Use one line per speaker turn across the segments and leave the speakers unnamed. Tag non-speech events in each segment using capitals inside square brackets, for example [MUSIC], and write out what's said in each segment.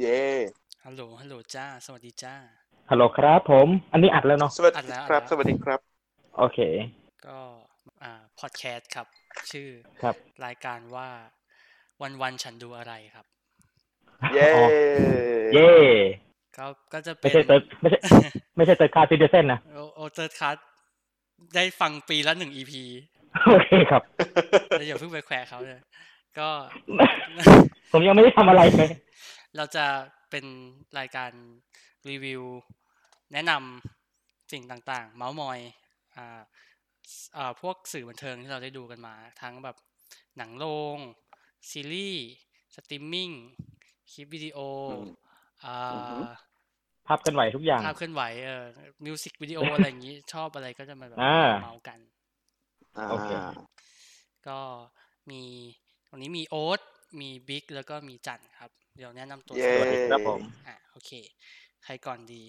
เย่
ฮัลโหล ฮัลโหลจ้า สวัสดีจ้า
ฮัลโหลครับผม อันนี้อัดแล้วเนาะ
สวัส
อัด
ดี
แล้ว
ครับ
อัดแล้ว
สวัสดีครับ
โอเค
ก็อ่าพอดแคสต์ครับ ชื่อ
ครับ
รายการว่าวันวันๆฉันดูอะไรครับ
เย่
อ๋อ [LAUGHS] เย่
ก็ก็จะเป็น
ไม่ใช่เติร์ดไม่ใช่ [LAUGHS] ไม่ใช่เติร์ดคาซิเดเซนนะ [LAUGHS]
โอโอเตอร์คัสได้ฟังปีละหนึ่งอีพี
โอเคครับ
แล้วอย่าเพิ่งไปแขวะเขาเลยก็
[LAUGHS] ผมยังไม่ได้ทำอะไรเลย
เราจะเป็นรายการรีวิว แนะนำสิ่งต่างๆ เมาส์มอยอ่าสอ่าพวกสื่อบันเทิงที่เราได้ดูกันมา ทั้งแบบหนังโรงซีรีส์สตรีมมิ่ง คลิปวิดีโอ
อืม
อ่า
อือฮึ
ภาพกันไหวทุกอย่าง
ภาพเคลื่อนไหวเออมิวสิกวิดีโออะไรอย่างนี้ ชอบอะไรก็จะมาแบบ
อ่า
เมาส์กัน
อ่า
โอเค
ก็มีวันนี้มีโอ๊ตมีบิ๊กแล้วก็มีจันครับ เดี๋ยวแนะนำตัว
เย่
สักหน่อย
ครับผม
อ่ะโอเค ใครก่อนดี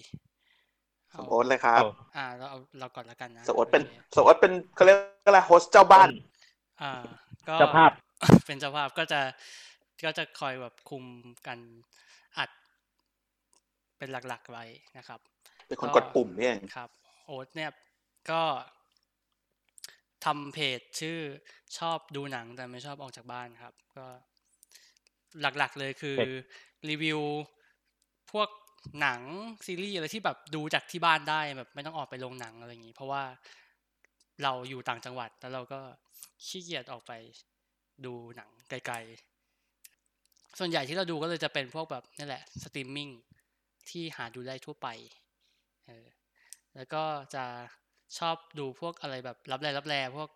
สม
เอา
โอ๊ตเลยครับ
เอา
อ่าเราเอาเราก่อนละกันนะ
สมโอ๊ตเป็น
โอค
สมโอ๊ตเป็นเขาเรียกอะไรโฮสเจ้าบ้าน
อ่าก็
เจ้าภาพ
[LAUGHS] เป็นเจ้าภาพก็จะก็จะคอยแบบคุมกันอัด เป็นหลักๆไว้นะครับ
เป็นคนกดปุ่มเนี่ยเอง
ครับ โอ๊ตเนี่ยก็ทำเพจชื่อชอบดูหนังแต่ไม่ชอบออกจากบ้านครับ ก็หลักๆเลยคือ
เพจ
รีวิวพวกหนังซีรีส์อะไรที่แบบดูจากที่บ้านได้แบบไม่ต้องออกไปโรงหนังอะไรอย่างนี้ เพราะว่าเราอยู่ต่างจังหวัด แล้วเราก็ขี้เกียจออกไปดูหนังไกลๆ ส่วนใหญ่ที่เราดูก็เลยจะเป็นพวกแบบนี่แหละสตรีมมิ่งที่หาดูได้ทั่วไปเออ แล้วก็จะชอบดูพวกอะไรแบบรับแรรับแรพวก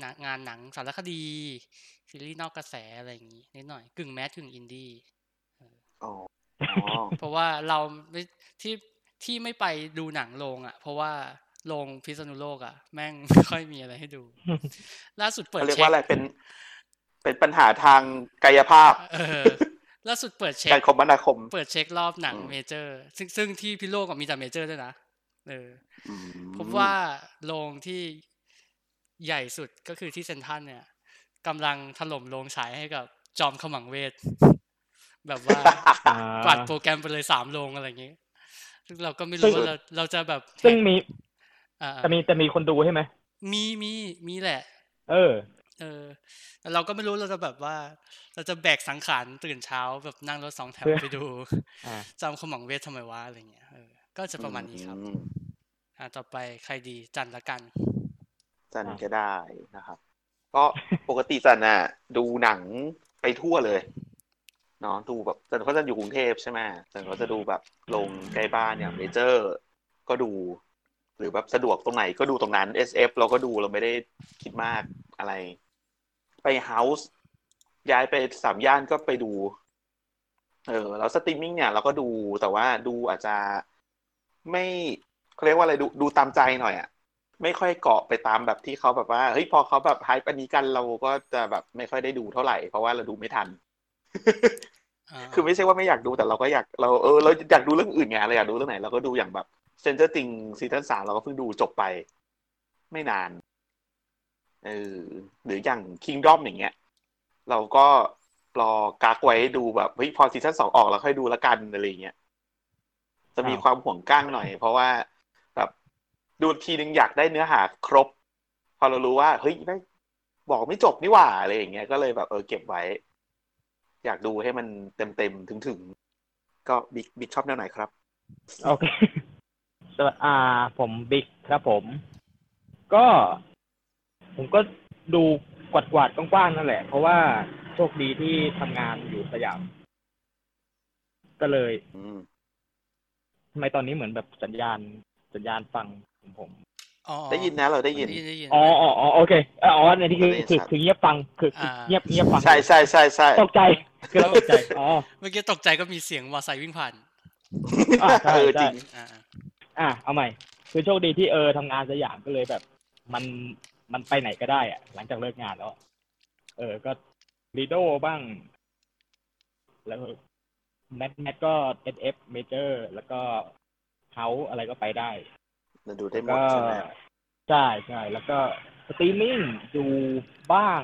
หนังงานหนังสารคดี ซีรีส์นอกกระแสอะไรอย่างนี้นิดหน่อยกึ่งแมสกึ่งอินดี้
อ๋ออ๋อ
เพราะว่าเราไม่ที่ที่ไม่ไปดูหนังโรงอ่ะ เพราะว่าโรงพิษณุโลกอ่ะ แม่ง ไม่ค่อยมีอะไรให้
[LAUGHS]
ดู ล่าสุดเปิด
เขาเรียก
เช็
ว่า
ค
อะไรเป็น เป็นปัญหาทางกายภาพ
เออ ล่าสุดเปิดเช็ค
การคมนาคม
เปิดเช็ครอบหนัง
อืม
เมเจอร์ ซึ่งซึ่งที่พี่โลกอะมีแต่เมเจอร์ด้วยนะเออ
อื
พบว่าโรงที่ใหญ่สุดก็คือที่เซนทรันเนี่ยกำลังถล่มโรงฉายให้กับจอมขมังเวท แบบว่า
อ่าก
วาดโปรแกรมไปเลยสามโรงอะไรอย่างงี้ ซึ่งเราก็ไม่รู้ว่าเราเราจะแบบ
ซึ่งมี
อ่า
จะมีจะมีคนดูใช่ไหม
มีมีมีแหละ
เออ
เออแต่เราก็ไม่รู้เราจะแบบว่า เราจะแบกสังขารตื่นเช้าแบบนั่งรถสองแถว
เพื่อ
ไปดู
อ่า
จอมขมังเวททำไมวะอะไรอย่างเงี้ยเออก็จะประมาณนี้ครับ
อืม
อ่าต่อไปใครดีจันละกัน
จันก็ได้นะครับ ก็ปกติจันน่ะ ดูหนังไปทั่วเลยเนาะดูแบบจันก็จันอยู่กรุงเทพใช่ไหมจันก็จะดูแบบลงใกล้บ้านอย่างเมเจอร์ ก็ดู หรือแบบสะดวกตรงไหนก็ดูตรงนั้น SF เราก็ดูเราไม่ได้คิดมากอะไร ไปเฮาส์ย้ายไปสามย่านก็ไปดู เออแล้วสตรีมมิ่งเนี่ยเราก็ดูแต่ว่าดูอาจจะไม่เขาเรียกว่าอะไรดูดูตามใจหน่อยอะ่ะไม่ค่อยเกาะไปตามแบบที่เขาแบบว่าเฮ้ยพอเขาแบบไฮป์อันนี้กันเราก็จะแบบไม่ค่อยได้ดูเท่าไหร่เพราะว่าเราดูไม่ทัน
อ่า
คือไม่ใช่ว่าไม่อยากดูแต่เราก็อยากเราเออเราอยากดูเรื่องอื่นไงเราอยากดูเรื่องไหนเราก็ดูอย่างแบบเซนเ r อร์ติงซีซั่นสามเราก็เพิ่งดูจบไป ไม่นานเออหรืออย่างคิงดอมอย่างเงี้ย เราก็รอกักไว้ดูแบบเฮ้ยพอซีซั่นสองออกเราค่อยดูละกันอะไรอย่างเงี้ยจะมี
ครับ
ความห่วงก้างหน่อย เพราะว่าแบบดูทีนึงอยากได้เนื้อหาครบ พอเรารู้ว่าเฮ้ยไม่งบอกไม่จบนี่หว่าอะไรอย่างเงี้ยก็เลยแบบเออเก็บไว้ อยากดูให้มันเต็มเต็มถึงถึงๆ ก็บิ๊กบิ๊กชอบแนวไหนครับ
โอเค [LAUGHS] สวัสดีอ่า ผมบิ๊กครับผม ก็ผมก็ดูกวาดกวาดๆกว้างๆนั่นแหละ เพราะว่าโชคดีที่ทำงานอยู่สยาม ก็เลย
อืม
ทำไมตอนนี้เหมือนแบบสัญญาณสัญญาณฟังของผม
อ๋ออ๋อ
ได้ยินนะเราได้ยิน
ได้ยินได้ยิน
อ๋ออ๋ออ๋อโอเคเอ่ออ๋ออันนี้คือ
ได้ยิน
คือ
ชัด
คือเงียบฟังคือคือ
อ่า
เงียบเงียบฟัง
ใช่ใช่ใช่ใช่
ตกใจคือตก
[LAUGHS]
ใจอ๋อ
เมื่อกี้ตกใจก็มีเสียงมอไซค์วิ่งผ่าน
อ่าใช่
เออจริ
ใช่
ง
อ่า
อ่ะเอาใหม่ คือโชคดีที่เออทำงานสยามก็เลยแบบ มันมันไปไหนก็ได้อะหลังจากเลิกงานแล้วอะเออก็ลีโดบ้าง แล้วแมทแมทก็เอฟเอฟเมเจอร์ แล้วก็เฮาอะไรก็ไปได้
เราดูได้หมด
ก็
ใช่ไหม
ใช่ใช่แล้วก็สตรีมมิ่งดูบ้าง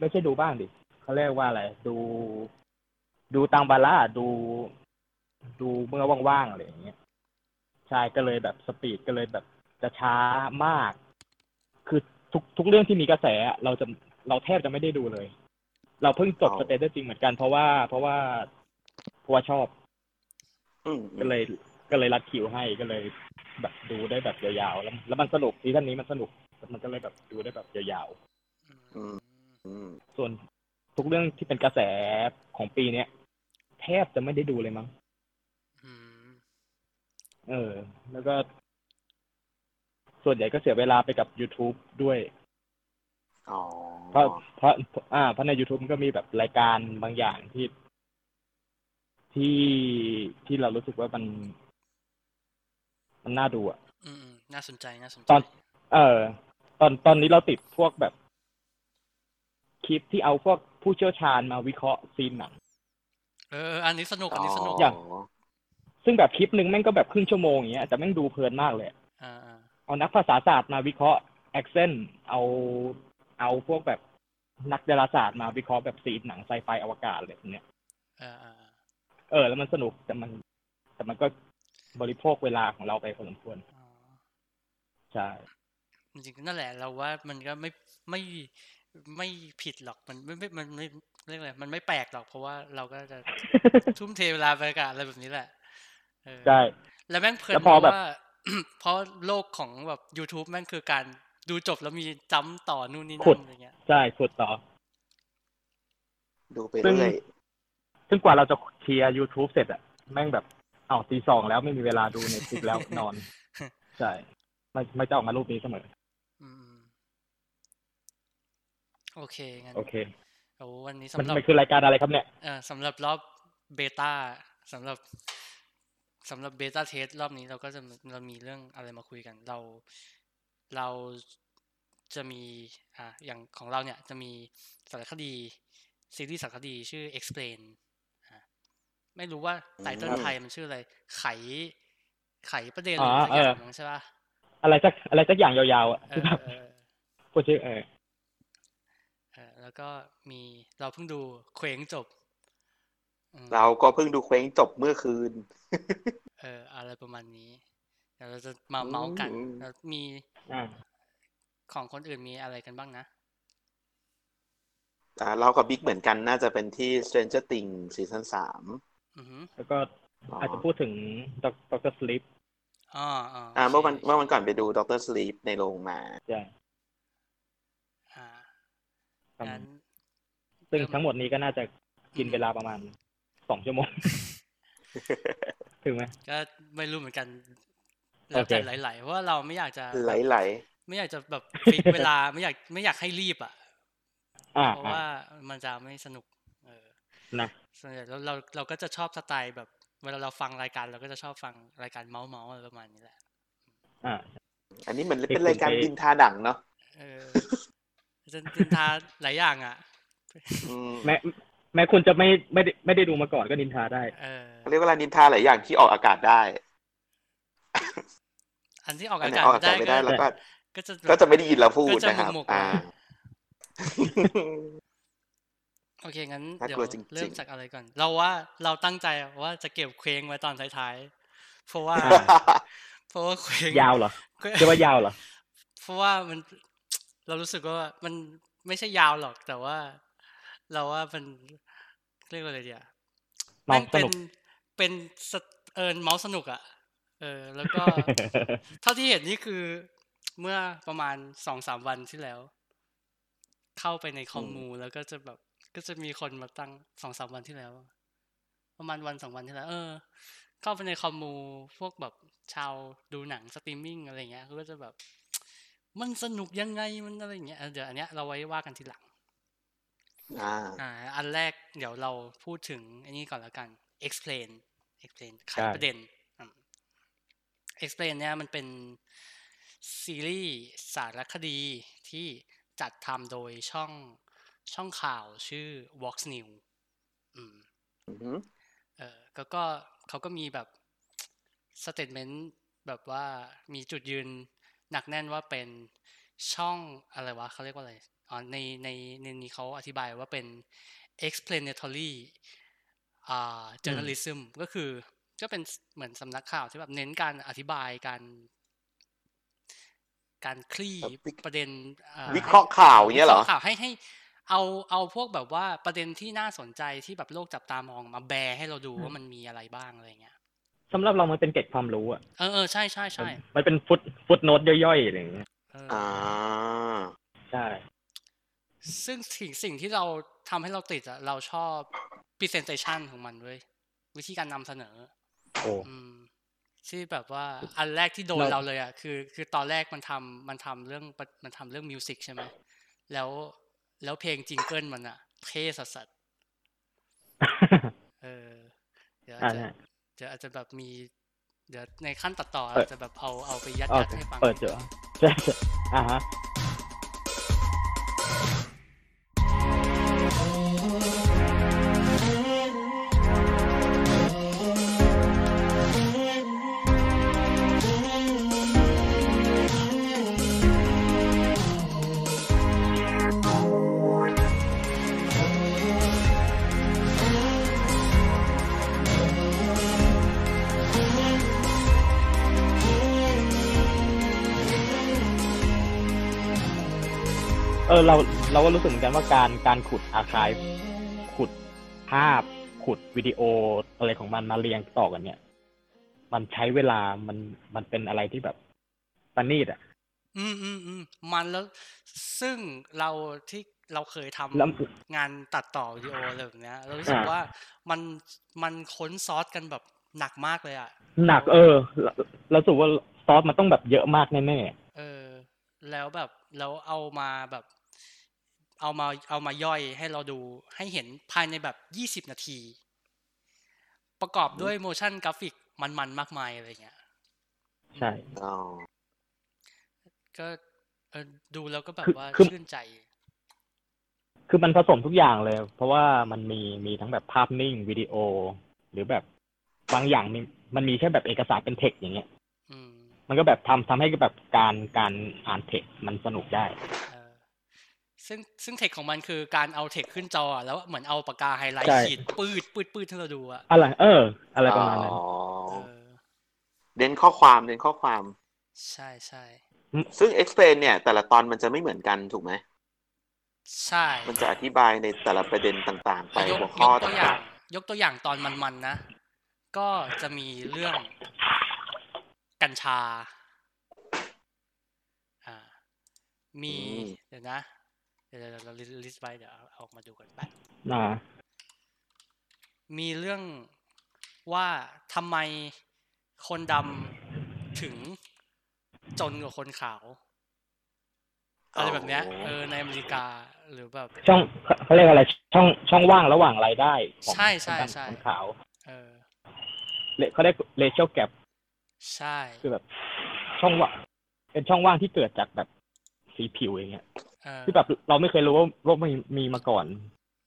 ไม่ใช่ดูบ้างดิเขาเรียกว่าอะไร ดู ดูตามบาร่าดู ดูเมื่อว่างๆอะไรอย่างเงี้ยใช่ก็เลยแบบสปีดก็เลยแบบจะช้ามาก คือทุกทุกเรื่องที่มีกระแสอะเราจะเราแทบจะไม่ได้ดูเลย เราเพิ่งจบ
อ๋อ
สเตตจริงเหมือนกันเพราะว่า เพราะว่าเพราะว่าชอบ
อืม
ก็เลยก็เลยรัดคิวให้ก็เลยแบบดูได้แบบยาวๆแล้วแล้วมันสนุกซีซั่นนี้มันสนุกมันก็เลยแบบดูได้แบบยาวๆ
อืม
อืม
ส่วนทุกเรื่องที่เป็นกระแสของปีเนี้ยแทบจะไม่ได้ดูเลยมั้ง
อืม
เออ แล้วก็ ส่วนใหญ่ก็เสียเวลาไปกับ YouTube ด้วย
อ๋อ
เพราะเพราะอ่าเพราะใน YouTube มันก็มีแบบรายการบางอย่างที่ ที่ที่เรารู้สึกว่ามัน มันน่าดูอะ
อืมอืมน่าสนใจน่าสนใจ
ตอน เออ ตอนตอนนี้เราติดพวกแบบ คลิปที่เอาพวกผู้เชี่ยวชาญมาวิเคราะห์ซีนหนัง
เออ อันนี้สนุก อันนี้สนุก
ย่าง ซึ่งแบบคลิปหนึ่งแม่งก็แบบครึ่งชั่วโมงอย่างเงี้ยแต่แม่งดูเพลินมากเลยอะ
อ่าอ่า
เอานักภาษาศาสตร์มาวิเคราะห์แอคเซนต์เอาเอาพวกแบบนักดาราศาสตร์มาวิเคราะห์แบบซีนหนังไซไฟอวกาศอะไรแบบเนี้ย
อ่าอ่าอ่า
เออแล้วมันสนุกแต่มัน แต่มันก็บริโภคเวลาของเราไปพอสมควร
อ๋อ
ใช่ [LAUGHS]
จริงๆนั่นแหละเราว่ามันก็ไม่ไม่ไม่ผิดหรอกมันไม่ไม่มันไม่เรียกอะไรมันไม่แปลกหรอก เพราะว่าเราก็จะ ทุ่มเทเวลาไปกับอะไรแบบนี้แหละเออ
ใช่
แล้วแม่งเพลิน
แล้ว
เพ
พอ
ราะ
แบบ
ว่า [COUGHS] เพราะโลกของแบบ YouTube แม่งคือการดูจบแล้วมีจ้ำต่อนู่นนี่นั่นอะไรเงี้ย
ใช่ขุดต่อ
ดูไปเรื่อย
ซึ่งกว่าเราจะเคลียร์ YouTube เสร็จอะแม่งแบบเอาตีสองแล้วไม่มีเวลาดูในคลิปแล้ว นอน ใช่มันมันจะออกมารูปนี้เสมอ
อืมๆโอเคงั้น
โอเค
โอ้วันนี้
มั
สำ
น
หรับ
มันคือรายการอะไรครับเนี่ย
เอ่อสำหรับรอบเบต้าสำหรับสำหรับเบต้าเทสรอบนี้เราก็จะมีเรามีเรื่องอะไรมาคุยกัน เราเราจะมีอ่ะอย่างของเราเนี่ยจะมีสารคดี ซีรีส์สารคดีชื่อ Explain อ่ะไม่รู้ว่าไตเติ้ล
อืม
ไทยมันชื่ออะไร ไข ไขประเด็น
อ๋อ
หรืออะไรสักอย่าง
เออ
มั้งใช่ป่ะ
อะไรสักอะไรสักอย่างยาวๆอะ
เอ
ที่
อ
แบบ
เออ
พูดชื่อเออ
เออ แล้วก็มีเราเพิ่งดูเคว้งจบอืม
เราก็เพิ่งดูเคว้งจบเมื่อคืน
เอออะไรประมาณนี้ เดี๋ยวเราจะมาเมาส์กัน
อืม
แล้วมี
อ่า
ของคนอื่นมีอะไรกันบ้างนะ
อ่าเรากับบิ๊กเหมือนกันน่าจะเป็นที่ Stranger Things ซีซั่นสาม
อือหือ
แล้วก็
อ๋อ
อาจจะพูดถึงด็อกด็อกเตอร์สลิป
อ๋ออ๋อ
อ่า
โอ
เมื่อวัน
เค
เมื่อวันก่อนไปดู Doctor Sleep ในโรงมา
ใช่
อ่า
ครั
งั้น
บซึ่งทั้งหมดนี้ก็น่าจะกิน
อืม
เวลาประมาณสองชั่วโมง ถึงไหม
ก็ไม่รู้เหมือนกัน แล้ว
โอเค
แต่ไหลๆเพราะว่าเราไม่อยากจะ
ไหลไหล
ไม่อยากจะแบบฟิกเวลา [LAUGHS] ไม่อยากไม่อยากให้รีบอ่ะ
อ่า
เพราะ
อ่า
ว่ามันจะไม่สนุก เออ
นะ
ส่วนใหญ่เราเราเราก็จะชอบสไตล์แบบ เวลาเราฟังรายการเราก็จะชอบฟังรายการเมาส์เมาส์อะไรประมาณนี้แหละ
อ่า
ๆอันนี้เหมือนเป็น
ที่คุณ
รายการ
ไป
ดินทาหนังเนาะ
เออ จะนินทาหลายอย่างอ่ะ
อืม
แม้แม้คุณจะไม่ไม่ได้ไม่ได้ดูมาก่อนก็นินทาได้
เออ
เขาเรียกว่านินทาหลายอย่างที่ออกอากาศได้
อันที่ออก
อัน
อา
ไหน
กาศ
ออกอากาศ
ไม่
ไม่
ได้
ได้แล้วก็
ก็จะ
ก็จะไม่ได้ยินเราพูด
ก็จะ
นะครับ
หมกๆ
อ่า
ไว้โอเคงั้น
น่า
เดี๋ย
ก
ว
ลัวจริงๆ
เริ่มจากอะไรก่อน เราว่าเราตั้งใจว่าจะเก็บเคว้งไว้ตอนท้ายๆ เพราะ
[LAUGHS]
ว่า
อ่
เพราะว่าเคว้ง
ยาวเหรอ
เคว้ง
เรียกว่ายาวเหรอ
[LAUGHS]
[LAUGHS]
เพราะว่ามัน เรารู้สึกว่ามันไม่ใช่ยาวหรอกแต่ว่า เราว่ามันเรียกว่าอะไรเดียว
เมา
แม่งเป็
สนุ
น
ก
เป็นสตเอิร์นเมาส์สนุกอ่ะเออ แล้วก็ เท่าที่เห็นนี่คือ เมื่อประมาณสองสามวันที่แล้ว เข้าไปในคอม
อืม
มูแล้วก็จะแบบก็จะมีคนมาตั้งสองสามวันที่แล้ว ประมาณวันสองวันที่แล้ว เออ เข้าไปในคอมมูพวกแบบชาวดูหนังสตรีมมิ่งอะไรเงี้ยเขาก็จะแบบ มันสนุกยังไงมันอะไรอย่างเงี้ยเออเดี๋ยวอันเนี้ยเราไว้ว่ากันทีหลัง
อ่า
อ่า อันแรกเดี๋ยวเราพูดถึงอันนี้ก่อนแล้วกัน explain explain ไข
ได้
ประเด็นอืม explain เนี่ยมันเป็นซีรีส์สารคดีที่จัดทำโดยช่องช่องข่าวชื่อ Vox News อืม
อือหือ
เออก็ก็เขาก็มีแบบสเตทเมนต์แบบว่ามีจุดยืนหนักแน่นว่าเป็นช่องอะไรวะเขาเรียกว่าอะไรอ๋อในในในนี้เขาอธิบายว่าเป็น explanatory อ่า journalism ก็คือ ก็เป็นเหมือนสำนักข่าวที่แบบเน้นการอธิบายการ การคลี่
แบบวิ
ประเด็นอ่
วิเคราะห์ข่าวอย่างเงี้ยเหรอ
วิคข่าวให้ให้ เอาเอาพวกแบบว่าประเด็นที่น่าสนใจที่แบบโลกจับตามองมาแบร์ให้เราดูว่ามันมีอะไรบ้างอะไรเงี้ย
สำหรับเรามันเป็นเกร็ดความรู้อ่ะ
เออเออใช่ใช่ใช่
มันเป็นฟุตฟุตโน้ตย่อยๆอะไรอย่างเงี้ย
เอออ
อ่า
ใช่
ซึ่งสิ่งสิ่งที่เราทำให้เราติดอะเราชอบ presentation ของมันเว้ยวิธีการนำเสนอ
โอ้
อืมที่แบบว่าอันแรกที่โดน
เรา
เราเลยอ่ะคือคือตอนแรกมันทำมันทำเรื่องมันทำเรื่องมิวสิกใช่ไหมแล้วแล้วเพลงจิงเกิลมันอ่ะเท่สัสสัสๆเออเดี๋ยวอา
อ่า
จจะ
ฮะ
เดี๋ยวอาจจะแบบมี เดี๋ยวในขั้นตัดต่อ
เปิด
อาจจะแบบเอาเอาไปยัด
โอ
ยัด
เค
ให้ฟัง
เปิดเดี๋ยว ใช่ใช่อ่าฮะเออเราเราก็รู้สึกเหมือนกันว่าการการขุดอาคายขุดภาพ ขุดวิดีโออะไรของมันมาเรียงต่อกันเนี่ย มันใช้เวลามันมันเป็นอะไรที่แบบประณีตอ่ะ
อืมอืมอืมมันแล้วซึ่งเราที่เราเคยทำ
แล้ว
งานตัดต่อวิดีโออะไรแบบเนี้ยเรารู้สึก
อ่า
ว่ามันมันค้นซอสกันแบบหนักมากเลยอ่ะ
หนักเออเราเรารู้สึกว่าซอสมันต้องแบบเยอะมากแน่
เออ แล้วแบบแล้วเอามาแบบ เอามาเอามาย่อยให้เราดูให้เห็นภายในแบบยี่สิบนาที ประกอบด้วย motion graphic มันๆ มากมายอะไรเงี้ย
ๆใช่
อ๋อ
ก็เออดูแล้วก็แบบ
คือ
ว่า
คือ
ชื่นใจ
คือมันผสมทุกอย่างเลย เพราะว่ามันมีมีทั้งแบบภาพนิ่งวิดีโอ หรือแบบบางอย่างมีมันมีแค่แบบเอกสารเป็นเทคอย่างเงี้ย
อืม
มันก็แบบทำทำให้แบบการการอ่านเทคมันสนุกได้
เออซึ่งซึ่งเทคของมันคือการเอาเทคขึ้นจออะแล้วเหมือนเอาปากกาไฮไลท์
ใช่
ขีดปืดปืดปืดให้เราดูอะ
อะไร เออ อะไรประมาณนั้น
อ๋อ
เออ
เน้นข้อความเน้นข้อความ
ใช่ใช่
ซึ่ง explain เนี่ย แต่ละตอนมันจะไม่เหมือนกันถูกไหม
ใช่
มันจะอธิบายในแต่ละประเด็นต่างๆ ไป
ยก
หัวย ข้อก
ตัวอย่า
ต่าง ง
ยกตัวอย่างตอนมันๆนะ ก็จะมีเรื่องกัญชา อ่า มีเดี๋ยวนะ เดี๋ยวๆเราลิสต์ไว้เดี๋ยวเอาออกมาดูกันแป๊บ
อ่า
มีเรื่องว่าทำไมคนดำถึงจนกว่าคนขาว
ๆ
อะไรแบบเนี้ยเออในอเมริกาหรือแบบ
ช่องเขาเขาเรียกอะไรช่องช่องว่างระหว่างรายได้ของ
ใช่ใช่
คนดำ
ใช่
คนขาว
เออ
เรียกเขาเรียกเลเชลแกร
ใช่
คือแบบ ช่องว่างเป็นช่องว่างที่เกิดจากแบบสีผิวอย่างเงี้ย
เออ
ที่แบบเราไม่เคยรู้ว่าว่ามันมีมาก่อน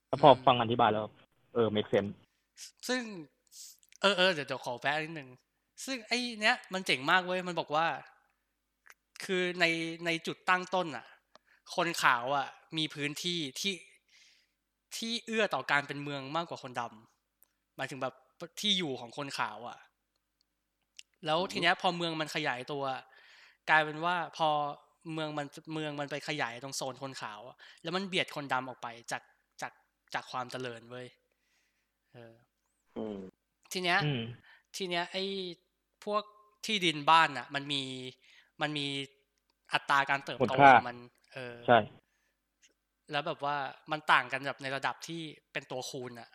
แล้วพออ
ม
ฟังอธิบายแล้ว เออ make sense
ซึ่ง เออเออเดี๋ยวเดี๋ยวขอแวะนิดนึง ซึ่งไอ้เนี้ยมันเจ๋งมากเว้ย มันบอกว่า คือในในจุดตั้งต้นอ่ะ คนขาวอ่ะ มีพื้นที่ที่ที่เอื้อต่อการเป็นเมืองมากกว่าคนดำหมายถึงแบบที่อยู่ของคนขาวอ่ะ แล้วทีเนี้ยพอเมืองมันขยายตัว กลายเป็นว่าพอเมืองมันเมืองมันไปขยายตรงโซนคนขาวอะแล้วมันเบียดคนดำออกไปจากจากจากความเจริญเว้ยเออ
อืม
ทีเนี้ย
อืม
ทีเนี้ยไอ้พวกที่ดินบ้านน่ะ มันมีมันมีอัตราการเติบ
คุณ
โต
ค่า
ของมัน เออ
ใช่
แล้วแบบว่ามันต่างกันแบบในระดับที่เป็นตัวคูณอ่ะ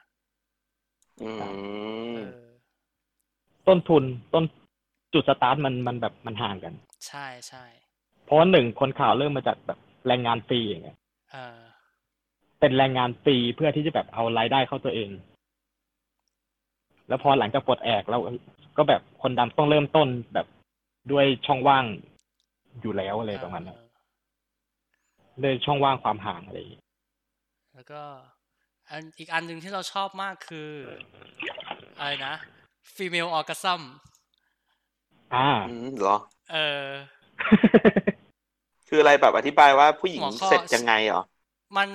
อืม
เออ
ต้นทุนต้นจุดสตาร์ทมันมันแบบมันห่างกัน
ใช่ใช่
เพราะว่าหนึ่งคนข่าวเริ่มมาจากแบบแรงงานฟรีอย่างเงี้ย
เออ
เป็นแรงงานฟรีเพื่อที่จะแบบเอารายได้เข้าตัวเอง แล้วพอหลังจากปลดแอกเราก็แบบคนดำต้องเริ่มต้นแบบด้วยช่องว่างอยู่แล้วอะไรประมาณนั้นด้วยช่องว่างความห่างอะไรอย่างเงี้ย
แล้วก็อันอีกอันหนึ่งที่เราชอบมากคืออะไรนะ female orgasm
อ่า
อืมเหรอ
เออ
คืออะไรแบบอธิบายว่าผู้หญิง
หัวข้อ
เสร็จยังไงเหรอ
มัน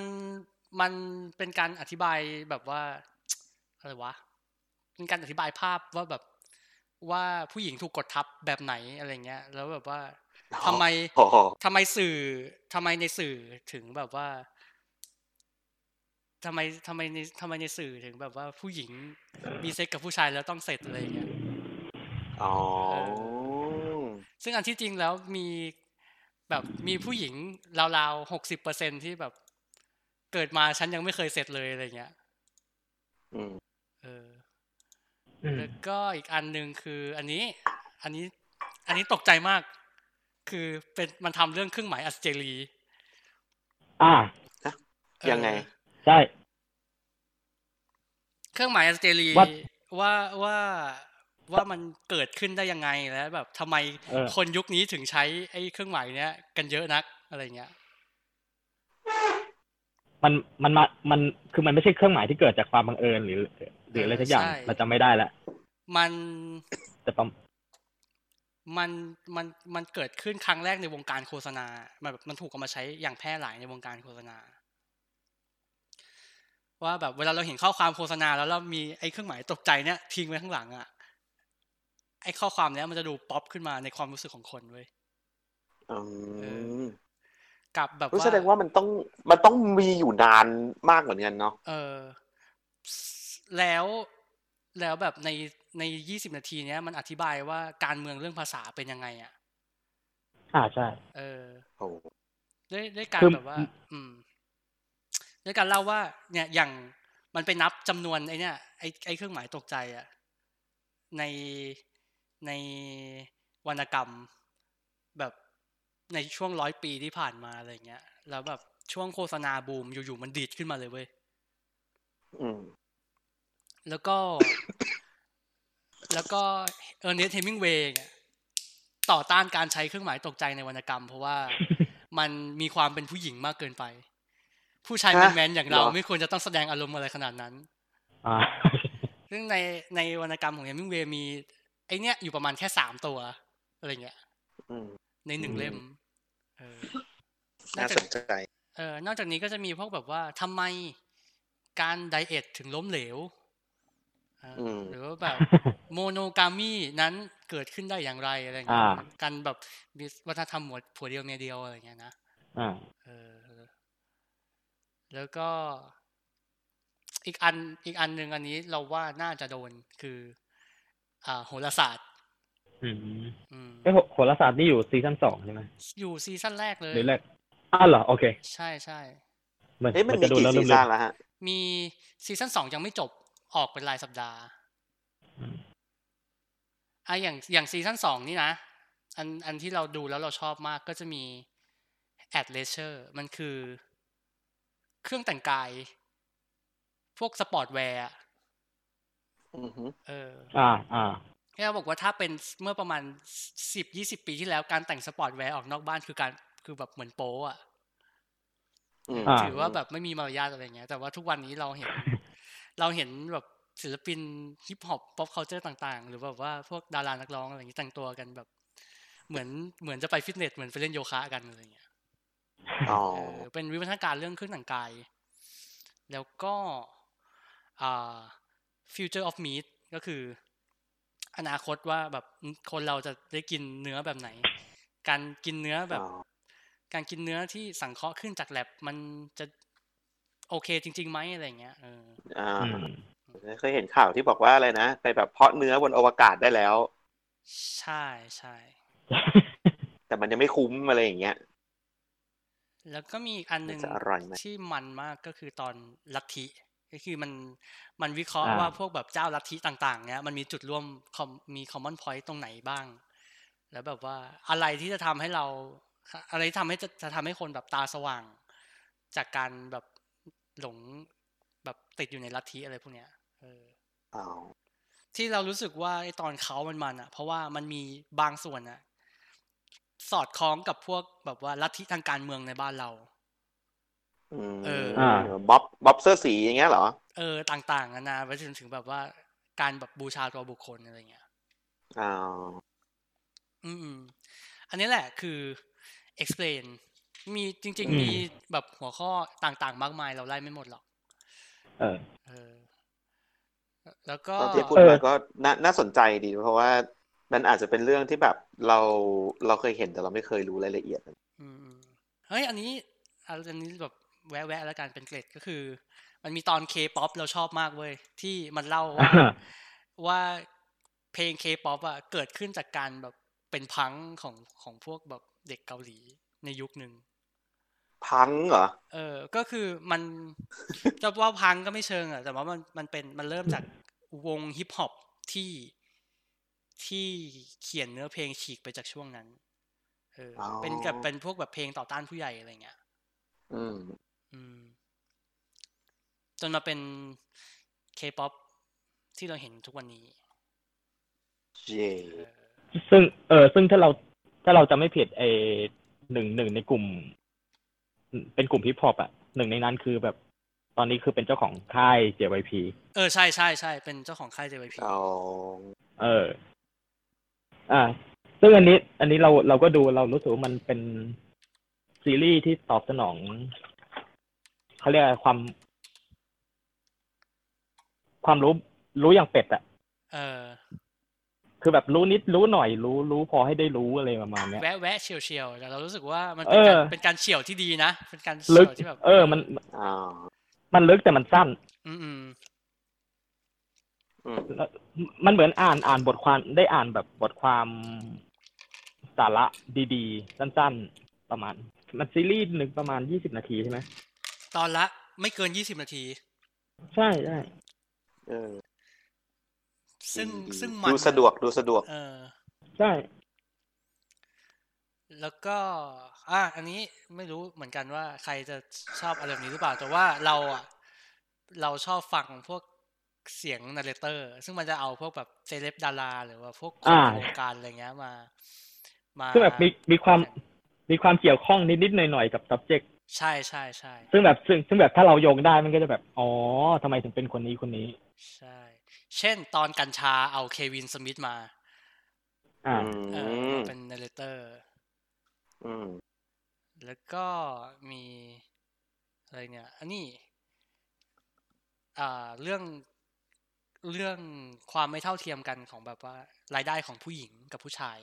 มันเป็นการอธิบายแบบว่า อะไรวะเป็นการอธิบายภาพว่าแบบ ว่าผู้หญิงถูกกดทับแบบไหนอะไรเงี้ย แล้วแบบว่าทำไม
โอ้โห
ทำไมสื่อทำไมในสื่อถึงแบบว่าทำไมทำไมในทำไมในสื่อถึงแบบว่าผู้หญิงมีเซ็กกับผู้ชายแล้วต้องเสร็จอะไรเงี้ย
อ๋อ
ซึ่งอันที่จริงแล้วมีแบบมีผู้หญิงราวๆหกสิบเปอร์เซ็นที่แบบเกิดมาฉันยังไม่เคยเสร็จเลยอะไรเงี้ย
อืม
เออ
อืม
แล้วก็อีกอันหนึ่งคืออันนี้ อันนี้ อันนี้ตกใจมาก คือเป็นมันทำเรื่องเครื่องหมายอัสเจรี
[LAUGHS] อ่า
เออ
ยังไง
ใช่
เครื่องหมายอัสเจรี
ว่า
ว่าว่าว่ามันเกิดขึ้นได้ยังไงแล้วแบบทำไม
เออ
คนยุคนี้ถึงใช้ไอ้เครื่องหมายเนี้ยกันเยอะนักอะไรเงี้ย
มันมันมามันคือมันไม่ใช่เครื่องหมายที่เกิดจากความบังเอิญหรือ หรืออะไรสักอย่าง
ใช่
เราจำไม่ได้ละ
มัน
แต่ประม
มันมันมันเกิดขึ้นครั้งแรกในวงการโฆษณา มันแบบมันถูกเอามาใช้อย่างแพร่หลายในวงการโฆษณา ว่าแบบเวลาเราเห็นข้อความโฆษณาแล้วเรามีไอ้เครื่องหมายตกใจเนี่ยทิ้งไว้ข้างหลังอะ่ะ ไอ้ข้อความเนี้ยมันจะดูป๊อปขึ้นมาในความรู้สึกของคนเว้ย
อืม
กับแบบ
รู้
ว่า
แสดงว่ามันต้องมันต้องมีอยู่นานมากเหมือนกันเนาะ
เออแล้วแล้วแบบในในยี่สิบนาทีเนี้ยมันอธิบายว่าการเมืองเรื่องภาษาเป็นยังไงอะ่ะ
อ่าใช่
เออ
โอ้โห
ด้วยด้วยการ
คือ
แบบว่า
อืม
อืมด้วยการเล่าว่า เนี่ยอย่างมันไปนับจำนวนไอเนี่ยไอไอเครื่องหมายตกใจอะในในวรรณกรรม แบบในช่วงร้อยปีที่ผ่านมาอะไรเงี้ย แล้วแบบช่วงโฆษณาบูมอยู่ๆมันดีดขึ้นมาเลยเว้ย
อืม
แล้วก็ [COUGHS] แล้วก็เออร์เนสเฮมิงเวย์ต่อต้านการใช้เครื่องหมายตกใจในวรรณกรรม เพราะว่า
[LAUGHS]
มันมีความเป็นผู้หญิงมากเกินไป ผู้ชาย
ฮะ
แมนๆอย่างเรา
เหรอ
ไม่ควรจะต้องแสดงอารมณ์อะไรขนาดนั้น
อ่า [LAUGHS]
ซึ่งในในวรรณกรรมของเฮมิงเวย์มี ไอเนี้ยอยู่ประมาณแค่สามตัวอะไรเงี้ย
อืม
ในหนึ่งเล่มเออ
น่าสนใจ
เออนอกจากนี้ก็จะมีพวกแบบว่าทำไมการไดเอทถึงล้มเหลวเอออ
ม
หรือว่า [LAUGHS] แบบ โมโนกามีนั้นเกิดขึ้นได้อย่างไรอะไรเงี้ย
อ่า
การแบบมีวัฒนธรรมหมวดผัวเดียวเมียเดียวอะไรเงี้ยนะ
อ่า
เออแล้วก็ อีกอันอีกอันหนึ่งอันนี้เราว่าน่าจะโดนคือ อ่าโหราศาสตร์
อืม
อืม
ไอ้ยโหโหราศาสตร์นี่อยู่ซีซั่นสองใช่ไหม
อยู่ซีซั่นแรกเลย
หรือแรกอ้าวเหรอโอเค
ใช่ใช่
เหมือน
เฮ้ยมันมี
มันจะดู
กี่
แล้ว
ซี
เริ่ม
ซั่น
ๆ
แล้วฮะ
มีซีซั่นสองยังไม่จบออกเป็นรายสัปดาห์อ่ะอย่างอย่างซีซั่นสองนี่นะ อันอันที่เราดูแล้วเราชอบมากก็จะมี Ad l e i s u r e มันคือเครื่องแต่งกาย พวกสปอร์ตแวร์อะ
อือฮึ
เออ
อ่าอ่า
แค่บอกว่าถ้าเป็นเมื่อประมาณสิบยี่สิบปีที่แล้วการแต่งสปอร์ตแวร์ออกนอกบ้านคือการคือแบบเหมือนโป๊อะ
ม
อ่า
ถือว่าแบบไม่มีมารยาทอะไรเงี้ย แต่ว่าทุกวันนี้เราเห็น เราเห็นแบบศิลปินฮิปฮอป ป๊อปเคาน์เตอร์ต่างๆ หรือแบบว่าพวกดารานักร้องอะไรอย่างนี้แต่งตัวกันแบบ เหมือนเหมือนจะไปฟิตเนสเหมือนไปเล่นโยคะกันอะไรเงี้ย
อ๋อ
เออเป็นวิวัฒนาการเรื่องเครื่องแต่งกาย แล้วก็อ่า future of meat ก็คือ อนาคตว่าแบบคนเราจะได้กินเนื้อแบบไหน การกินเนื้อแบบ
อ๋อ
การกินเนื้อที่สังเคราะห์ขึ้นจากแลบมันจะโอเคจริงๆไหมอะไรเงี้ยเออ
อ่า
อืม [LAUGHS]
เคยเห็นข่าวที่บอกว่าอะไรนะไปแบบเพาะเนื้อบนอวกาศได้แล้ว
ใช่ใช่
แต่มันยังไม่คุ้มอะไรอย่างเงี้ย
แล้วก็มีอีกอันหนึ่ง
มันจะอร่อยไหม
ที่มันมากก็คือตอนลัทธิก็คือมันมันวิเคราะห์
อ่า
ว่าพวกแบบเจ้าลัทธิต่างๆเนี้ยมันมีจุดร่วม com- มีคอมมอนพอยต์ตรงไหนบ้าง แล้วแบบว่าอะไรที่จะทำให้เรา อะไรที่ทำให้จะจะทำให้คนแบบตาสว่าง จากการแบบหลงแบบติดอยู่ในลัทธิอะไรพวกเนี้ยเออ
อ๋อ
ที่เรารู้สึกว่าไอตอนเขามันมันอ่ะ เพราะว่ามันมีบางส่วนอ่ะ สอดคล้องกับพวกแบบว่าลัทธิทางการเมืองในบ้านเรา
อืม
เออ
บ๊อบบ๊อบเสื้อสีอย่างเงี้ยเหรอ
เออต่างๆนานาไปจนถึงแบบว่าการแบบบูชาตัวบุคคลอะไรเงี้ย
อ๋อ
อืมๆอันนี้แหละคือ explain มีจริง
อืม
ๆ มีแบบหัวข้อต่างๆ มากมายเราไล่ไม่หมดหรอก
เออ
เออ แล้วก็
ตอนที่พูด
เออ
มาก็น่าน่าสนใจดี เพราะว่ามันอาจจะเป็นเรื่องที่แบบเราเราเคยเห็นแต่เราไม่เคยรู้รายละเอียด
อืมอืมเฮ้ย อันนี้อันอันนี้แบบแวะๆแล้วกันเป็นเกร็ดก็คือ มันมีตอนเคป๊อปเราชอบมากเว้ย ที่มันเล่า [LAUGHS] ว่า
อ่า
ว่าเพลงเคป๊อปอะเกิดขึ้นจากการแบบเป็นพังของของพวกแบบเด็กเกาหลีในยุคหนึ่ง
พังเหรอ
เออ ก็คือมัน [LAUGHS] จะว่าพังก็ไม่เชิงอะแต่ว่ามันมันเป็นมันเริ่มจากวงฮิปฮอปที่ที่เขียนเนื้อเพลงฉีกไปจากช่วงนั้น เอออ
อ
เป็นกับเป็นพวกแบบเพลงต่อต้านผู้ใหญ่อะไรเงี้ย
อืม
อืม จนมาเป็นเคป๊อปที่เราเห็นทุกวันนี้
เย่
เออ
ซึ่งเออซึ่งถ้าเราถ้าเราจะไม่ผิดไอหนึ่งหนึ่งในกลุ่ม เป็นกลุ่มฮิปฮอปอ่ะหนึ่งในนั้นคือแบบ ตอนนี้คือเป็นเจ้าของค่าย JYP
เออ ใช่ใช่ใช่เป็นเจ้าของค่าย JYP
เอา
เออ อ่า ซึ่งอันนี้ อันนี้เราเราก็ดูเรารู้สึกว่ามันเป็นซีรีส์ที่ตอบสนองเขาเรียกอะไรความ ความรู้รู้อย่างเป็ดอะ
เออ
คือแบบรู้นิดรู้หน่อย รู้รู้พอให้ได้รู้อะไรประมาณเนี้ย
แวะแวะเฉียวเฉียวแต่เรารู้สึกว่ามันเป็นการ
เออ
เป็นการเฉียวที่ดีนะ เป็นการ
ลึ
เฉี
ก
ยวที่แบบ
เออ มัน
เอา
มันลึกแต่มันสั้น
อืมอืม
อืม
มันเหมือนอ่านอ่านบทความได้อ่านแบบบทความสาระดีๆ สั้นๆ ประมาณ มันซีรีส์หนึ่งประมาณยี่สิบนาทีใช่ไหม
ตอนละไม่เกินยี่สิบนาที
ใช่ใช่
เออ
ซึ่ง
ดี
ซึ่งมัน
ดูสะดวกดูสะดวก
เออ
ใช่
แล้วก็ อ่ะอันนี้ไม่รู้เหมือนกันว่าใครจะชอบอะไรแบบนี้หรือเปล่า แต่ว่าเราอ่ะ เราชอบฟังพวกเสียงนาเรเตอร์ ซึ่งมันจะเอาพวกแบบเซเลบดารา หรือว่าพวกคน
อ่า
ในวงการอะไรเงี้ยมา มา
ซึ่งแบบมีมีความมีความเกี่ยวข้องนิดๆหน่อยๆกับ subject
ใช่ใช่ใช่
ซึ่งแบบซึ่งซึ่งแบบถ้าเราโยงได้มันก็จะแบบ อ๋อทำไมถึงเป็นคนนี้คนนี้
ใช่ เช่นตอนกัญชาเอาเควินสมิธมา
อ่า
อื
เอ
ม
อมาเป็นนาเรเตอร์
อืม
แล้วก็มีอะไรเนี่ยอันนี้ อ่าเรื่องเรื่องความไม่เท่าเทียมกันของแบบว่ารายได้ของผู้หญิงกับผู้ชาย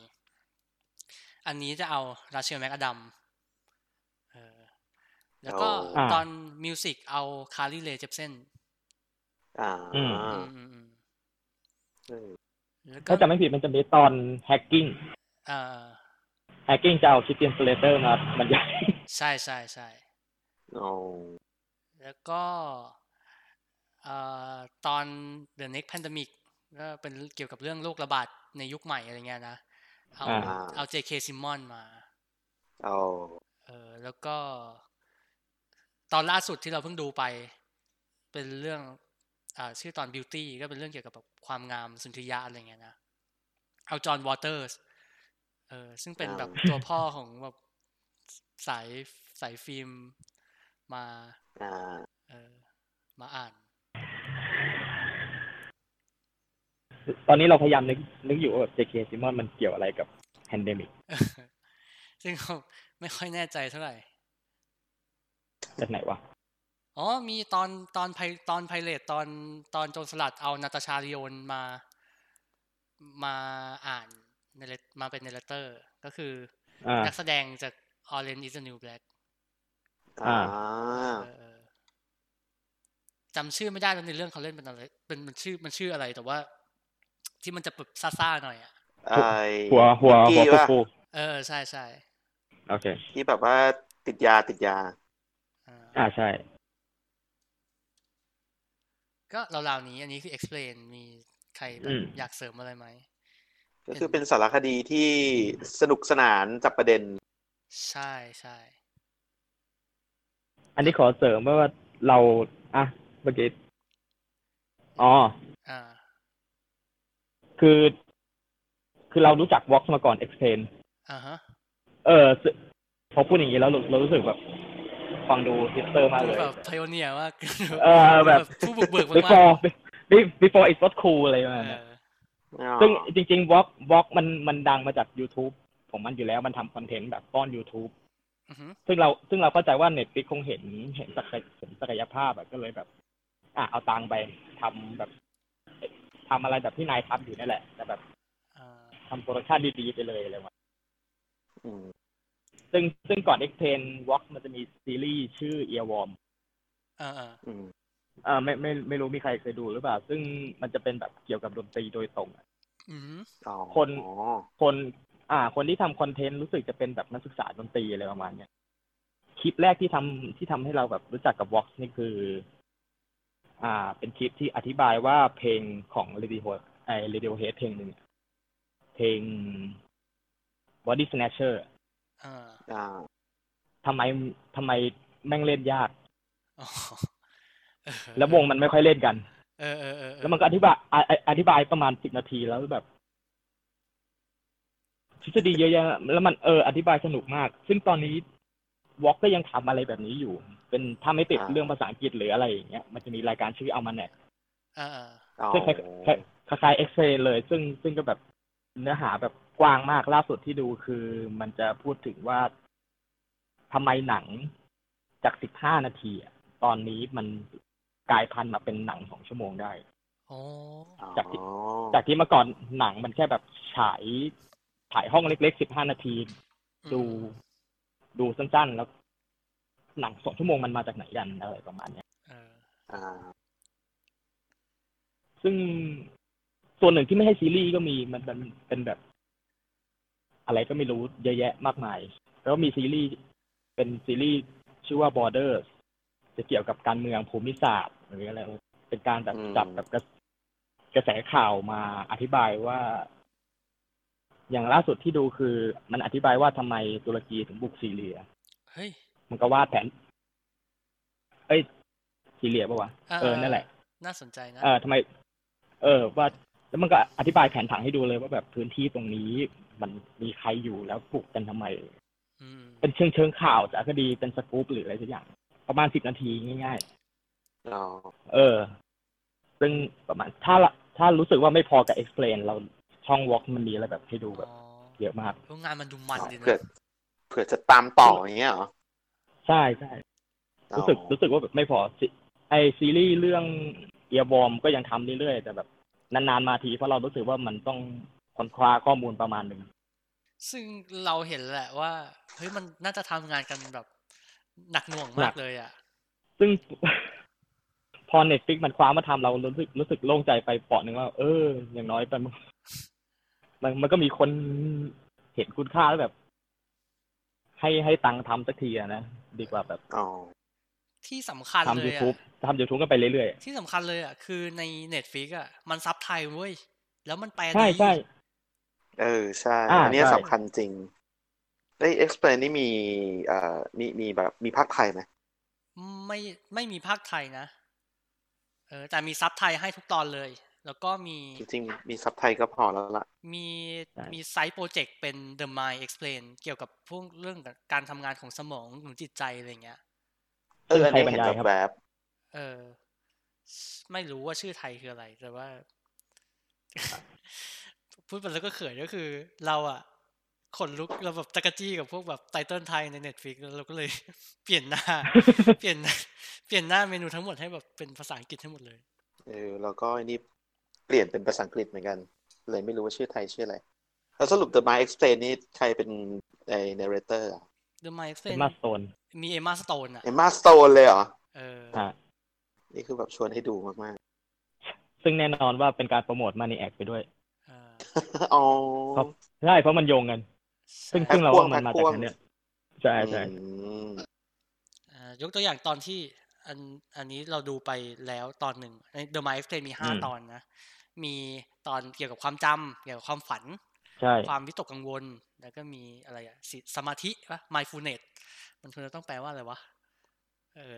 อันนี้จะเอาราเชลแมกอดัมเออแล้วก็
อ่า
ตอนมิวสิกเอาคาริเลเจ e เซน
อ่า
อืม
อืมอืมอืม
เออ
แล้วก็
ถ้าจะไม่ผิดมันจะมีตอน hacking
อ่า
hacking จะเอาคิดเตียนสเลเตอร์มาบรรยาย
ใช่ใช่ใช่
เอา
แล้วก็เอ่อตอน The Next Pandemic ก็เป็นเกี่ยวกับเรื่องโรคระบาดในยุคใหม่อะไรเงี้ยนะ เอา
อ่า
เอา JK Simmon มา
เอา
เออแล้วก็ ตอนล่าสุดที่เราเพิ่งดูไป เป็นเรื่องอ่าชื่อตอน Beauty ก็เป็นเรื่องเกี่ยวกับแบบความงามสุนทรียะอะไรเงี้ยนะ เอา John Waters เออซึ่งเป็นแบบตัวพ่อของแบบสายสายฟิล์มมา
อ่า
เออมาอ่าน
ตอนนี้เราพยายามนึกนึกอยู่ว่าแบบ JK Simon มันเกี่ยวอะไรกับ pandemic
ซึ่งเรา [LAUGHS] ไม่ค่อยแน่ใจเท่าไหร่
จากไหนวะ
อ๋อ มีตอนตอนไพตอนไพเรตตอนตอนโจรสลัดเอานาตาชาลิโอนมา มาอ่านในเลมาเป็นเนเลเตอร์ ก็คือ
อ่า
นักแสดงจาก Orange is the New Black
อ่า
เออเออจำชื่อไม่ได้แล้วในเรื่องเขาเล่นเป็นอะไรเป็นมันชื่อมันชื่ออะไรแต่ว่า ที่มันจะแบบซ่าๆหน่อยอ่ะ
ไอ้
หัวหัวหัว
กี้
ฟู
ปะ
ฟู
เออ ใช่ใช่
โอเค
ที่แบบว่าติดยาติดยา
อ่า
อ่าใช่
ก็ราวๆนี้อันนี้คือ explain มีใครแบ
อื
บ
ม
อยากเสริมอะไรไหม
ก็คือเป็นสารคดีที่สนุกสนานจับประเด็น
ใช่ใช่
อันนี้ขอเสริมว่าเราอ่ะเมื่อกี้อ๋อ
อ่า
คือ คือเรารู้จัก Vox มาก่อน Explain
อ่าฮะ
เออซึ่งพอพูดอย่างนี้แล้วเราเรารู้สึกแบบ ฟังดูฮิสเตอร์มาก
ดู
เลย
แบบ pioneer มาก
เอ
[LAUGHS]
อแบบ
ผู้บุกเบิกมาก
before before it was cool อะไรประ
ๆ
มา
เอ
ณนั้น
อ
ซึ่งจริงๆ Vox Vox มันมันดังมาจาก YouTube ของมันอยู่แล้วมันทำคอนเทนต์แบบป้อน YouTube
อือฮึ
ซึ่งเราซึ่งเราเข้าใจว่าเน็ต l ิกคงเห็นเห็นศักยเห็นศักยภาพอะก็เลยแบบ อ่ะเอาตังค์ไปทำแบบ ทำอะไรแบบที่นายทำอยู่นี่แหละ แต่แบบ
อ่า
ทำโปรดักชันดีๆไปเลยอะไรวะ
อืม
ซึ่งซึ่งก่อน X10 Vox มันจะมีซีรีส์ชื่อ Earworm
เออเออ
อืม
เออไม่ไม่ไม่รู้มีใครเคยดูหรือเปล่า ซึ่งมันจะเป็นแบบเกี่ยวกับดนตรีโดยตรงอะ
อืม
อ๋อ
คน
อ๋อ
คน อ่า คนที่ทำคอนเทนต์รู้สึกจะเป็นแบบนักศึกษาดนตรีอะไรประมาณเนี้ยคลิปแรกที่ทำที่ทำให้เราแบบรู้จักกับ Vox นี่คือ อ่า เป็นคลิปที่อธิบายว่าเพลงของ Radiohead ไอ้ Radiohead เพลงหนึ่งอะเพลง Body Snatcher
เออ
อ่า
ทำไมทำไมแม่งเล่นยาก
อ๋อ [LAUGHS] เออ
แล้ววงมันไม่ค่อยเล่นกัน
เออเออเออเออ
แล้วมันก็อธิบายอ่ะอ่ะอธิบายประมาณสิบนาทีแล้วแบบทฤษฎีเยอะแยะแล้วมันเอออธิบายสนุกมาก ซึ่งตอนนี้วอกก็ยังทำอะไรแบบนี้อยู่ เป็นถ้าไม่ติดเรื่องภาษาอังกฤษหรืออะไรอย่างเงี้ยมันจะมีรายการชื่อเอามาแนก
เออเออ
อ๋อ
ซึ่งคล้ายๆคล้ายคล้ายเอ็กเซเลย ซึ่งซึ่งก็แบบเนื้อหาแบบกว้างมากล่าสุดที่ดูคือมันจะพูดถึงว่าทำไมหนังจากสิบห้านาทีอะตอนนี้มันกลายพันธุ์มาเป็นหนังสองชั่วโมงได้
โอ้
จากที่
อ๋อ
จากที่เมื่อก่อนหนังมันแค่แบบฉายถ่ายห้องเล็กๆสิบห้านาที
อืม
ดูดูสั้นๆ แล้ว หนังสองชั่วโมงมันมาจากไหนกันอะไรประมาณเนี้ย
เออ
อ่า
ซึ่งส่วนหนึ่งที่ไม่ให้ซีรีส์ก็มีมันเป็นเป็นแบบ อะไรก็ไม่รู้เยอะแยะมากมาย แล้วมีซีรีส์เป็นซีรีส์ชื่อว่า Borders จะเกี่ยวกับการเมืองภูมิศาสตร์หรืออะไรเป็นการแบบจับแบบกระกระแสข่าวมาอธิบายว่า อย่างล่าสุดที่ดูคือ มันอธิบายว่าทำไมตุรกีถึงบุกซีเรีย
เฮ้ย
มันก็วาดแผน เอ้ยซีเรียปะวะเออนั่นแหละ
น่าสนใจนะ
เออทำไม เออ ว่า แล้วมันก็อธิบายแผนผังให้ดูเลยว่าแบบพื้นที่ตรงนี้มันมีใครอยู่แล้วปลูกกันทำไม
อืม
เป็นเชิงเชิงข่าวจากคดีเป็นสกู๊ปหรืออะไรสักอย่าง ประมาณสิบนาทีง่าย
อ๋อ
ๆ เออ ซึ่งประมาณถ้าละถ้ารู้สึกว่าไม่พอกับ explain เราช่อง walk มันมีอะไรแบบให้ดูแบบ
อ๋อ
เยอะมาก
เอองานมันดูมันดีนะ
เผื่อเผื่อจะตามต่ออย่างเงี้ยเหรอ
ใช่ใช่รู้สึกรู้สึกว่าแบบไม่พอซิไอซีรีส์เรื่องเอียบอมก็ยังทำเรื่อยๆแต่แบบนานๆมาทีเพราะเรารู้สึกว่ามันต้องค้นคว้าข้อมูลประมาณหนึ่ง
ซึ่งเราเห็นแหละว่าเฮ้ยมันน่าจะทำงานกันแบบหนักหน่วง
หนั
มาก
ก
เลยอ่ะ
ซึ่ง [LAUGHS] พอเน็ตฟิกมันคว้ามาทำเรารู้สึกรู้สึกโล่งใจไปเปาะหนึ่งว่า เออ อย่างน้อยมัน [LAUGHS] มันมันก็มีคนเห็นคุณค่าแล้วแบบ ให้ให้ตังค์ทำสักทีอะนะ ดีกว่าแบบ
อ๋อ
ที่สำคัญ
ทำ
เล
ยู
ย
ทูบ
อ่ะ
ทำยูทูบกันไปเรื่อย
ที่สำคัญเลยอ่ะ คือใน Netflix อ่ะ มันซับไทยเว้ย แล้วมันแปล
ๆ ใช่
ดี
ใช่
เออใช่
อ่า
อันเนี้ย
ใช่
สำคัญจริงไอ้ explain นี่มีเอ่อมีมีแบบมีภาคไทยไหม
ไม่ไม่มีภาคไทยนะ เออ แต่มีซับไทยให้ทุกตอนเลย แล้วก็มี
จริงๆมีซับไทยก็พอแล้วล่ะ
มี
ใช่
มีไซต์โปรเจกต์เป็น The Mind Explain เกี่ยวกับพวกเรื่องการทำงานของสมองหรือจิตใจอะไรเงี้ย
เอออันนี้เห็น
ใครบรรยาย
แบ
ครับบ
แบบ
เออ ไม่รู้ว่าชื่อไทยคืออะไร แต่ว่า [LAUGHS] พูดไปแล้วก็เขินก็คือ เราอะขนลุกเราแบบตะกะจี้กับพวกแบบไตเติลไทยในเน็ตฟลิกเราก็เลย [LAUGHS] เปลี่ยน
[LAUGHS]
หน้า เปลี่ยนหน้าเปลี่ยนหน้าเมนูทั้งหมดให้แบบเป็นภาษาอังกฤษทั้งหมดเลย
เออแล้วก็อันนี้เปลี่ยนเป็นภาษาอังกฤษเหมือนกัน เลยไม่รู้ว่าชื่อไทยชื่ออะไรแล้วสรุป The My Explain นี่ใครเป็นไอ้ narrator อะ
The m i n d s e
เอ็
t
มมาสโตน
มีเอมาสโตนอ่ะ
Emma Stone เลยเหรอ
เออ
ฮะ
นี่คือแบบชวนให้ดูมาก
ซึ่งแน่นอนว่าเป็นการโปรโมทมาในแอคไปด้วย
เออ
ๆ [LAUGHS] อ๋อ
ครับ ใช่เพราะมันโยงกัน ซึ่ง
ใช่
ซึ่งเราว่ามัน
พั
มาก
พ
จาก
วก
อันเนี้ยใช่ใช่
อืม
อ่ายกตัวอย่างตอนที่อันอันนี้เราดูไปแล้วตอนหนึ่งใน The m i n d s e t มีห้าตอนนะ มีตอนเกี่ยวกับความจำเกี่ยวกับความฝัน
ใช่
ความวิตกกังวล แล้วก็มีอะไรอะสิสมาธิปะ mindfulness มันควรจะต้องแปลว่าอะไรวะ เออ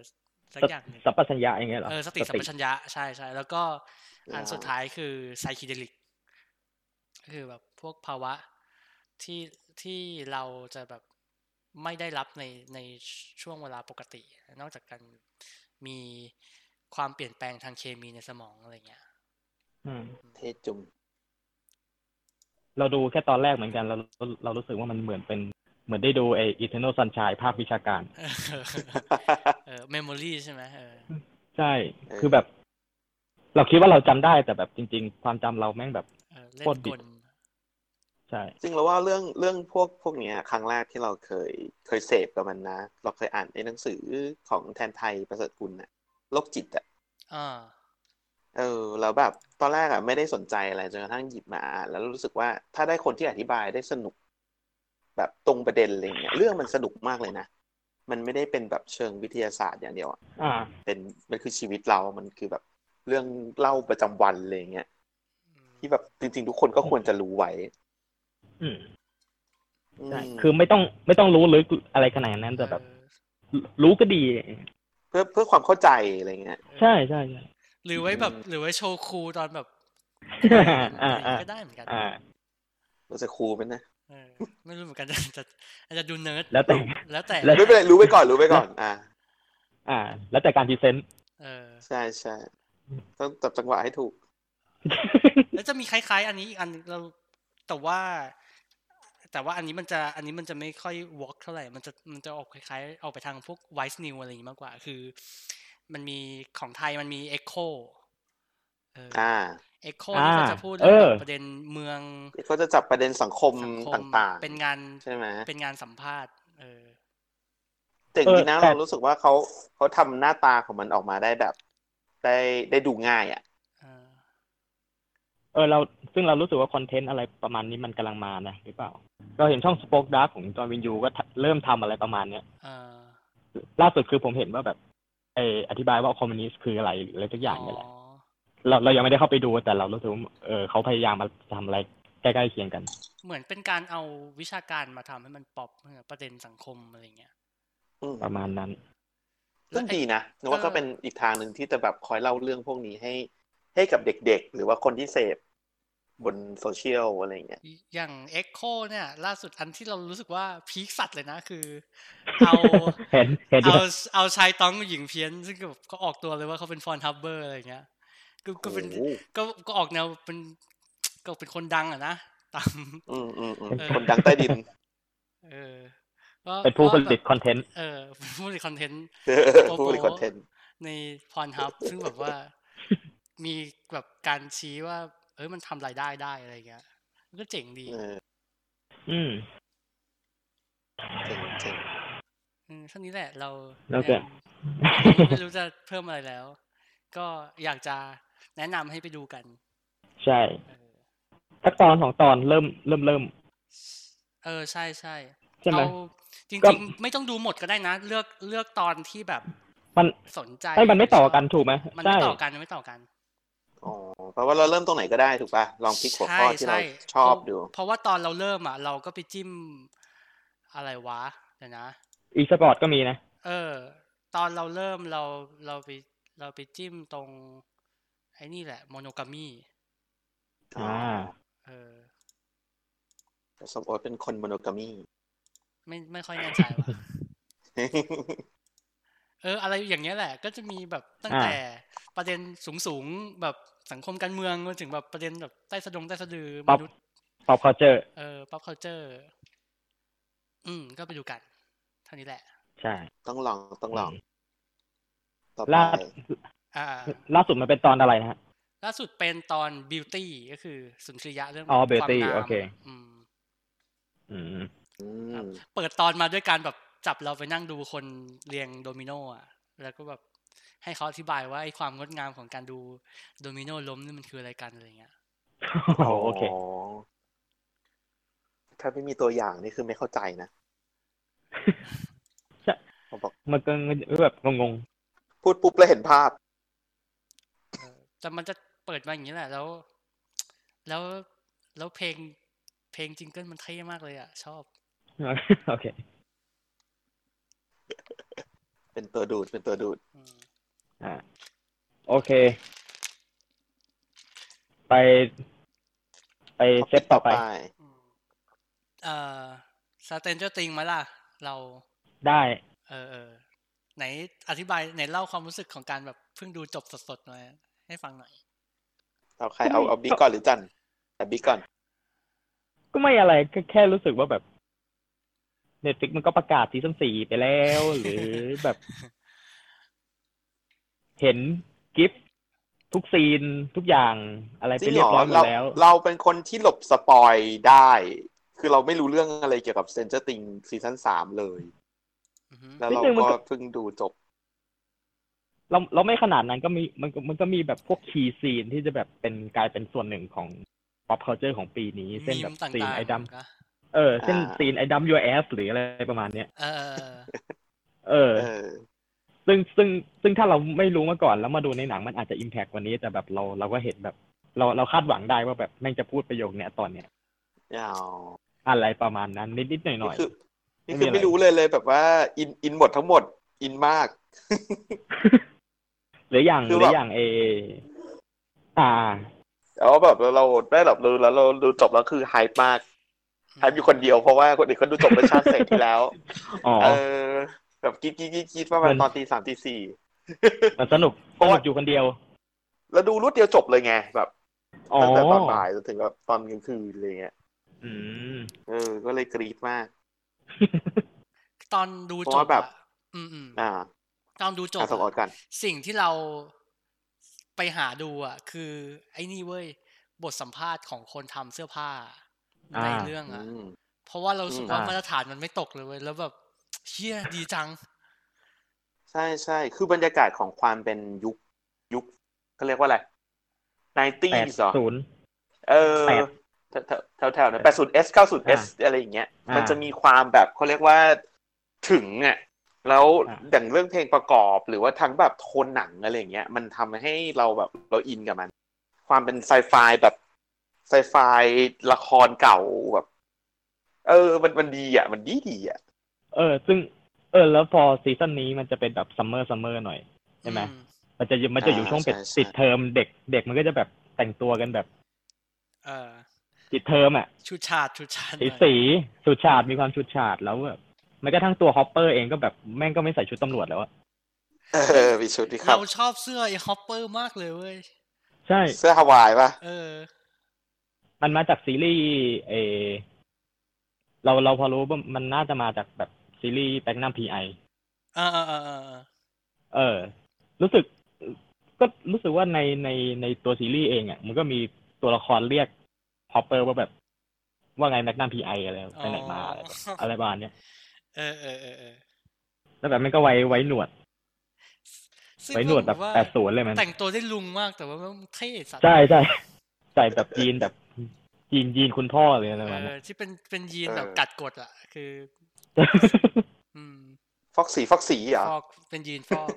สักอย่างหนึ่ง
สัพพัญญาอย่างเงี้ยเหรอ
เออ สติสัมปชัญญะ ใช่ใช่ แล้วก็อันสุดท้ายคือไซคิเดลิก ก็คือแบบพวกภาวะที่ที่เราจะแบบไม่ได้รับในในช่วงเวลาปกติ นอกจากการมีความเปลี่ยนแปลงทางเคมีในสมองอะไรเงี้ย [LAUGHS]
อืม
เทศจุม
เราดูแค่ตอนแรกเหมือนกันเราเราเรารู้สึกว่ามันเหมือนเป็นเหมือนได้ดูไอ้ Eternal Sunshine ภาควิชาการ
เออ เออ เมมโมรีใช่ไหมเออ
ใช่ คือแบบ เราคิดว่าเราจำได้แต่แบบจริง ๆ ความจำเราแม่งแบบ
เออเล่น
โคตรดิ
ก
บ
ล
ใช่
จริงแล้วว่าเรื่องเรื่องพวกพวกเนี้ย ครั้งแรกที่เราเคยเคยเสพกับมันนะ เราเคยอ่านในหนังสือของแทนไทยประเสริฐกุลน่ะโรคจิตอ่ะ
อ่า
เออแล้วแบบตอนแรกอ่ะไม่ได้สนใจอะไรจนกระทั่งหยิบมาอ่านแล้วรู้สึกว่าถ้าได้คนที่อธิบายได้สนุก แบบตรงประเด็นอะไรเงี้ยเรื่องมันสนุกมากเลยนะ มันไม่ได้เป็นแบบเชิงวิทยาศาสตร์อย่างเดียวอะ
อ่า
เป็นมันคือชีวิตเรา มันคือแบบเรื่องเล่าประจำวันอะไรอย่างเงี้ย
อืม
ที่แบบจริง ๆ ทุกคนก็ควรจะรู้ไว้
อืมใช่
อืม
คือไม่ต้องไม่ต้องรู้ลึกอะไรขนาดนั้นแต่แบบ
เออ
รู้ก็ดี
เพื่อเพื่อความเข้าใจอะไรเงี้ย
ใช่ใช่ใช่
หรือไว้แบบ
อืม
หรือไว้โชว์ครูตอนแบบ
อ่าอ่า
ก็ได้เหมือนกัน
อ่า
เราจะครูไหมนะ
เออไม่รู้เหมือน [LAUGHS] กันจะจะอาจจะดูเนิร์ด
แล้วแต่
แล้วแต่
แล้ว
ไม่เป็นไรรู้ไว้ก่อนรู้ไว้ก่อน อ่า
อ่า แล้วแต่การพรีเซนต์
เออ
ใช่ใช่ต้องจับจังหวะให้ถูก
แล้วจะมีคล้าย ๆ อันนี้อีกอันหนึ่งเราแต่ว่า แต่ว่าอันนี้มันจะอันนี้มันจะไม่ค่อย walk เท่าไหร่ มันจะมันจะออกคล้ายๆออกไปทางพวก wise new อะไรอย่างงี้มากกว่า คือ มันมีของไทยมันมี echo เออ
อ่า
echo นี่ก็
อ่า
จะพูดเรื่อง
เออ
แบบประเด็นเมือง
ก็จะจับประเด็นสังคม
สังคม
ต่าง
เป็นงาน
ๆ ใช่ไหม
เป็นงานสัมภาษณ์ เออ
เจ๋งดีนะ
เออแต่
เรารู้สึกว่าเขาเขาทำหน้าตาของมันออกมาได้แบบ ได้ได้ดูง่ายอ่ะ
เออ
เออเราซึ่งเรารู้สึกว่าคอนเทนต์อะไรประมาณนี้มันกำลังมานะหรือเปล่า เราเห็นช่องสป็อคดาร์ของจอห์นวินยูก็ทะเริ่มทำอะไรประมาณเนี้ย
เออ
ล่าสุดคือผมเห็นว่าแบบเอออธิบายว่าคอมมิวนิสต์คืออะไรหรืออะไรสักอย่างเนี่ยแหละ
อ๋อ
เราเรายังไม่ได้เข้าไปดูแต่เรารู้สึกว่าเออเขาพยายามมาทำอะไรใกล้ๆเคียงกัน
เหมือนเป็นการเอาวิชาการมาทำให้มันป๊อปประเด็นสังคมอะไรอย่างเงี้ย
อืม
ประมาณนั้น
ซึ่งดีนะนึกว่า
เออ
ก็เป็นอีกทางหนึ่งที่จะแบบคอยเล่าเรื่องพวกนี้ให้ ให้กับเด็กๆ หรือว่าคนที่เสพบนโซเชียลอะไรอย่างเงี้ย
อย่าง Echo เนี่ย ล่าสุดอันที่เรารู้สึกว่าพีคสัตว์เลยนะ คือ เอา
[LAUGHS] เห็นเห็นที่
เอาเอาชายต้องกับหญิงเพี้ยน ซึ่งก็แบบก็ออกตัวเลยว่าเขาเป็นฟอนทับเบอร์อะไรอย่างเงี้ยก็ก็เป็น
โอ้โห
ก็ก็ออกแนวเป็นก็เป็นคนดังอะนะตาม [LAUGHS]
อืมอืมอืม
เออ
คนดังใต้ดิน
เออก็
เป็นผู้ผ
ก็แบบ
ลิตคอนเทนต์
เออ [LAUGHS] เป็นผู้ผลิตคอนเทนต์
ผู้ผลิตคอนเทนต์
ในพรทับ ซึ่งแบบ
[LAUGHS]
ว่า มีแบบการชี้ว่า เอ้ยมันทำรายได้ได้อะไรอย่างเงี้ยมันก็เจ๋งดี
เออ
อืม
เจ๋งเจ๋ง
มเท่านี้แหละ เรา
แล้วแต่
ยังไม่รู้จะเพิ่มอะไรแล้ว ก็อยากจะแนะนำให้ไปดูกัน
ใช่
เออ
สักตอนสองตอนเริ่มเริ่มเริ่ม
เออใช่ใช่
ใช่ไหม
เอาจ
ก็
ริงๆ ไม่ต้องดูหมดก็ได้นะ เลือกเลือกตอนที่แบบ
มัน
สนใจ
ไอ้ยมันไม่ต่อกัน
ชบ
ถูกไหม
มัน
ใช่
ไม่ต่อกันมันไม่ต่อกัน
อ๋อแปลว่าเราเริ่มตรงไหนก็ได้ถูกป่ะ ลองพลิกหัวข้อที่เรา
ใใ
ชอบ
เพราะ
ดู
เพราะว่าตอนเราเริ่มอ่ะ เราก็ไปจิ้มอะไรวะเดี๋ยวนะ
อีสปอร์ตก็มีนะ
เออ ตอนเราเริ่มเราเราไปเราไปจิ้มตรง ไอ้นี่แหละโมโนกามี
อ่า
เออ
สมโอตเป็นคนโมโนกามี [LAUGHS]
ไม่ไม่ค่อยแน่ใจ
[LAUGHS]
ว่ะ เออ อะไรอย่างเงี้ยแหละ ก็จะมีแบบตั้ง
อ่า
แต่ประเด็นสูงสูงๆแบบสังคมการเมืองมาถึงแบบประเด็นแบบใต้สะดงใต้สะดือม
ป๊อป
นุษย์
ป๊อปคาเจอร์
เออ pop culture อืม ก็ไปดูกันเท่านี้แหละ
ใช่
ต้องลองต้องลอง ต่อ
ล่า
ไป
อ่า
ล่าสุดมันเป็นตอนอะไรนะฮะ
ล่าสุดเป็นตอน beauty ก็คือสุนทรียะเรื่อง
อ๋อ
ความ
Beauty
งาม
โอเค
อืม
อืม
อื
ครับ
ม
เปิดตอนมาด้วยการแบบจับเราไปนั่งดูคนเรียงโดมิโนอ่ะ แล้วก็แบบให้เขาอธิบายว่าไอ้ความงดงามของการดูโดมิโนล้มนี่มันคืออะไรกันอะไรเงี้ย
โอเค
ถ้าไม่มีตัวอย่างนี่คือไม่เข้าใจนะ
ใช่
ผมบอก
มันก็แบบงง
พูดปุ๊บแล้วเห็นภาพ
เออแต่มันจะเปิดมาอย่างนี้แหละ แล้ว แล้วแล้วเพลงเพลงจิงเกิลมันเท่มากเลยอ่ะ ชอบ
ๆ [LAUGHS] โอเค
เป็นตัวดูด เป็นตัวดูด
อืม
อ่า โอเค ไป ไปเซตต่อไป
อืมเอ่อสเตนเจอร์ติงไหมล่ะ เรา
ได้
เออเออไหนอธิบายไหนเล่าความรู้สึกของการแบบเพิ่งดูจบสดๆหน่อยให้ฟังหน่อย
เอาใครเอาเอาบิ๊กก่อนหรือจันแต่บิ๊กก่อน
ก็ไม่อะไรก็แค่รู้สึกว่าแบบเน็ตฟิกมันก็ประกาศซีซั่นสี่ไปแล้ว หรือแบบ เห็นกิฟ ทุกซีนทุกอย่างอะไร
จ
ไป
ริง
เรียบ
เหร
ร้
อ
อ
ย
หม
เรา
ดแล้ว
เราเป็นคนที่หลบสปอยได้ คือเราไม่รู้เรื่องอะไรเกี่ยวกับเซนเจอร์ติงซีซั่นสามเลย
อือฮึ
แล้ว
นิด
เรา
นึงมันก็
ก็เพิ่งดูจบ
เราเราไม่ขนาดนั้นก็มีมันก็มันก็มีแบบพวกคีย์ซีนที่จะแบบเป็นกลายเป็นส่วนหนึ่งของ pop culture ของปีนี้ เส้นแบบ
meme ต่างๆ
ซีนไอ้ดำ
เหมืนกัน
เออเส้น
อ่า
ซีนไอ้ดำ your ass หรืออะไรประมาณเนี้ย
เออเออเออ
เออ
เออ
ซึ่งซึ่งซึ่งถ้าเราไม่รู้มาก่อนแล้วมาดูในหนังมันอาจจะอิมแพกกว่านี้แต่แบบเราเราก็เห็นแบบ เราเราคาดหวังได้ว่าแบบแม่งจะพูดประโยคเนี้ยตอนเนี้ย
ยาว
อะไรประมาณนั้นนิดนิดๆหน่อยหน่
นี่
อย
คือ
ไม่
นี่คือ
มีอะไร
ไม่รู้เลยเลยแบบว่า อินอินหมดทั้งหมด อินมาก
หรืออย่างห
คือ
รื
แบบ
ออย่างเออ่า
แล้วแบบเราเราได้แบบดูแล้วเราดูจบแล้วคือไฮป์มากไฮป์อยู่คนเดียวเพราะว่าคนอื่นเขาดูจบแล้วชาติเสร็จที่แล้ว
อ๋อ
เออ แบบกรีดกรีดกรีดกรีดประมาณ
มัน
ตอนตีสามตีสี่
มันสนุก
เพ
ส
ราะว่า
นุกอยู่คนเดียว
แล้วดูรวดเดียวจบเลยไงแบบ
อ๋อ
ตั้งแต่ตอนบ่ายจนถึงแบบตอนกลางคืนอะไรเงี้ย
อืม
เออ ก็เลยกรีดมาก
ตอนดู
เพ
จ
ราะ
บ
ว่าแบบ
อะอืมอืม
อ่า
ตอนดูจบ
อ่ะสกอ
อะ
ร์กัน
สิ่งที่เราไปหาดูอ่ะ คือ ไอ้นี่เว้ย บทสัมภาษณ์ของคนทำเสื้อผ้า
อ่า
ในเรื่องอ่ะ
อืม
เพราะว่าเรารู้สึก
อืม
ว่า
อ่าม
มาตรฐานมันไม่ตกเลยเว้ยแล้วแบบเชี่ยดีจัง
ใช่ใช่ คือบรรยากาศของความเป็นยุคยุคเขาเรียกว่าอะไรไนตี้
แปด
เหรอ
ศูนย์
เออ
แปด
แถวแถวๆนะแปดศูนย์เอสเก้าศูนย์เอ
อ่า
สอะไรอย่างเงี้ย
อ่ามั
มันจะมีความแบบเขาเรียกว่าถึงอ่ะ แล้ว
อ่า
อย่างเรื่องเพลงประกอบหรือว่าทั้งแบบโทนหนังอะไรอย่างเงี้ย มันทำให้เราแบบเราอินกับมัน ความเป็นไซไฟแบบไซไฟละครเก่าแบบ เออ มันมันดีอ่ะ มันดีดีอ่ะ
เออ ซึ่ง เออ แล้วพอซีซั่นนี้มันจะเป็นแบบซัมเมอร์ซัมเมอร์หน่อย ใช่ไหม
อื
มันจะมันจะอยู่
อ่า
ช่วงปิด
ใช่ใช่
ปิดเทอมเด็กเด็กมันก็จะแบบแต่งตัวกันแบบ
เออ
ปิดเทอมอ่ะ
ชุดฉาดชุดฉาดห
สี
น่อย
สีฉูดฉาดมีความฉูดฉาดแล้วแบบแม้กระทั่งตัวฮอปเปอร์เองก็แบบแม่งก็ไม่ใส่ชุดตำรวจแล้วอะ
เออวิชุดที่ครับ
เราชอบเสื้อไอ้ฮอปเปอร์มากเลยเว้ย
ใช่
เสื้อฮาวายปะ
เออ
มันมาจากซีรีส์เออเราเราพอรู้ว่ามันน่าจะมาจากแบบซีรีส์แบงค์น้ำพีไอ
เออเออเออเออ
เออ รู้สึก ก็รู้สึกว่าในในในตัวซีรีส์เองอ่ะมันก็มีตัวละครเรียกฮอปเปอร์ว่าแบบ ว่าไงแบงค์น้ำพีไออะไรไปไหนมาอะไรแบบอะไรประมาณเนี้ย
เออเออเออเออ
แล้วแบบมันก็ไว้ไว้หนวด
ซึ่ง
ไว้หนวดแบบ
เรา
แป
ว่า
ดศูนย์เลยมัน
แต่งตัวได้ลุงมากแต่ว่ามันเท่สัตว์
ใช่ใช่ใส่แบบยีนแบบยีนยีนคุณพ่อเลยอะไรประมาณ
เอ
นั้น
อที่เป็นเป็นยีนแบบกัดกดอ่ะ คือ อืม
ฟอกสีฟอกสีเหรอ
ฟอกเป็นยีนฟอก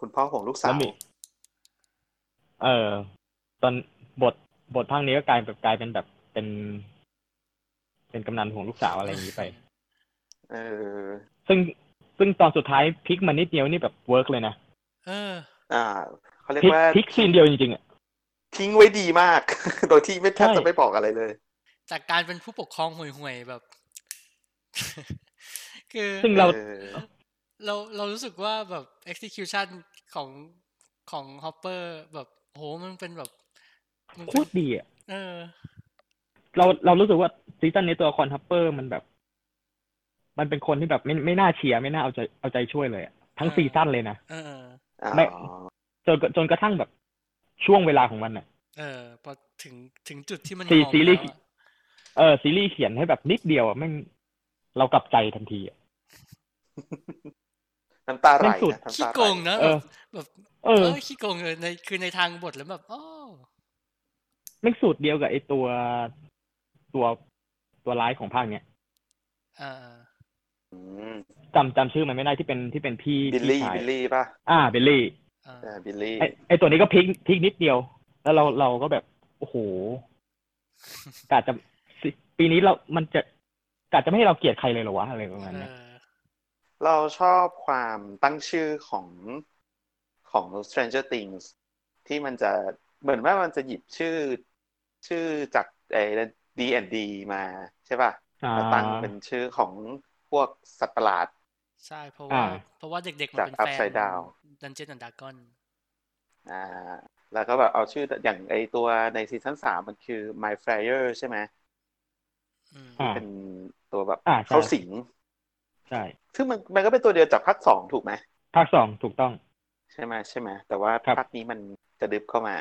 คุณพ่อของลูกสา
แล้ว
ว
มีเออ ตอนบทบทภาคนี้ก็กลายแบบกลายเป็นแบบเป็น เป็นกำนันของลูกสาวอะไรอย่างนี้ไป
เออ
ซึ่งซึ่งตอนสุดท้ายพลิกมานิดเดียวนี่แบบเวิร์กเลยนะ
เออ
อ่าเขาเรีย
พลิ
ก
ก
ว่า
พลิกซีนเดียวจริงๆอ่ะ
ทิ้งไว้ดีมาก [LAUGHS] โดยที่ไม่แทบ
ใช่
จะไม่บอกอะไรเลย
จากการเป็นผู้ปกครองห่วยๆแบบ [LAUGHS] คือ
ซึ่งเรา
เออ
เราเรารู้สึกว่าแบบ execution ของของฮอปเปอร์แบบโหมันเป็นแบบมัน
โค
เป็น
ตรดีอ่ะ
เออ
เราเรารู้สึกว่าซีซั่นนี้ตัวละครฮัปเปอร์มันแบบ มันเป็นคนที่แบบไม่ไม่น่าเชียร์ไม่น่าเอาใจเอาใจช่วยเลยอะทั้ง
อ่า
ซีซั่นเลยนะ
เออ
อ๋อ
ไม่ จนจนกระทั่งแบบช่วงเวลาของมันอ่ะ
เออพอถึงถึงจุดที่มัน
ซี
งอม
ซีรีส์
แล้วอะ
เออซีรีส์เขียนให้แบบนิดเดียวอ่ะแม่งเรากลับใจทันทีอ่ะ
น้ำตาไหล
แม่งสุด
นะน้ำตา
ขี้
ไหล
โกงนะ
เอ
แบ
อ
บแบบ
เอ
เอ
อ
อขี้โกงเลยในคือในทางบทแล้วแบบอ้อ
แม่งสูตรเดียวกับไอตัวตัวตัวร้ายของภาคเนี้ย
อ่า
อืม
จำจำชื่อมันไม่ได้ที่เป็นที่เป็นพี่
บิลลี่
พี่ชาย
บิลลี่ป่ะ
อ่าเบลลี่
อ่า
เออบิลลี่
ไอไอตัวนี้ก็พลิกพลิกนิดเดียว แล้วเราเราก็แบบโอ้โหกาจะสิปีนี้เรา มันจะกาจะไม่ให้เราเกลียดใครเลยเหรอวะอะไรประมาณ
เอ
เนี้ย
อ
เราชอบความตั้งชื่อของของ Stranger Things ที่มันจะเหมือนว่ามันจะหยิบชื่อชื่อจากไอ้ D&D มาใช่ป่ะ
อ่า
มาตั้งเป็นชื่อของพวกสัตว์ประหลาด
ใช่เพราะว่า
อ่า
เพราะว่าเด็กๆมัน
จาก
เป็นแฟน
Upside Down
ดันเจียนดันดากอน
อ่า แล้วก็แบบเอาชื่ออย่างไอตัวในซีซั่นสามมันคือ My Flyer ใช่ไหม
อืม
อ่า
เป็นตัวแบบ
อ่าใช่
เข้าสิง
ใช่
ซึ่งมันมันก็เป็นตัวเดียวจากภาคสองถูกไหม
ภาคสองถูกต้อง
ใช่ไหมใช่ไหมแต่ว่า
ครับ
ภาคนี้มัน กระดึบเข้ามา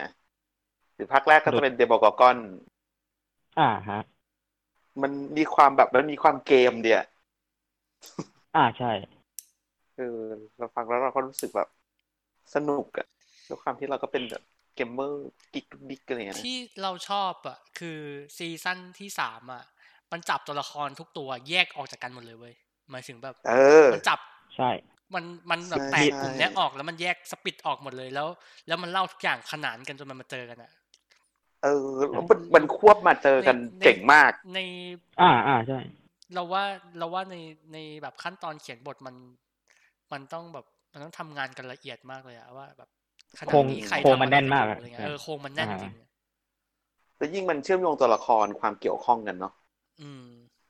หรือภาคแรกก็จะเป็นเดโมกอร์กอน
อ่าฮะ
มันมีความแบบมันมีความเกมเดีย
อ่าใช่
คือเราฟังแล้วเราก็รู้สึกแบบสนุกอะด้วยความที่เราก็เป็นแบบเกมเมอร์กิ๊กดิ๊กอะไรอย่างเงี้ยนะ
ที่เราชอบอ่ะคือซีซั่นที่สามอ่ะมันจับตัวละครทุกตัวแยกออกจากกันหมดเลยเว้ยหมายถึงแบบ
เออ
มันจับ
ใช่
มันมันแบบ
ใช่
แตก
ใช่
กลุ่มเนี้ยออกแล้วมันแยกสปิดออกหมดเลยแล้ว แล้วมันเล่าทุกอย่างขนานกันจนมันมาเจอกันอ่ะ
เออแล้วมันมันควบมาเจอกัน
ในใน
เจ๋งมาก
ใน
อ่าอ่าใช่
เราว่าเราว่าในในแบบขั้นตอนเขียนบทมัน มันต้องแบบมันต้องทำงานกันละเอียดมากเลยอะว่าแบบขนาด
โครง
นี้ใคร
โครง
ทำ
มัน
อะ
แน่
ไรกั
นมาก
อยู่
อะ
อะไรเงี้ย
ใช่
เออโครงมันแน่น
อ่า
จริงอะ
แล้วยิ่งมันเชื่อมโยงตัวละครความเกี่ยวข้องกันเนาะ
อืม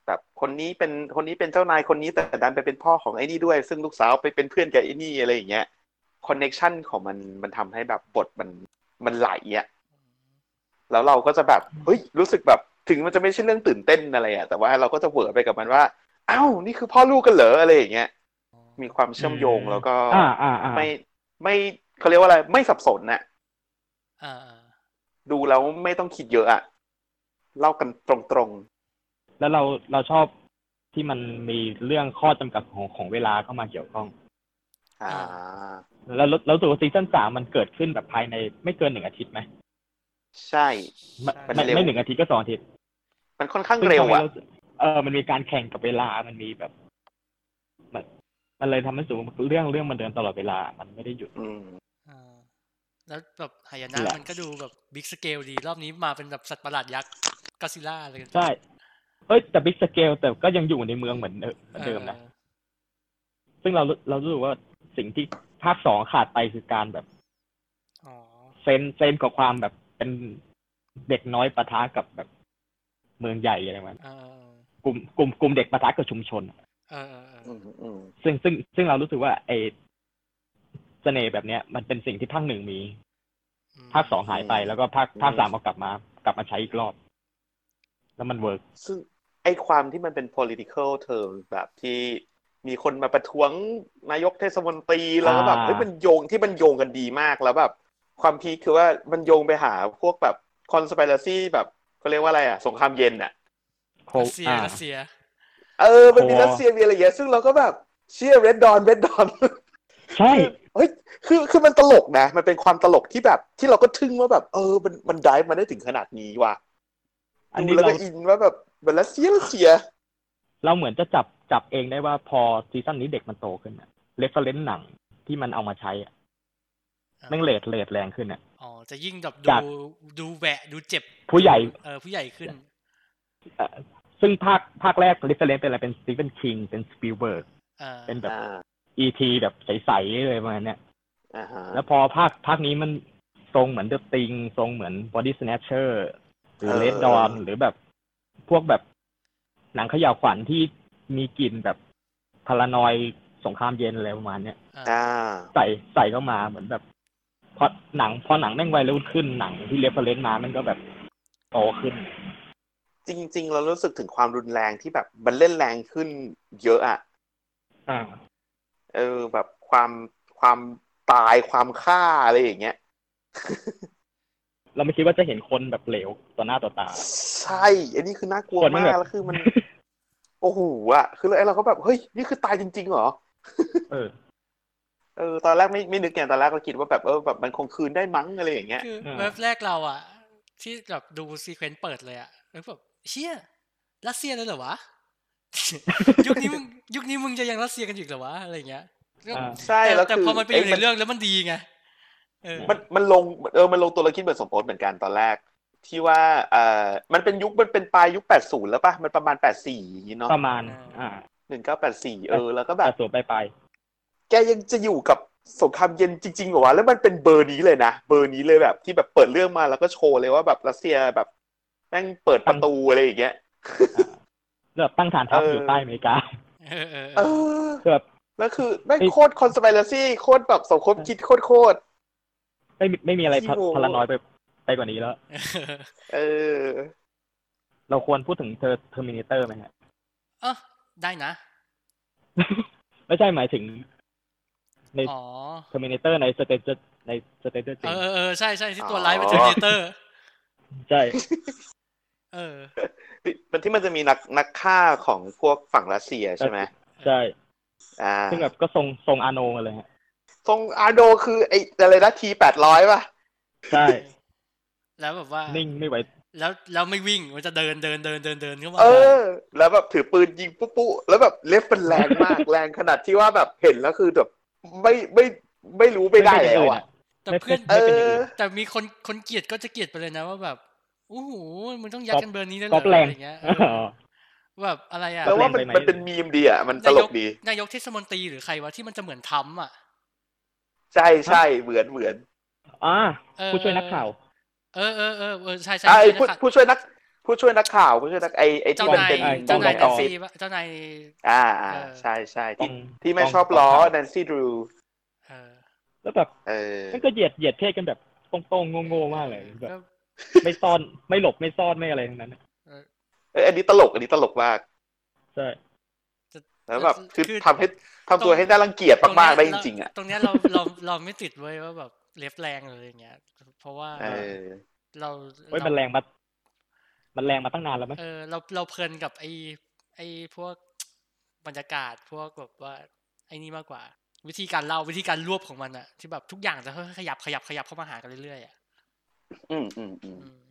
แบบคนนี้เป็นคนนี้เป็นเจ้านายคนนี้แต่ดันไปเป็นพ่อของไอ้นี่ด้วย ซึ่งลูกสาวไปเป็นเพื่อนกับไอ้นี่อะไรอย่างเงี้ยคอนเน็ชันของมันมันทำให้แบบบทมันมันไหลอ่ะแล้วเราก็จะแบบเฮ้ยรู้สึกแบบถึงมันจะไม่ใช่เรื่องตื่นเต้นอะไรอ่ะแต่ว่าเราก็จะเหวอไปกับมันว่าอ้าวนี่คือพ่อลูกกันเหรออะไรอย่างเงี้ยมีความเชื่อมโยงแล้วก็
อ่าอ่าอ่า
ไม่ไม่เขาเรียกว่าอะไรไม่สับสนน่ะ
อ่า
ดูแล้วไม่ต้องคิดเยอะอะเล่ากันตรง
แล้วเราเราชอบที่มันมีเรื่องข้อจำกัดของของเวลาเข้ามาเกี่ยวข้อง
ๆ อ่า
แล้วแล้วแล้วตัวซีซั่นสามมันเกิดขึ้นแบบภายในไม่เกินหนึ่งอาทิตย์ไหม
ใช่
ไม่
มัน
ไม่
เร็ว
ไม่หนึ่งอาทิตย์ก็สองอาทิตย์
มันค่อนข้างเร็วอะ
ซึ่งทำให้าเออมันมีการแข่งกับเวลามันมีแบบมันมันเลยทำให้รู้สูงเรื่องเรื่องมันเดินตลอดเวลา มันไม่ได้หยุด
อืม
อ่าแล้วแบบหายนะ
แหละ
มันก็ดูแบบบิ๊กสเกลดี รอบนี้มาเป็นแบบสัตว์ประหลาดยักษ์กอซิล่าอะไรกัน
ใช่เอ้ยแต่บิ๊กสเกลแต่ก็ยังอยู่ในเมืองเหมือนเดิมเหมือนเดิมนะ
ออ
ซึ่งเราเรารู้สึกว่าสิ่งที่ภาคสองขาดไปคือการแบบ
อ๋อ
เซนเซนกับความแบบเป็นเด็กน้อยปะทะกับแบบเมืองใหญ่อะไรมัน
เออก
ลุ่มกลุ่มกลุ่มเด็กปะทะกับชุมชน
เออเออเออเอ
อื
อ
มอืม
ซึ่งซึ่งซึ่งเรารู้สึกว่าไอเสน่ห์แบบเนี้ย มันเป็นสิ่งที่ภาคหนึ่งมี
อืม
ภาคสองหายไปแล้วก็ภาคภาคสามเอากลับมา กลับมาใช้อีกรอบ แล้วมันเวิร์ก
ซึ่งไอความที่มันเป็น political term แบบที่มีคนมาประท้วงนายกเทศมนตรีแล้วก็แบบเฮ้ยมันโยงที่มันโยงกันดีมากแล้วแบบ ความพีคคือว่ามันโยงไปหาพวกแบบ conspiracy แบบเขาเรียกว่าอะไรอะสงครามเย็นอะ
โค
รัสเซีย
อ่า
รัสเซีย
เออมันมี
โอ้
รัสเซียมีอะไรอย่างเงี้ยซึ่งเราก็แบบเชียร์เรดดอนเรดดอน
ใช่
เฮ้ยคือคือมันตลกนะ มันเป็นความตลกที่แบบ ที่เราก็ทึ่งว่าแบบ เออ มันมันได้มาได้ถึงขนาดนี้ว่ะ
อัน
ดู
นี้
แล้ว
เรา
ก็อินว่าแบบมันรัสเซียรัสเซีย
เราเหมือนจะจับจับเองได้ว่าพอซีซั่นนี้เด็กมันโตขึ้นอะเรฟเฟรนซ์หนังที่มันเอามาใช้อะแม่งเลทเลทแรงขึ้นอะ
อ๋อจะยิ่งแบบ
จา
ดู
ก
ดูแหวะดูเจ็บ
ผู้ใหญ่
เออผู้ใหญ่ขึ้น
ซึ่งภาคภาคแรกเรฟเฟรนซ์เป็นอะไรเป็นสตีเฟนคิงเป็นสปีลเบิร์ก
อ่า
เป็นแบบ
อ่า
อีทีแบบใสๆเลยประมาณเนี้ย
อ่าฮะ
แล้วพอภาคภาคนี้มันทรงเหมือนเดอะติงทรงเหมือนบอดี้สแนชเชอร์หรือเลดดอนหรือแบบพวกแบบหนังเขย่าวขวัญที่มีกลิ่นแบบพารานอยสงครามเย็นอะไรประมาณเนี้ย
อ่า
ใส่ใส่เข้ามาเหมือนแบบพอหนังพอหนังแม่งวัยรุ่นขึ้นหนังที่เลฟเฟรนซ์มามันก็แบบโตขึ้น
จริง ๆ เรารู้สึกถึงความรุนแรงที่แบบมันเล่นแรงขึ้นเยอะอ่ะ
อ่า
เออ แบบความความตายความฆ่าอะไรอย่างเงี้ย
เราไม่คิดว่าจะเห็นคนแบบเหลวต่อหน้าต่อตา
ใช่ อันนี้คือน่ากลัว
คนมัน
มาก
แบบ
แล้วคือมัน โอ้โหอ่ะ คือเราก็แบบเฮ้ยนี่คือตายจริงๆเหรอ
เออ
เออตอนแรกไม่ไม่นึกไงตอนแรกก็คิดว่าแบบเออแบบมันคงคืนได้มั้งอะไรอย่างเงี้ย
คือ
อ่า
เว็บแรกเราอะที่แบบดูซีเควนต์เปิดเลยอะแล้วแบบเชี่ยรัสเซียเลยเหรอวะ [LAUGHS] ยุคนี้มึงยุคนี้มึงจะยังรัสเซียกันอยู่อีกเหรอวะอะไรอย่างเงี้ยก็
อ่า
ใช่
แต่
แล้ว
แต่
คือ
พอมันไปอยู่
เย
ในเรื่องแล้วมันดีไงเออ
มันมันลงเออมันลงตัวละคิดเหมือนสมโพจน์เหมือนกันตอนแรก ที่ว่าเออมันเป็นยุคมันเป็นปลายยุคแปดศูนย์แล้วป่ะ มันประมาณแปดสี่างงี้เนาะ
ประมาณ อ่า
หนึ่งเก้าแปดสี่เออแล้วก็แบ
แต่
บ
สวนไปไป
แกยังจะอยู่กับสงครามเย็นจริงๆเหรอวะแล้วมันเป็นเบอร์นี้เลยนะ เบอร์นี้เลยแบบที่แบบเปิดเรื่องมาแล้วก็โชว์เลยว่าแบบรัสเซียแบบแม่งเปิดประตูอะไรอย่างเงี้ย
ๆแล้วตั้งฐานทัพ
เออ
อ
อ
ยู่ใต้อเมริกา [LAUGHS]
เออเออเอ
เอ
อ
อ
คือแบบ
แล้วคือแม่ง
ไอ้
โคตรคอนซ p i r a c y โคตรแบบสมคบคิดโคตรโคตร
ไม่มีไม่มีอะไรพะ
ขี้โม้
พารานอยไปไปกว่านี้แล้ว
ๆเออ
เราควรพูดถึงเธอเทอร์มินเตอร์ไหมฮะ
เอ้าได้นะ
ไม่ใช่หมายถึง ใน
อ๋อ
เทอร์มินเตอร์ในสเตจในสเตจจริ
เอง อเออเออใช่ใช่ที่ตัว
อ๋อ
ไลฟ์เป็นเจเนเรเตอร์
ใช่
เออ
ที่มันที่มันจะมีนักนักฆ่าของพวกฝั่งรัสเซียใช่ไหม
ใช่
อ่า
ซึ่งแบบก็ทรงทรงอาโนมาเลยฮะ
ทรงอาโดคือไอ้อะไรนะทีแปดร้อยป่ะ
ใช่
[LAUGHS]
แล้วแบบว่า
นิ่งไม่ไหว
แล้วแล้วไม่วิ่งมันจะเดินเดินเดินเดินเดินเข้ามา
เออ แล้วแบบถือปืนยิงปุ๊บปุ๊บแล้วแบบเล็บมันแรงมาก แรงขนาดที่ว่าแบบเห็นแล้วคือแบบไม่ไม่ไม่รู้ไม่ได้แล้วอ่ะ
แต่เพื่อน
เอ
ไม่เป็นอย่างอื่
อ
น
แต่มีคนคนเกลียดก็จะเกลียดไปเลยนะว่าแบบโอ้โหมึงต้องยัดกันเบอร์นี้เลยเหร
ก๊
อ
อปแรง
อะไรเงี้ยเออแบบอะไรอ่ะ
แล้วว่ามัน
แรงไปไหม
มันเป็นมีมดีอ่ะ มันตลกดี
นายกเทศมนตรีหรือใครวะที่มันจะเหมือนทำอ่ะ
ใช่ใช่เหมือนเหมือน
[LAUGHS] อ่า
เออ
ผู้ช่วยนักข่าว
เออเออเออเออใช่ใช่
อ่ะไอ้
ใช่
ผู้
นะคะ
ผู้ช่วยนัก ผู้ช่วยนักข่าว ผู้ช่วยนักไอ้ไอ้
เจ้า
ที่มัน
นาย
เป็น
เจ้านาย
ก
แท็
อก อฟฟิ
ซี่
ศ
ปะเจ้านาย
อ่าอ่า
เออ
ใช่ใช่ที่
ต้อง
ที่ไม่
ต้อง
ชอบ
ต้อง
ล้อ
ข่าว
แนนซี่ดรู
เออ
แล้วแบบ
เออ
มันก็เหยียดเหยียดเพศกันแบบตรงๆโง่ๆมากเลยแบบ
ก็
ไม่ซ่อนไม่หลบไม่ซ่อนไม่อะไรทั้งนั้นอะ
เออ
เอ้ยอันนี้ตลกอันนี้ตลกมาก
ใช่
แล้วแบบคือ
คือ
ทำให้ทำตัวให้น่ารังเกียจมากๆได้จริงๆอ่ะ
ตรงเนี้ยเราเราเราไม่ติดเว้ยว่าแบบเล็บแรงหรืออะไรเงี้ย เพราะว่า
เออ
เรา
เฮ้ย
เรา
มันแรงมามันแรงมาตั้งนานแล้วมั้ย
เออเราเราเพลินกับไอ้ไอ้พวกบรรยากาศพวกแบบว่าไอ้นี่มากกว่า วิธีการเล่าวิธีการรวบของมันอะที่แบบทุกอย่างจะค่อยๆขยับขยับขยับเข้ามาหากันเรื่อยๆอะ
อืมอืมอืม
อืม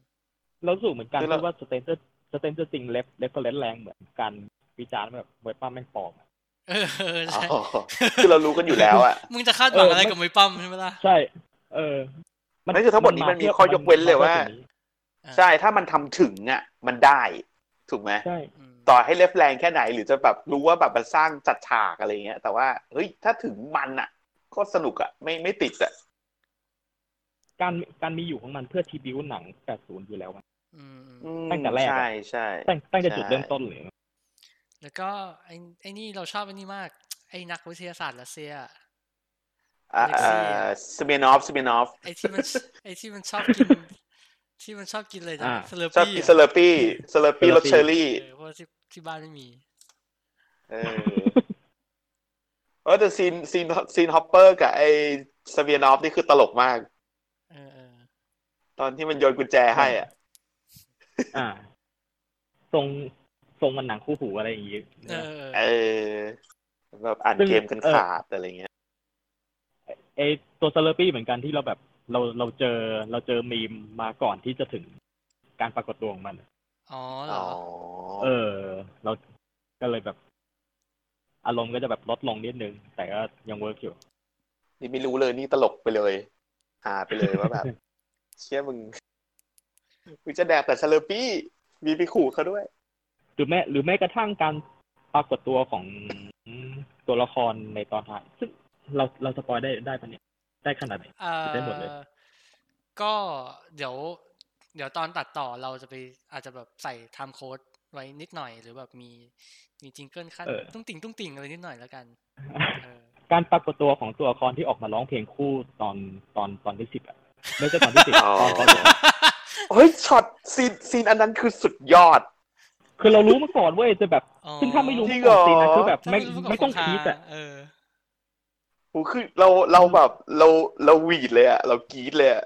เรารู้สูเหมือนกัน
คือเรา
ที่ว่าสเตนเจอร์สเตนเจอร์จริงเล็บเล็บก็เล็บแรงเหมือนกันวิจารณ์แบบมวยป้าแม่งปลอมอะ
เออเออใช่
อ๋อคือเรารู้กันอยู่แล้วอ่ะ
มึงจะคาดหวังอะไรกับมวยปั้มใช่ไหมล่ะ
ใช่ เออ
นั่นคือทั้งหมดนี้มันมีข้อยกเว้นเลยว่า ใช่ถ้ามันทำถึงอ่ะ มันได้ ถูกไหม
ใช่
อืม
ต่อให้เล็บแรงแค่ไหน หรือจะแบบรู้ว่าแบบมันสร้างจัดฉากอะไรเงี้ย แต่ว่าเฮ้ยถ้าถึงมันอ่ะ ก็สนุกอ่ะ ไม่ไม่ติดอ่ะ
การการมีอยู่ของมันเพื่อทีบิวหนัง 80 อยู่แล้วอะ
อืมอืม
อืม
ตั้งแต่แรกอะ
ใช่ใช่
ตั้งตั้งแต่จุด
ใช่
เริ่มต้นเลย
แล้วก็ไอ้ไอ้นี่เราชอบไอ้นี่มาก ไอ้นักวิทยาศาสตร์รัสเซีย
อ่า
เล็กซี่อะ
สเมนอฟสเมนอฟ
ไอ้ที่มัน ไอ้ที่มันชอบกิน [LAUGHS] ที่มันชอบกินเลยนะ
อ่า
สเลอ
ชอบ
ปี้
กินสเลอปี้สเลอปี้รสเชอรี่
เออเพราะว่าที่ที่บ้านไม่มี
เอ
[LAUGHS]
อเออแต่ซีนซีนซีนฮอปเปอร์กับไอ้สเมนอฟนี่คือตลกมาก
เออเออ
ตอนที่มันโยนกุญแจให้อ่ะ
อ่าทรงทรงมันหนังคู่หูอะไรอย่างงี้
เออเออ
เออแบบอ่าน
ซึ่ง
เกมกันขาดอะไรเงี้ย
ไอตัวเซเลอร์ปี้เหมือนกันที่เราแบบเราเราเจอเราเจอมีมมาก่อนที่จะถึงการปรากฏตัวของมัน
อ๋อเหร
อ๋
อ
อ
เออ เราก็เลยแบบ อารมณ์ก็จะแบบลดลงนิดนึง แต่ก็ยังเวิร์กอยู่
นี่ไม่รู้เลยนี่ตลกไปเลยหาไปเลยว่า [LAUGHS] แบบ เชื่อมึง มึงจะแดกแต่ซาเลอปี้ มีไปขู่เขาด้วย
หรือแม้หรือแม้กระทั่งการปรากฏตัวของตัวละครในตอนท้าย ซึ่งเราเราสปอยได้ได้ปะเนี่ย ได้ขนาดไหน
อ่า
ได้หมดเลย
ก็เดี๋ยว เดี๋ยวตอนตัดต่อเราจะไปอาจจะแบบใส่ไทม์โค้ดไว้นิดหน่อย หรือแบบมีมีจิงเกิลขั้น
เออ
ตุ้งติ่งตุ้งติ่งอะไรนิดหน่อยแล้วกันเออ
การปรากฏตัวของตัวละครที่ออกมาร้องเพลงคู่ตอนตอนตอนที่สิบอะไม่ใช่ตอนที่สิบ
[LAUGHS] อ๋อ
ตอนตอนสอง
เฮ้ยช็อตซีนซีนอันนั้นคือสุดยอด
คือเรารู้มาก่อนเว้ยแต่แบบ
อ๋อ
ซึ่งถ้าไม่รู้
จริ
มาง
เหร
ก่อ
อ
นสินะคือแบบ
ถ้า
ไม่
รู้ก็
ไม่ต้อง
ขำ
คิดอะ
เออ
โหคือเราเราแบบเราเราหวีดเลยอะเรากรี๊ดเลยอะ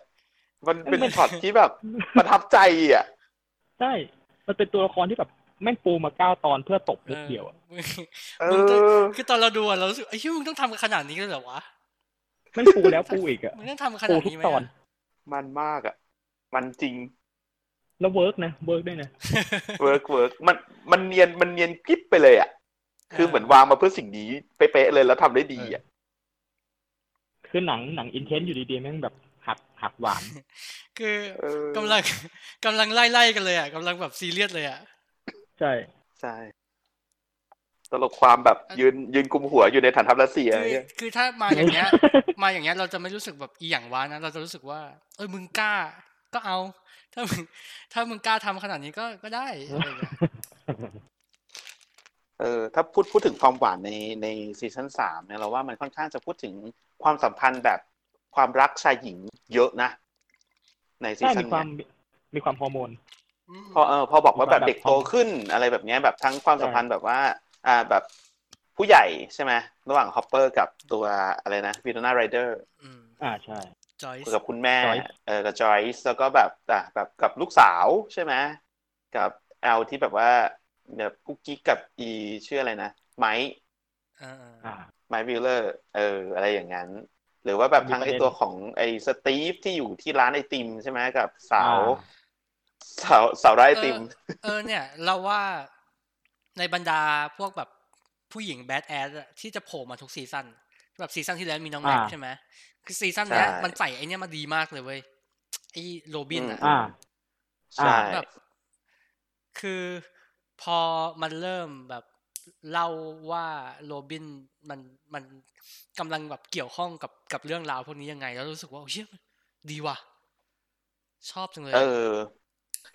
มันเป็นช็อตที่แบบประทับใจอะ
ใช่มันเป็นตัวละครที่แบบแม่งปูมาเก้าตอนเพื่อตบมุกเดียวอะ
ออมึง
เอ
มึงต้อง
อ
คือตอนเราดูอะเรารู้สึกไอ้ยเหี้ยมึงต้องทำขนาดนี้เลยเหรอวะ
แม่งปูแล้วปูอีกอะ
มึงต้องทำขนาดนี้ไหม
โอ้ทุกตอน
อะ
มันมากอะมันจริง
แล้วเวิร์กนะเวิร์กด้วยนะ
เวิร์กเวิร์กมันมันเนียนมันเนียนกริบไปเลยอ่ะ คือเหมือนวางมาเพื่อสิ่งนี้เป๊ะๆเลยแล้วทำได้ดีอ่ะ
คือหนังหนังอินเทนต์อยู่ดีๆแม่งแบบหักหักหวาน
คือ
เออก
ำลังกำลังไล่ไล่ๆกันเลยอ่ะกำลังแบบซีเรียสเลยอ่ะ
ใช่
ใช่ตลกความแบบยืนยืนกุมหัวอยู่ในฐานทัพรัสเซีย
คือ
เนี่ย
คือถ้ามาอย่างเงี้ย
[LAUGHS]
มาอย่างเงี้ยเราจะไม่รู้สึกแบบอีหยังวะนะเราจะรู้สึกว่า เอ้ยมึงกล้า ก็เอา ถ้ามึงถ้ามึงกล้าทำขนาดนี้ก็ก็ได้อะไรอย่างเงี้ย
เออถ้าพูดพูดถึงความหวานในในซีซั่นสามเนี่ยเราว่ามันค่อนข้างจะพูดถึงความสัมพันธ์แบบความรักชายหญิงเยอะนะ ในซี
ใช่
ซั่
มี
น
ความ
เนี้ย
มีความฮอร์โมน
อืม
พอเออพอบอกว่าแบบ
มีความแบบ
เด็กโตขึ้นอะไรแบบเนี้ยแบบทั้งความสัมพันธ์แบบว่า อ่าแบบ ผู้ใหญ่ใช่ไหมระหว่างฮอปเปอร์กับตัวอะไรนะวีโนนาไรเดอร์
อืม
อ่าใช่
จอย
กับคุณแม่
Joyce
เออกับจอยส์แล้วก็แบบอ่ะแบบกับลูกสาวใช่ไหมกับแอลที่แบบว่าแบบกุ๊กกิ๊กกับอีชื่ออะไรนะไมค์
อ่าๆ
อ่า
ไมค์วิลเลอร์เอออะไรอย่างนั้น หรือว่าแบบทั้ง
มีประ
ไอ
เด็น
ตัวของไอสตีฟที่อยู่ที่ร้านไอติมใช่ไหมกับสาว
อ่า
สาวสาวร้านไอติม
เออเนี่ย เราว่าในบรรดาพวกแบบผู้หญิงแบดแอสที่จะโผล่มาทุกซีซั่นแบบซีซั่นที่แล้วมีน้องแม็ก
อ่า
ใช่ไหมคือซีซั่นเนี้ย
ใช่
มันใส่ไอเนี้ยมาดีมากเลยเว้ยไอโรบินอ่ะ
อ่า
ใช่
แบบคือพอมันเริ่มแบบเล่าว่าโรบินมันมันกำลังแบบเกี่ยวข้องกับกับเรื่องราวพวกนี้ยังไง แล้วรู้สึกว่าโอ้เชี่ยดีว่ะ ชอบจังเลย
เออ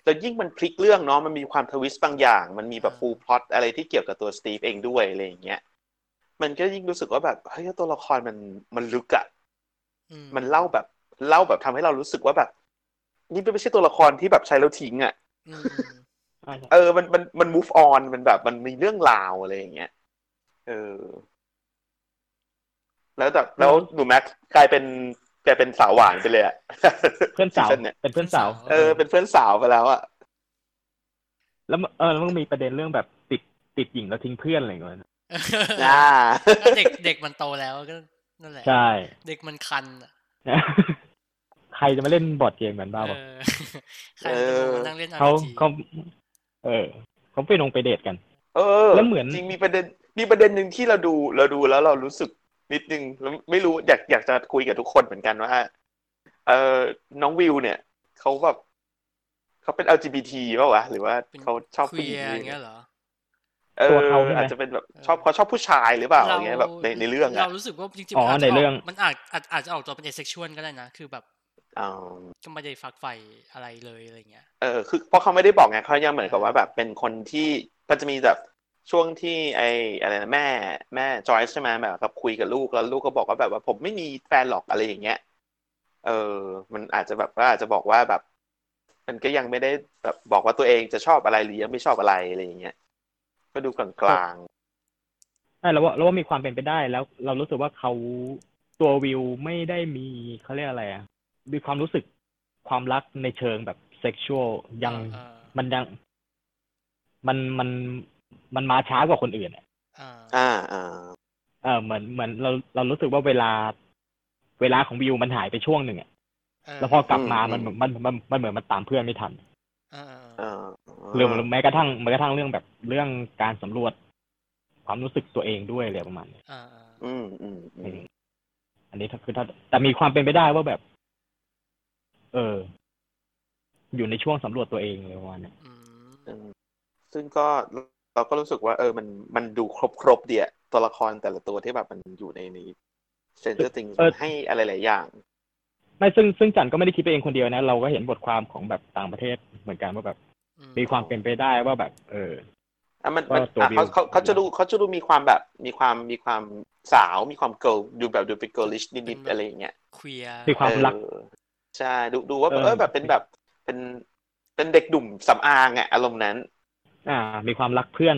แล้วยิ่งมันพลิกเรื่องเนาะมันมีความทวิสต์บางอย่าง มันมีแบบ
อ่า
ฟูลพล็อตอะไรที่เกี่ยวกับตัวสตีฟเองด้วยอะไรอย่างเงี้ยมันก็ยิ่งรู้สึกว่าแบบเฮ้ยตัวละครมันมันลึกอะ
ม
มันเล่าแบบเล่าแบบทำให้เรารู้สึกว่าแบบ นี่ไม่ใช่ตัวละครที่แบบใช้แล้วทิ้งอ่ะ
อืม
อ่า
เออมันมันมัน move on มันแบบมันมีเรื่องราวอะไรอย่างเงี้ยเออ แล้วแต่แล้วหนูแม็กซ์กลายเป็นกลายเป็นสาวหวานไปเลยอ่ะ
เพื่อนสาว
ซีซั่นเนี่ย
เป็นเพื่อนสาว
เออเป็นเพื่อนสาวไปแล้วอ่ะ
แล้วมันเออแล้วมันมีประเด็นเรื่องแบบติดติดหญิงแล้วทิ้งเพื่อนอะไรอย่างเงี้ยนะ
เอ
อ่า
อก็เด็กเด็กมันโตแล้วก็นั่นแหละ
ใช่
เด็กมันคันอะ
[LAUGHS] ใครจะมาเล่นบอร์ดเกมเหมือนบ้า
เอ
ปะ
อ [LAUGHS] ใครมันจะมานั่งเล่น
เขา
RPG
เขาเออเขาไปลงไปเดทกัน
เออ
แล้วเหมือน
จริงมีประเด็นมีประเด็นหนึ่งที่เราดูเราดูแล้วเรารู้สึกนิดนึงแล้วไม่รู้อยากอยากจะคุยกับทุกคนเหมือนกันว่าเออน้องวิวเนี่ยเขาแบบเขาเป็น LGBT ป่าวะหรือว่า
เป็น
เขาชอบ
คุ
ผู้
ย
หญิง
อย่างเงี้ยเหรอ
เอ
ตัว
อ
เขาใช่ไหม
อาจจะเป็นแบบชอบเขาชอบผู้ชายหรือเปล่าอย่างเงี้ยแบบในในเรื่องอะ
เรารู้สึกว่าจริงๆ
อ๋อ
มันอาจจะ
ในเรื่อง
กมันอาจอาจอาจจะออกตัวเป็นเอเซ็กชวลก็ได้นะ คือแบบ
อ๋อ
ก็ไม่ได้ฟักไฟอะไรเลยอะไรเงี้ย
เออคือเพราะเขาไม่ได้บอกไงเขายังเหมือนกับว่าแบบเป็นคนที่มันจะมีแบบช่วงที่ไออะไรนะแม่แม่จอยใช่ไหมแบบกับคุยกับลูกแล้วลูกก็บอกว่าแบบว่าผมไม่มีแฟนหรอกอะไรอย่างเงี้ย เออ มันอาจจะแบบว่าอาจจะบอกว่าแบบ มันก็ยังไม่ได้แบบบอกว่าตัวเองจะชอบอะไรหรือยังไม่ชอบอะไรอะไรอย่างเงี้ย ก็ดูกลาง
ใช่แล้วว่าแล้วว่ามีความเป็นไปได้แล้ว เรารู้สึกว่าเขาตัววิวไม่ได้มีเขาเรียกอะไรอะมีความรู้สึกความรักในเชิงแบบเซ็กชวลยัง
เออ
มันยังมันมันมันมาช้ากว่าคนอื่นอะ
เออ
ๆ อ่าอ่า
เออเหมือนเหมือนเราเรารู้สึกว่าเวลา เวลาของวิวมันหายไปช่วงหนึ่งอะ
เออ
แล้วพอกลับมามันมันมันมันเหมือนมันตามเพื่อนไม่ทัน
เออเออเออ
อ่า
หรือแม้กระทั่งแม้กระทั่งเรื่องแบบเรื่องการสำรวจ ความรู้สึกตัวเองด้วยอะไรประมาณนี้
เออเออ
อืมอืมอืม
อันนี้ถ้าคือถ้าแต่มีความเป็นไปได้ว่าแบบ เออ อยู่ในช่วงสำรวจตัวเองเลยวันนี้
อืม
อืมซึ่งก็เราก็รู้สึกว่า เออ มันมันดูครบครบๆเดียตัวละครแต่ละตัวที่แบบมันอยู่ในนี้เซนเตอร์ติงให้อะไรหลายอย่าง
ไม่ซึ่งซึ่งจันก็ไม่ได้คิดไปเองคนเดียวนะ เราก็เห็นบทความของแบบต่างประเทศเหมือนกันว่าแบบ
อื
มีความเป็นไปได้ว่าแบบ เออ
อ่ะมันมัน
ก็ตัว
อ่ะเขา
บิว
เขาเขาจะดูเขาจะดูมีความแบบมีความมีความสาวมีความเกิร์ลดูแบบดูเป็นเกิร์ลิชนิดๆอะไรอย่างเงี้ย
เคลียร์
มีความรัก
เออใช่ดูดูว่าแบบ
เออ
เออแบบเป็นแบบเป็นเป็นเด็กดุ่มสำอางอะอารมณ์นั้น
อ่า มีความรักเพื่อน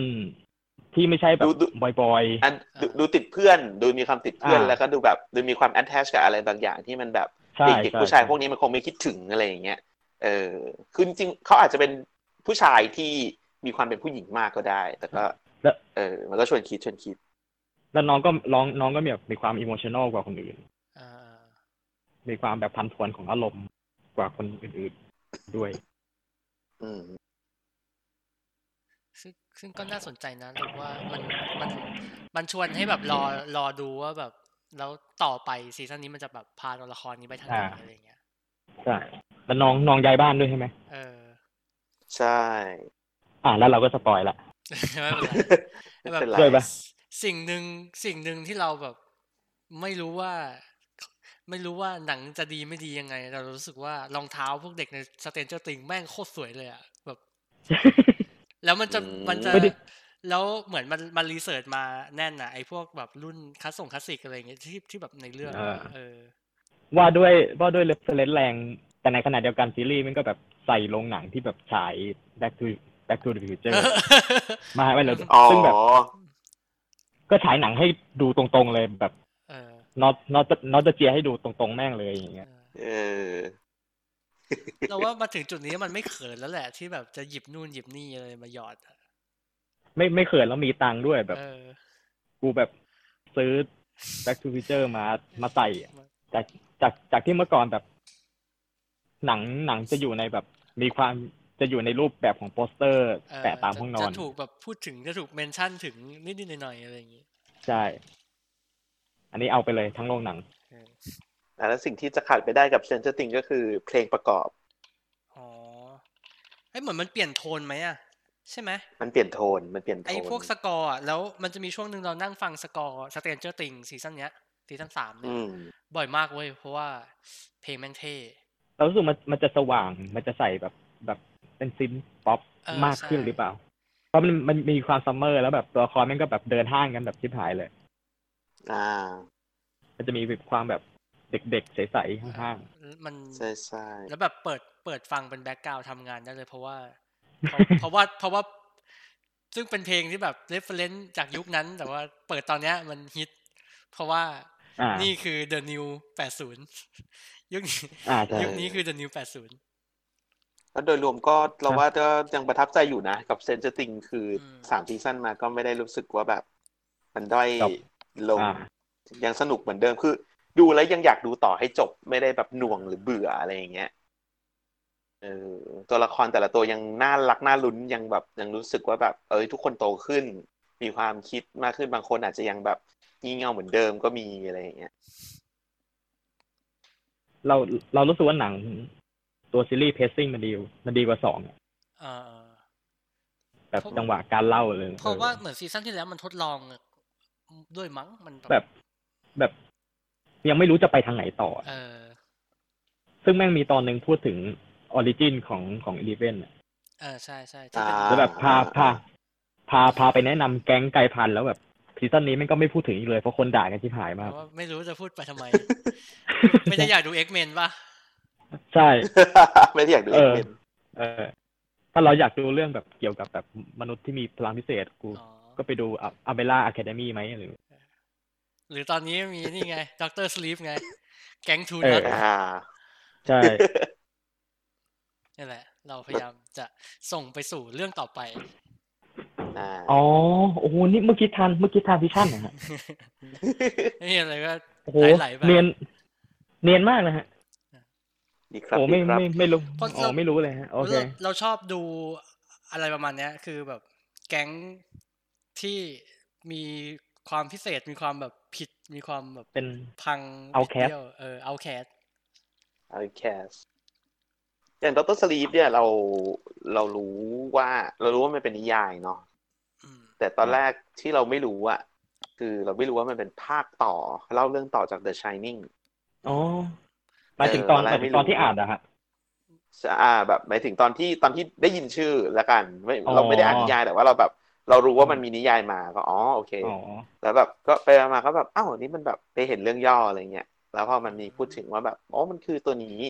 ที่ไม่ใช่แบ
ดู
บ
ดู
บอยๆ
อันดูดูติดเพื่อนดูมีความติดเพื่อน
อ่า
แล้วก็ดูแบบดูมีความ attach กับอะไรบางอย่างที่มันแบบ
ใช่
เด็กๆ
ใช่
ผู้ชาย
ใช่
พวกนี้มันคงไม่คิดถึงอะไรอย่างเงี้ยเออคือจริงๆเขาอาจจะเป็นผู้ชายที่มีความเป็นผู้หญิงมากก็ได้ แต่ก็เออมันก็ชวนคิดชวนคิด
แล้วน้องก็ร้องน้องก็มีแบบมีความอิโมชันอลกว่าคนอื่น
เออเออ
มีความแบบพันทวนของอารมณ์กว่าคนอื่นๆด้วย
อืม
ซึ่งซึ่งก็น่าสนใจนะหรือว่ามันมันมันชวนให้แบบรอรอดูว่าแบบ แล้วต่อไปซีซั่นนี้มันจะแบบพาตัวละครนี้ไปทางไหน
อ่า
อะไรเงี้ย
ใช่ แล้วน้องน้องย้ายบ้านด้วยใช่ไหม
เออ [LAUGHS]
ใช่
[LAUGHS] อ่าแล้วเราก็สปอยละ
ไม่เป็น
ไม่เป็น
ไร
ไร
ด้วยปะ
สิ่งหนึ่งสิ่งหนึ่งที่เราแบบ ไม่รู้ว่า ไม่รู้ว่าหนังจะดีไม่ดียังไง เรารู้สึกว่ารองเท้าพวกเด็กในสเตนเจอร์ติงแม่งโคตรสวยเลยอะแบบ แล้วมันจะ
อืม
มันจะ
ไม่ได้
แล้วเหมือนมันมันรีเสิร์ชมาแน่นนะไอ้พวกแบบรุ่นคลาสส่งคลาสสิกอะไรอย่างเงี้ยที่ที่แบบในเรื่อง
อ่า
เออ
ว่าด้วยว่าด้วยเลฟเลนแรง แต่ในขณะเดียวกันซีรีส์มันก็แบบใส่ลงหนังที่แบบฉาย
[LAUGHS]
Back to Back to the Future มาไว้แล้ว
อ๋อ
ซึ่งแบบ ก็ฉายหนังให้ดูตรงๆเลยแบบ
เออ
นอตนอตนอตเจียให้ดูตรงๆแม่งเลยอย่างเงี้ย
เออ
เราว่ามาถึงจุดนี้มันไม่เขินแล้วแหละ ที่แบบจะหยิบนู่นหยิบนี่อะไรมาหยอดอะ
ไม่ไม่เขินแล้วมีตังค์ด้วยแบบ
เออ
กูแบบซื้อ Back to Future มามาใส่อะจากจากจากที่เมื่อก่อนแบบ หนังหนังจะอยู่ในแบบ มีความจะอยู่ในรูปแบบของโปสเตอร์
เออ
แปะตามห้องนอ
จะ
น
จะถูกแบบพูดถึงจะถูกเมนชั่นถึงนิดๆหน่อยๆอะไรอย่างงี้
ใช่ อันนี้เอาไปเลยทั้งโรงหนัง
เออ
แล้วสิ่งที่จะขาดไปได้กับเซนเซอร์ติงก็คือเพลงประกอบ
อ๋อเอ้ยเหมือนมันเปลี่ยนโทนไหมอ่ะ ใช่ไหม
มันเปลี่ยนโทน มันเปลี่ยนโท
ไอ้
น
พวกสกอร์อะแล้วมันจะมีช่วงหนึ่งเรานั่งฟังสกอร์สเตนเจอร์ติงซีซั่นเนี้ยซีซั่นสามเนี่ย
อืม
บ่อยมากเว้ยเพราะว่าเพลงแม่งเท่
เรารู้สึกมันมันจะสว่างมันจะใส่แบบแบบเป็นซินป๊อป
เออ
มากขึ้น
ใช่
หรือเปล่า เพราะมันมันมีความซัมเมอร์แล้วแบบตัวละครแมันก็แบบเดินห้างกันแบบชิบหายเลย
อ่า
มันจะมีแบบความแบบเด็กๆ ใสๆห้าง
มัน
ใช่ใช่
แล้วแบบเปิดเปิดฟังเป็นแบ็กกราวด์ทำงานได้เลยเพราะว่า เพราะ
[LAUGHS]
เพราะว่าเพราะว่า ซึ่งเป็นเพลงที่แบบเรฟเฟรนซ์จากยุคนั้น แต่ว่าเปิดตอนเนี้ยมันฮิต เพราะว่า
ๆอ่า
นี่คือ The New 80 [LAUGHS] ยุคนี้
อ่าใช่
ยุคนี้คือ The New 80
แล้วโดยรวมก็เราว่าก็ยังประทับใจอยู่นะ กับเซนเซอร์ติงคืออ
ม
สามซีซั่นมาก็ไม่ได้รู้สึกว่าแบบ มันด้อย
จบ
ลง
อ่า
ยังสนุกเหมือนเดิมคือ ดูแล้วยังอยากดูต่อให้จบไม่ได้แบบหน่วงหรือเบื่ออะไรอย่างเงี้ยเออตัวละครแต่ละตัวยังน่ารักน่าลุ้นยังแบบยังรู้สึกว่าแบบ เอ้ยทุกคนโตขึ้น มีความคิดมากขึ้นบางคนอาจจะยังแบบงี่เง่าเหมือนเดิมก็มีอะไรอย่างเงี้ย [LAUGHS]
เราเรารู้สึกว่าหนังตัวซีรีส์เพซซิ่งมันดีมันดีกว่าสองอะ
เอ่อ
แบบ
เพราะ
จังหวะการเล่าเลย
เพราะว่า
เออ
เหมือนซีซั่นที่แล้วมันทดลองด้วยมั้งมัน
แบบ แบบยังไม่รู้จะไปทางไหนต่ออะ
เออ
ซึ่งแม่งมีตอนหนึ่งพูดถึงออริจินของของอีเวน
เออใช่ใช่ที่
อ่า
เป็น
แล้วแบบพาพาพาพาไปแนะนำแก๊งไกลพันธุ์แล้วแบบซีซั่นนี้มันก็ไม่พูดถึงอีกเลย เพราะคนด่ากันที่หาย
เพ
มาก
ราะว่าไม่รู้จะพูดไป
[LAUGHS]
ทำไม ไม่ได้อยากดู X-Men ป่ะ
ใช่
ไม่ได้อยากดู
เอ
เอ็กเม
อ
น
เออ ถ้าเราอยากดูเรื่องแบบเกี่ยวกับแบบมนุษย์ที่มีพลังพิเศษกู [LAUGHS]
อ๋อ
ก็ไปดูอเบล่าอะคาเดมี่ไหมหรือ
หรือตอนนี้มีนี่ไงด็อกเตอร์สลีปไง แก๊งทู
เอ
นั
อ
ท
อ่า
ใช่
[LAUGHS]
นี่แหละ เราพยายามจะส่งไปสู่เรื่องต่อไป
อ่า
อ๋อโอ้โหนี่เมื่อกี้ทันเมื่อกี้ทันพิชั่นนะฮะ
ไม่มีอะไรก็
โอ้โห
ไหลๆไป
เนียนเนียนมากนะฮะ
ดีครับ
โอ้
ดี
ไม่
ครับ
ไม่ไม่รู้
เพราะ
อ๋
เรา
อไม่รู้เลยฮะโอเค
เราเราชอบดูอะไรประมาณเนี้ย คือแบบแก๊งที่มีความพิเศษมีความแบบผิดมีความแบบ
เป็น
พัง
Outcast
บิดบี้ยวเออเอาแคส
เอาแคสอย่างดรสลีปเนี่ยเราเรารู้ว่า เรารู้ว่ามันเป็นนิยายเนาะ แต่ตอนแรกที่เราไม่รู้อะคือเราไม่รู้ว่ามันเป็นภาคต่อ เล่าเรื่องต่อจาก The Shining
อ๋อหมายถึงตอน
เออ
หมาย
เรา
ถึง
ไม่รู้
ตอนที่อ่านนะฮะ
อ่าแบบหมายถึงตอนที่ตอนที่ได้ยินชื่อละกันไม่
อ๋อ
เราไม่ได้อ่านนิยายแต่ว่าเราแบบ เรารู้ว่ามันมีนิยายมาก็อ๋อโอเค
อ๋อ
แล้วแบบก็ไปมาก็แบบอ้าวนี่มันแบบไปเห็นเรื่องย่ออะไรเงี้ยแล้วพอมันมีพูดถึงว่าแบบอ๋อมันคือตัวนี้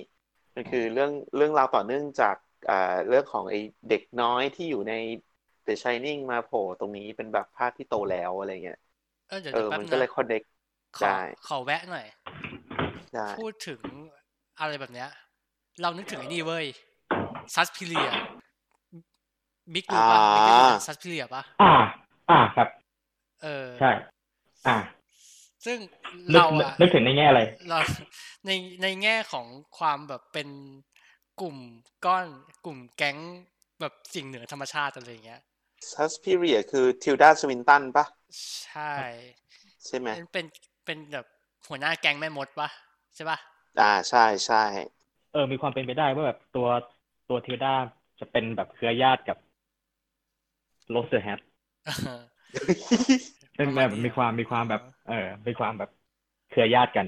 มันคือเรื่องเรื่องราวต่อเนื่องจากอ่าเรื่องของไอเด็กน้อยที่อยู่ใน The Shining มาโผล่ตรงนี้เป็นแบบภาคที่โตแล้วอะไรเงี้ย
เออเดี๋ยว
เออ
เดี๋ยวแป๊บ
มัน
นึง
ก็เลย
นะ
คอนเน
ขอ
ได้
ขอแวะหน่อย
ได้
พูดถึงอะไรแบบเนี้ย เรานึกถึงไอ้นี่เว้ย
[COUGHS]
ซัสพิเลียบิ๊กดูป่ะ
อ่า
บิ๊กดูซัสพิเลียป่ะ
อ่า อ่าครับ
เออ
ใช่ อ่า
ซึ่ง
นึก
เราอะ
นึกถึงในแง่อะไร
เราในในแง่ของความแบบเป็นกลุ่มก้อนกลุ่มแก๊งแบบสิ่งเหนือธรรมชาติอะไรอย่างเงี้ย
ซัสพีเรียคือทิวดาสวินตันปะ
ใช่
ใช่ไหม
เป็นเป็นเป็นแบบหัวหน้าแก๊งแม่มดป่ะใช่ป่ะ [LAUGHS]
อ่าใช่ใช่ [LAUGHS]
เออ มีความเป็นไปได้ว่าแบบตัวตัวเทวดาจะเป็นแบบเครือญาติกับโรสเซอร์แฮท
เออ
เป็น
ประ
แบ
มาณ
บ
นี้
มีความมีความแบบ
อ่า
เออ มีความแบบเครือญาติกัน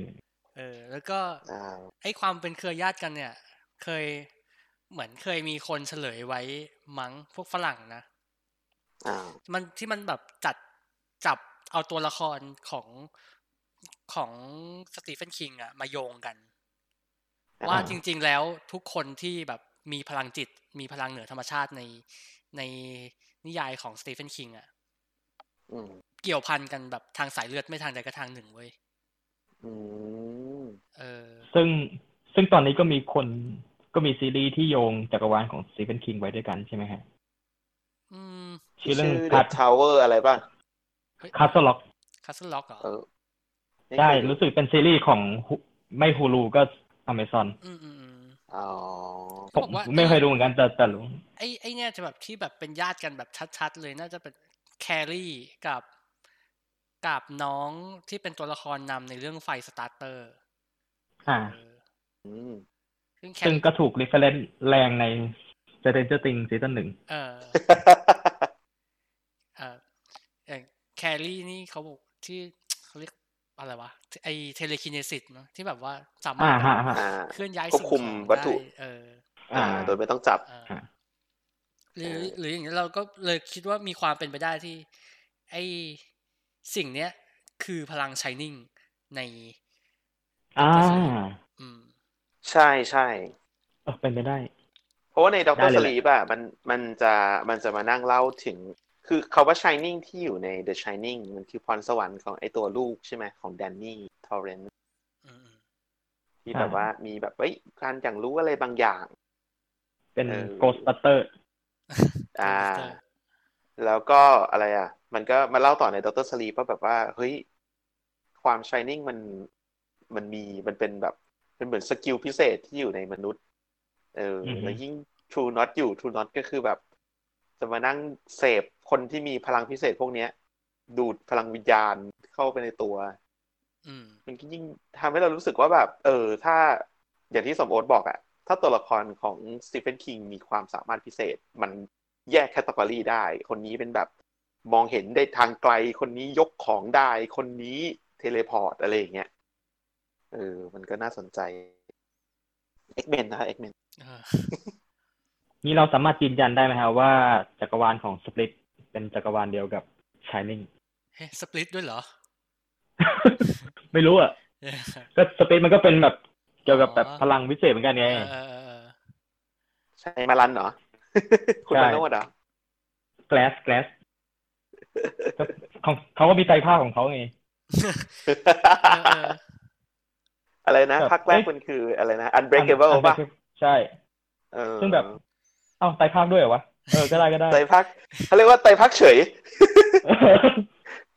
เออ แล้วก็
อ่า
ไอ้ความเป็นเครือญาติกันเนี่ย เคยเหมือนเคยมีคนเฉลยไว้มั้งพวกฝรั่งนะ
อ่า
มันที่มันแบบจัดจับเอาตัวละครของของสตีเฟนคิงอะมาโยงกัน ว่าจริงๆแล้วทุกคนที่แบบมีพลังจิตมีพลังเหนือธรรมชาติในในนิยายของสตีเฟนคิงอะ
อืม
เกี่ยวพันกันแบบทางสายเลือดไม่ทางใดก็ทางหนึ่งเว้ย
อืม
เออ
ซึ่งซึ่งตอนนี้ก็มีคนก็มีซีรีส์ที่โยงจักรวาลของสตีเฟนคิงไว้ด้วยกันใช่ไหมฮะ
อืม
ชื่อเรื่อง
เด
คั
อะทาวเวอร์อะไรป่ะ
คัสล็อก
คัสเซิลล็อกเหรอ
เออไม่
ใช่
เคยดู
รู้สึกเป็นซีรีส์ของฮุไม่ฮูลูก็อเมซอน
อืมอืมอืม
อ๋อ
เขาบ
ผ
อ
ม
กว่า
ไม่เคยดูเหมือนกันแต่แต่รู้
ไอ้ไอ้เนี่ยจะแบบที่แบบเป็นญาติกันแบบชัดๆ เลยน่าจะเป็นแครี่กับกับน้องที่เป็นตัวละครนำในเรื่องไฟสตาร์เตอร์
อ่า
อืม
ซึ่งแค
ซึ่ง
รี่
ก็ถูกรีเฟรนซ์แรงใน Stranger Things ซีซั่นหนึ่ง
เออเออเอ่อแครี่นี่เขาบอกที่เขาเรียกอะไรวะไอเทเลคินเนซิสเนาะที่แบบว่าสามารถ
อ่าฮะฮะ
อ่า
เคลื่อนย้าย
ควบ
สิ่ง
คุม
ของ
วัตถุ
ได้เออ
อ่า โดยไม่ต้องจับ
เอ่อ
ฮะ
หรือ
เอ่อ
หรืออย่างนี้เราก็เลยคิดว่ามีความเป็นไปได้ที่ ไอสิ่งเนี้ย คือพลังชายนิ่งใน
อ่า
อืม
ใช่ใช่
เออเป็นไปได้
เพราะว่าในด็อก
ได้
เตอร์
เล
ส
ยแหละ
ลีปอะมันมันจะมันจะมานั่งเล่าถึง คือคาว่า Shining ที่อยู่ใน The Shining มันคือพรสวรรค์ของไอตัวลูกใช่ไหมของแดนนี่ทอร์เรน
อืมอืม
ที่แบบว่ามีแบบเอ้ยการอย่างรู้อะไรบางอย่าง
เป็น
เออ
Ghost Buster
อ่า
เออ
แล้วก็อะไรอ่ะ มันก็มาเล่าต่อในด็อกเตอร์สลีปว่าแบบว่า เฮ้ย ความ Shining มันมันมีมันเป็นแบบเป็นเหมือนสกิลพิเศษที่อยู่ในมนุษย์ เออ
อือฮึ
แล้วยิ่ง True Not อยู่ True Not ก็คือแบบ จะมานั่งเสพคนที่มีพลังพิเศษพวกเนี้ย ดูดพลังวิญญาณเข้าไปในตัว
อืม
มันก็ยิ่งทำให้เรารู้สึกว่าแบบ เออ ถ้าอย่างที่สมโอ๊ตบอกอะถ้าตัวละครของสตีเฟนคิงมีความสามารถพิเศษ มันแยกแคตตากรีได้ คนนี้เป็นแบบมองเห็นได้ทางไกล คนนี้ยกของได้ คนนี้เทเลพอร์ตอะไรอย่างเงี้ยเออ มันก็น่าสนใจ X-Men นะ X-Men
เออ
นี่เราสามารถยืนยันได้ไหมครับว่าจักรวาลของ Split เป็นจักรวาลเดียวกับ Shining
เฮ้สปลิตด้วยเหรอ
ไม่รู้อ่ะ
เออ
ก็ Split มันก็เป็นแบบเกี่ยวกับแบบ
อ๋อ
พลังวิเศษเหมือนกันไง
เออเออเออ
ใช่มารันเหรอ คุณมาโนดเหรอ
Glass Glass ก็ของเขาก็มีไตรภาคของเขาไง
เออเออ
อะไรนะ
แบบ
ภาคแรก
เอ๊ะ
มันคืออะไรนะ Unbreakable ป่ะ
ใช่
เออ
ซึ่งแบบ เอ้าไตรภาคด้วยเหรอวะ เออก็ได้ก็ได้
ไตรภาคเขาเรียกว่าไตรภาคเฉย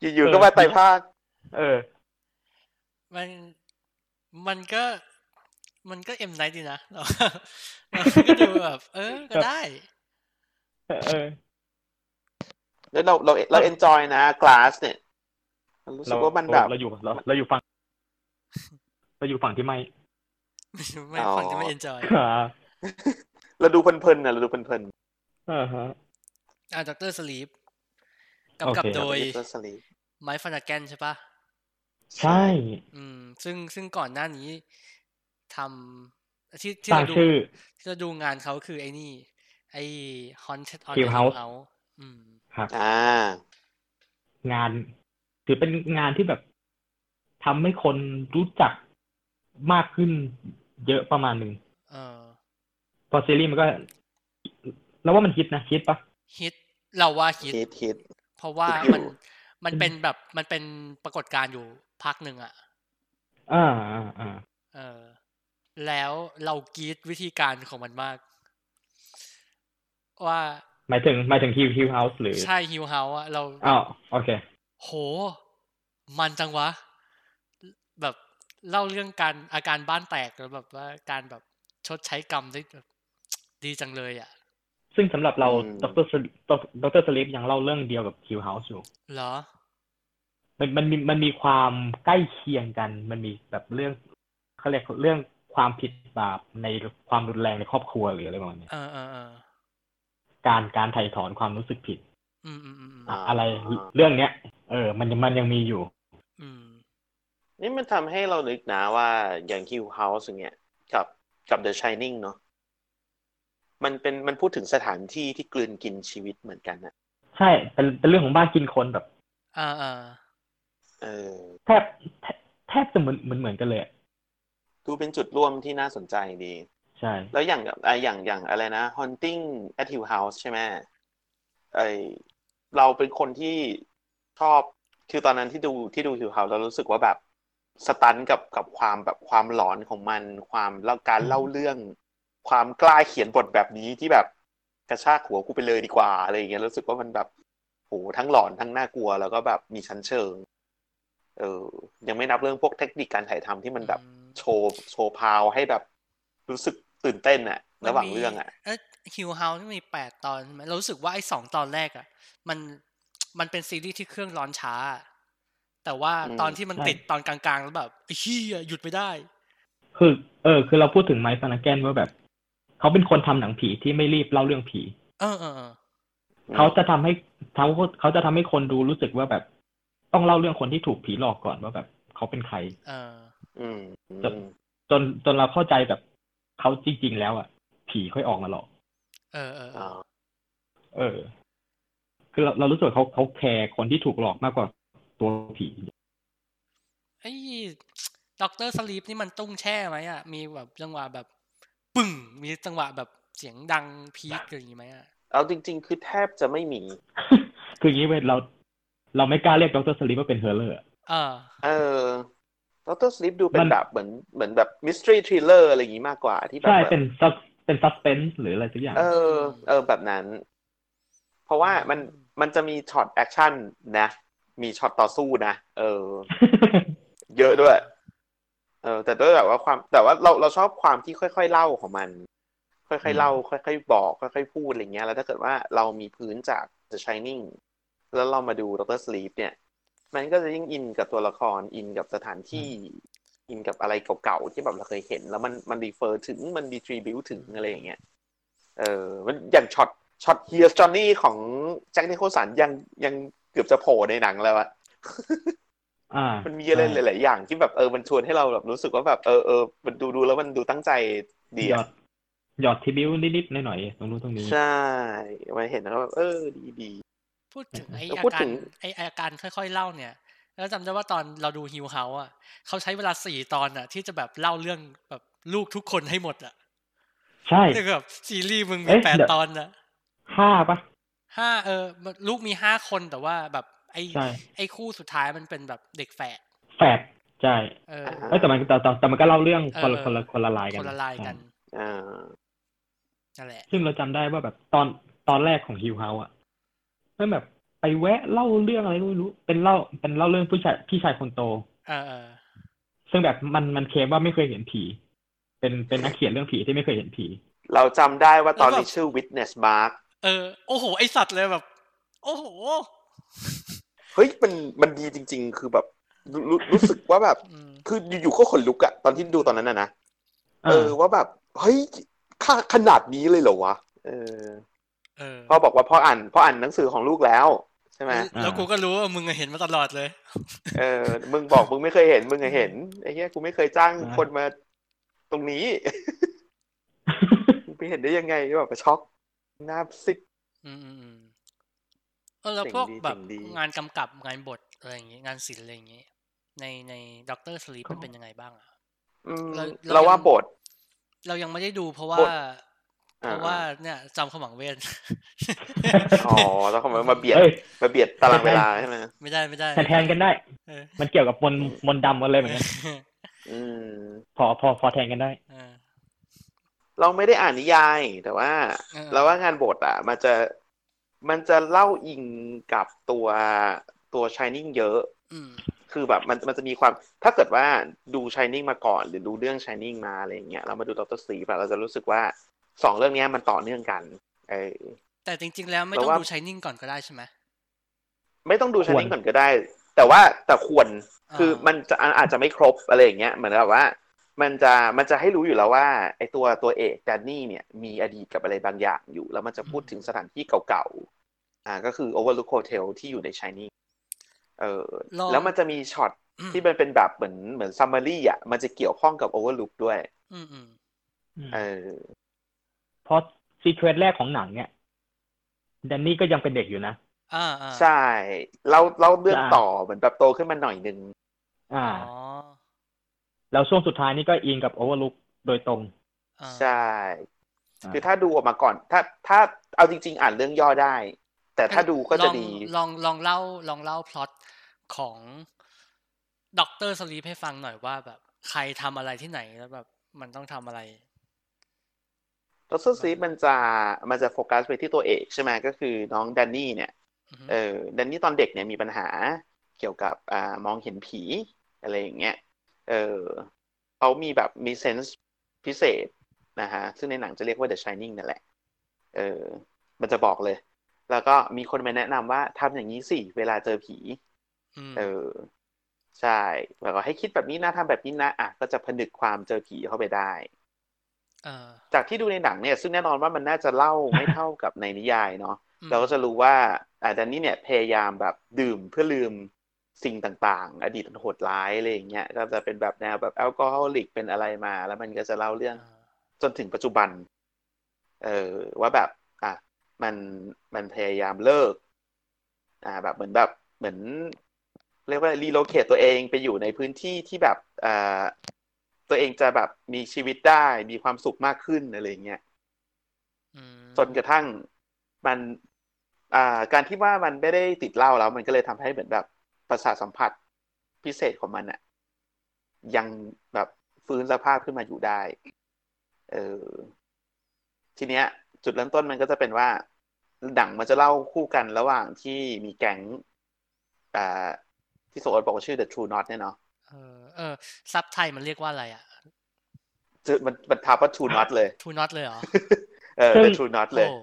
อยู่ๆก็มาไตรภาค
เออ
มันมันก็ มันก็เอ็มไนท์ดีนะเราเราก็ดูแบบ เออ ก็ได้
เออ
แล้วเราเราเราเอนจอยนะ glass เนี่ยมันรู้สึกว่ามันแบบ
เราอยู่เราเราอยู่ฝั่งเราอยู่ฝั่งที่ไม่
ไม่คนจะไม่เอนจอย
อ่า
เราดูเพลินๆนะเราดูเพลิน
อ่าฮะ
อ่าด็อกเตอร์สลีป
โอ
ำ
ก
กับ
เค
ๆ
โดย
เดอะสลีป
ไมค์ฟานาแกนใช่ปะ
ใช่
อืม ซึ่งซึ่งก่อนหน้านี้ทำที่ที่
ตั้ง
เราดู
ชื่อ
ที่เราดูงานเขาคือไอ้นี่ ไอ้ Haunted on the
Hill House
House อืม
ครับ
อ่าง
าน ถือเป็นงานที่แบบทำให้คนรู้จักมากขึ้น เยอะประมาณหนึ่ง
เออ
พอซีรีส์มันก็ แล้วว่ามันฮิตนะฮิตปะ
ฮิตเราว่าฮิต
ฮิตฮิต
เพราะว่า
ฮิตอยู่
มั
[COUGHS]
นมันเป็นแบบมันเป็นปรากฏการณ์อยู่พักหนึ่งอ่ะ
อ่าอ่าอ่า
เออ แล้วเรากรีดวิธีการของมันมาก ว่า
หมายถึงหมายถึงฮิวฮิวเฮาส์หรือ
ใช่ฮิวเฮาอะเรา
อ้าวโอเค
โห มันจังวะ แบบเล่าเรื่องการอาการบ้านแตกแล้วแบบว่าการแบบชดใช้กรรมได้แบบดีจังเลยอ่ะ
ซึ่งสำหรับเรา
อืม
ดรสลิปดรสลิปยังเล่าเรื่องเดียวกับฮิวเฮาส์อยู่
เหรอ
มันมันมีมันมีความใกล้เคียงกัน มันมีแบบเรื่องเขาเรียกเรื่องความผิดบาปในความรุนแรงในครอบครัวหรืออะไรประมาณนี้
เออเออเออ
การการไถ่ถอนความรู้สึกผิด
อืมอืมอืมอืม
อะอะไรเรื่องเนี้ย เออ มันมันยังมีอยู่
อืม
นี่มันทำให้เรานึกนะว่าอย่าง Hill House อย่างเงี้ยกับกับ The Shining เนาะมันเป็นมันพูดถึงสถานที่ที่กลืนกินชีวิตเหมือนกันนะ
ใช่เป็นเป็นเรื่องของบ้านกินคนแบบ
เออเออ
เออ
แทบแทบแทบจะเหมือนเหมือนเหมือนกันเลยอะ
ดูเป็นจุดร่วมที่น่าสนใจดี
ใช่
แล้วอย่างอ่ะอย่างอย่างอะไรนะ Haunting at Hill House ใช่ไหมไอเราเป็นคนที่ ชอบคือตอนนั้นที่ดูที่ดูฮิวเฮาแล้วรู้สึกว่าแบบสตันกับกับความแบบความหลอนของมัน ความแล้วการเล่าเรื่อง ความกล้าเขียนบทแบบนี้ที่แบบกระชากหัวกูไปเลยดีกว่าอะไรอย่างเงี้ยรู้สึกว่ามันแบบโหทั้งหลอนทั้งน่ากลัว แล้วก็แบบมีชั้นเชิง เออ ยังไม่นับเรื่องพวกเทคนิคการถ่ายทำที่มันแบบ
อืม
โชว์โชว์พาวให้แบบรู้สึกตื่นเต้นอะ
มัน
ระหว่าง
มี
เรื่องอะ
เอ้ฮิวเฮาที่มีแปดตอนใช่ไหมเรารู้สึกว่าไอ้สองตอนแรกอ่ะ มันมันเป็นซีรีส์ที่เครื่องร้อนช้า แต่ว่า
อืม
ตอนที่มัน
ใช่
ติดตอนกลางๆ แล้วแบบไอ้เฮียหยุดไม่ได้
คือเออ คือเราพูดถึงไมค์ฟานาแกนว่าแบบ เขาเป็นคนทำหนังผีที่ไม่รีบเล่าเรื่องผี
เออเออเออ
เขาจะทำให้เขาเขาจะทำให้คนดูรู้สึกว่าแบบ ต้องเล่าเรื่องคนที่ถูกผีหลอกก่อนว่าแบบ เขาเป็นใคร
เออ
อืมอืม
จบ จนจนเราเข้าใจแบบเขาจริง ๆ แล้วอ่ะ ผีค่อยออกมาหลอก
เออเออเออ
เออ คือเราเรารู้สึกว่าเขาเขาแคร์คนที่ถูกหลอกมากกว่าตัวผี
ไอ้ด็อกเตอร์สลีปนี่มันตุ้งแช่ไหมอ่ะ มีแบบจังหวะแบบ ปึ้ง มีจังหวะแบบเสียงดังพีคอะไรอย่างงี้ไหมอ่ะ
เอาจริง ๆ คือแทบจะไม่มี
คืออย่างนี้เว้ยเรา เราไม่กล้าเรียกดรสลีปว่าเป็นเฮอร์เลอร์อะ
เออ
เออดรสลิปดูเป็
มัน น
แบบเหมือนเหมือนแบบมิสทรีทริลเลอร์อะไรอย่างงี้มากกว่าที่แบบ
ใช่
แบบ
เป็นซับเป็นซัสเพนส์หรืออะไรสักอย่าง
เออ เออแบบนั้น เพราะว่ามัน
อืม
มันจะมีช็อตแอคชั่นนะ มีช็อตต่อสู้นะ เออ เยอะด้วย เออ แต่ด้วยแบบว่าความ แต่ว่าเราเราชอบความที่ค่อย ๆ เล่าของมัน ค่อยๆเล่า ค่อย ๆ บอก ค่อย ๆ พูดอะไรเงี้ยแล้วถ้าเกิดว่าเรามีพื้นจาก The Shining แล้วเรามาดู Doctor Sleep เนี่ย มันก็จะยิ่งอินกับตัวละครอินกับสถานที่ อินกับอะไรเก่าๆที่แบบเราเคยเห็น แล้วมันมันรีเฟอร์ถึงมันดีทรีบิวถึงอะไรอย่างเงี้ยเออมันอย่างช็อตช็อตเฮียจอนนี่ของแจ็คนิโคสันยังยังเกือบจะโผล่ในหนังแล้วอะ
อ่า
มันมีอะไร
ใช่
หลาย ๆ อย่างที่แบบเออ มันชวนให้เราแบบรู้สึกว่าแบบเออเออมันดูดูแล้วมันดูตั้งใจดี
หยอ
อะ
ดหยอดทิบิวนิดๆหน่อยๆตรงนู้นตรงนี้
ใช่มันเห็นแล้วแบบเออดีดี
พูดถึงไอ้
แล้ว
อา
พูด
กา
ถึ
รง ไอ้อาการค่อยๆเล่าเนี่ย แล้วจำได้ว่าตอนเราดูฮิวเฮาอ่ะเขาใช้เวลาสี่ตอนอ่ะ ที่จะแบบเล่าเรื่องแบบลูกทุกคนให้หมดอ่ะ
ใช่
คือแบบซีรีส์มึงมี
เอ๊ะ
แปด
เดี๋ยว
ตอนนะ
ห้าปะ
ห้าเออมันลูกมีห้าคนแต่ว่าแบบไอ้
ใช่
ไอ้คู่สุดท้ายมันเป็นแบบเด็กแฝด
แฝดใช่
เออ
เอ้ยแต่มันแต่แต่แต่มันก็เล่าเรื่องคนละ
เออ
คนละคนละลายกัน
คนละลายกัน
ๆ
ใช่
อ่า
นั่นแหละ
ซึ่งเราจำได้ว่าแบบตอนตอนแรกของฮิวเฮาอ่ะมันแบบไปแวะเล่าเรื่องอะไรไม่รู้ เป็นเล่าเป็นเล่าเรื่องผู้ชายพี่ชายคนโต
เออเออ
ซึ่งแบบมันมันเคลมว่าไม่เคยเห็นผี เป็นเป็นนักเขียนเรื่องผีที่ไม่เคยเห็นผี
เราจำได้ว่าตอนนี้ชื่อ witness mark
เออโอ้โหไอสัตว์เลยแบบ โอ้โห
เฮ้ยมันมันดีจริง ๆ คือแบบรูรู้รู้สึกว่าแบบ
อืม
คืออยู่ๆก็ขนลุกอะตอนที่ดูตอนนั้นอะนะ
เอ
เออ
อ
ว่าแบบเฮ้ยขนาขนาดนี้เลยเหรอวะเออ
เออ
พ่อบอกว่าพ่ออ่านพ่ออ่านหนังสือของลูกแล้วใช่ไหม
แล้วกูก็รู้ว่ามึงอะเห็นมาตลอดเลย
เออ มึงบอกมึงไม่เคยเห็น มึงอะเห็นไอ้เหี้ยกูไม่เคยจ้าง
อ่า
คนมาตรงนี้ มึงไปเห็นได้ยังไงแบบช็อกหน้าซิก
อืมอืมอืมเออแล้ว
สิ่ง
พวก
ดี
แบบ
สิ่งดี
งานกำกับงานบทอะไรอย่างงี้งานศิลป์อะไรอย่างงี้ ในในด็อกเตอร์สลีป
ก็
มันเป็นยังไงบ้างอะ
อืม
เราเรา
เราว่า
ยัง
บท
เรายังไม่ได้ดูเพราะ
บ
ว่า
ท
เพราะ
อ่า
ว่าเนี่ยจำขมังเว
[LAUGHS]
ท [LAUGHS]
อ๋อแล้วเขามามาเบียด
เอ้ย
มาเบียดตารางเวลาใช่ไหม
ไม่ได้ไม่ได้
แทนๆกันได้
เออ
มันเกี่ยวกับมนต์มนต์ดำกันเลยเหมือนกัน
อืม
พอพอพอแทนกันได้
เออ
เราไม่ได้อ่านนิยาย แต่ว่า
เออ
เราว่างานบทอ่ะ มันจะมันจะเล่าอิงกับตัวตัว Shining เยอะ
อืม
คือแบบมันมันจะมีความถ้าเกิดว่าดู Shining มาก่อน หรือดูเรื่อง Shining มาอะไรอย่างเงี้ยเรามาดูดรสีแบบเราจะรู้สึกว่าสองเรื่องเนี้ยมันต่อเนื่องกันเออ
แต่จริง ๆ แล้วไม่
เรา
ต้อง
ว่า
ดูชายนิ่งก่อนก็ได้ใช่ไหม
ไม่ต้องดู
ควร
Shining ก่อนก็ได้ แต่ว่าแต่ควรคืออา มันจะอ่ะอาจจะไม่ครบอะไรอย่างเงี้ยเหมือนแบบว่า มันจะมันจะให้รู้อยู่แล้วว่าไอตัวตัวเอกแดนนี่เนี่ยมีอดีตกับอะไรบางอย่างอยู่ แล้วมันจะพูดถึงสถานที่เก่าๆอ่าก็คือ Overlook Hotel ที่อยู่ใน Shining เออ
ลอง
แล้วมันจะมีช็อต
อืม
ที่มันเป็นแบบเหมือนเหมือนซัมมารีอ่ะ มันจะเกี่ยวข้องกับโอเวอร์ลุด้วย
อืมอืม
เออ
เพราะซีเควนต์แรกของหนังเนี่ยแดนนี่ก็ยังเป็นเด็กอยู่นะ
อ่าอ่า
ใช่ เราเราเรื่อง
จ้ะ
ต่อเหมือนแบบโตขึ้นมาหน่อยนึง
อ่า
อ๋อ
แล้วช่วงสุดท้ายนี่ก็อิงกับโอเวอร์ลุกโดยตรง
อ่า
ใช่
อ่า
คือถ้าดูออกมาก่อน ถ้าถ้าเอาจริง ๆ อ่านเรื่องย่อได้ แต่ถ้าดูก็จะดี
ลองลองลองเล่าลองเล่าพล็อตของด็อกเตอร์สลีปให้ฟังหน่อยว่าแบบใครทำอะไรที่ไหนแล้วแบบมันต้องทำอะไร
ดรซีมันจะมันจะโฟกัสไปที่ตัวเอกใช่ไหมก็คือน้องแดนนี่เนี่ย
อือฮึ
เออแดนนี่ตอนเด็กเนี่ยมีปัญหาเกี่ยวกับอ่ามองเห็นผีอะไรอย่างเงี้ยเออเขามีแบบมีเซนส์พิเศษนะฮะซึ่งในหนังจะเรียกว่า The Shining นั่นแหละเออมันจะบอกเลย แล้วก็มีคนมาแนะนำว่าทำอย่างนี้สิเวลาเจอผี
ม
เออ ใช่แบบว่าให้คิดแบบนี้นะทำแบบนี้นะอ่ะก็จะผนึกความเจอผีเข้าไปได้
เออ
จากที่ดูในหนังเนี่ยซึ่งแน่นอนว่ามันน่าจะเล่าไม่เท่ากับในนิยายเนาะ
อืม
เราก็จะรู้ว่าอาดันนี่เนี่ยพยายามแบบดื่มเพื่อลืมสิ่งต่างๆ อดีตอันโหดร้ายอะไรอย่างเงี้ยก็จะเป็นแบบแนวแบบแอลกอฮอลิกเป็นอะไรมา แล้วมันก็จะเล่าเรื่อง
อ่า
จนถึงปัจจุบัน เออว่าแบบ อ่ะมันมันพยายามเลิก อ่า แบบเหมือนแบบเหมือน เรียกว่ารีโลเคตตัวเองไปอยู่ในพื้นที่ที่แบบอ่าตัวเองจะแบบมีชีวิตได้มีความสุขมากขึ้นอะไรอย่างเงี้ย
อืม
จนกระทั่งมันอ่าการที่ว่ามันไม่ได้ติดเหล้าแล้ว มันก็เลยทำให้เหมือนแบบประสาทสัมผัสพิเศษของมันอะยังแบบฟื้นสภาพขึ้นมาอยู่ได้ เออทีเนี้ย จุดเริ่มต้นมันก็จะเป็นว่าหนังมันจะเล่าคู่กันระหว่างที่มีแก๊งอ่าที่โสดบอกว่าชื่อ The True Not เนี่ยเนาะ
เออเออซับไทยมันเรียกว่าอะไรอ่ะ
ชื่อมันมันทับว่า True Not เลย
ทูน็อตเลยเหรอ
เออ The True Not เลย
โอ้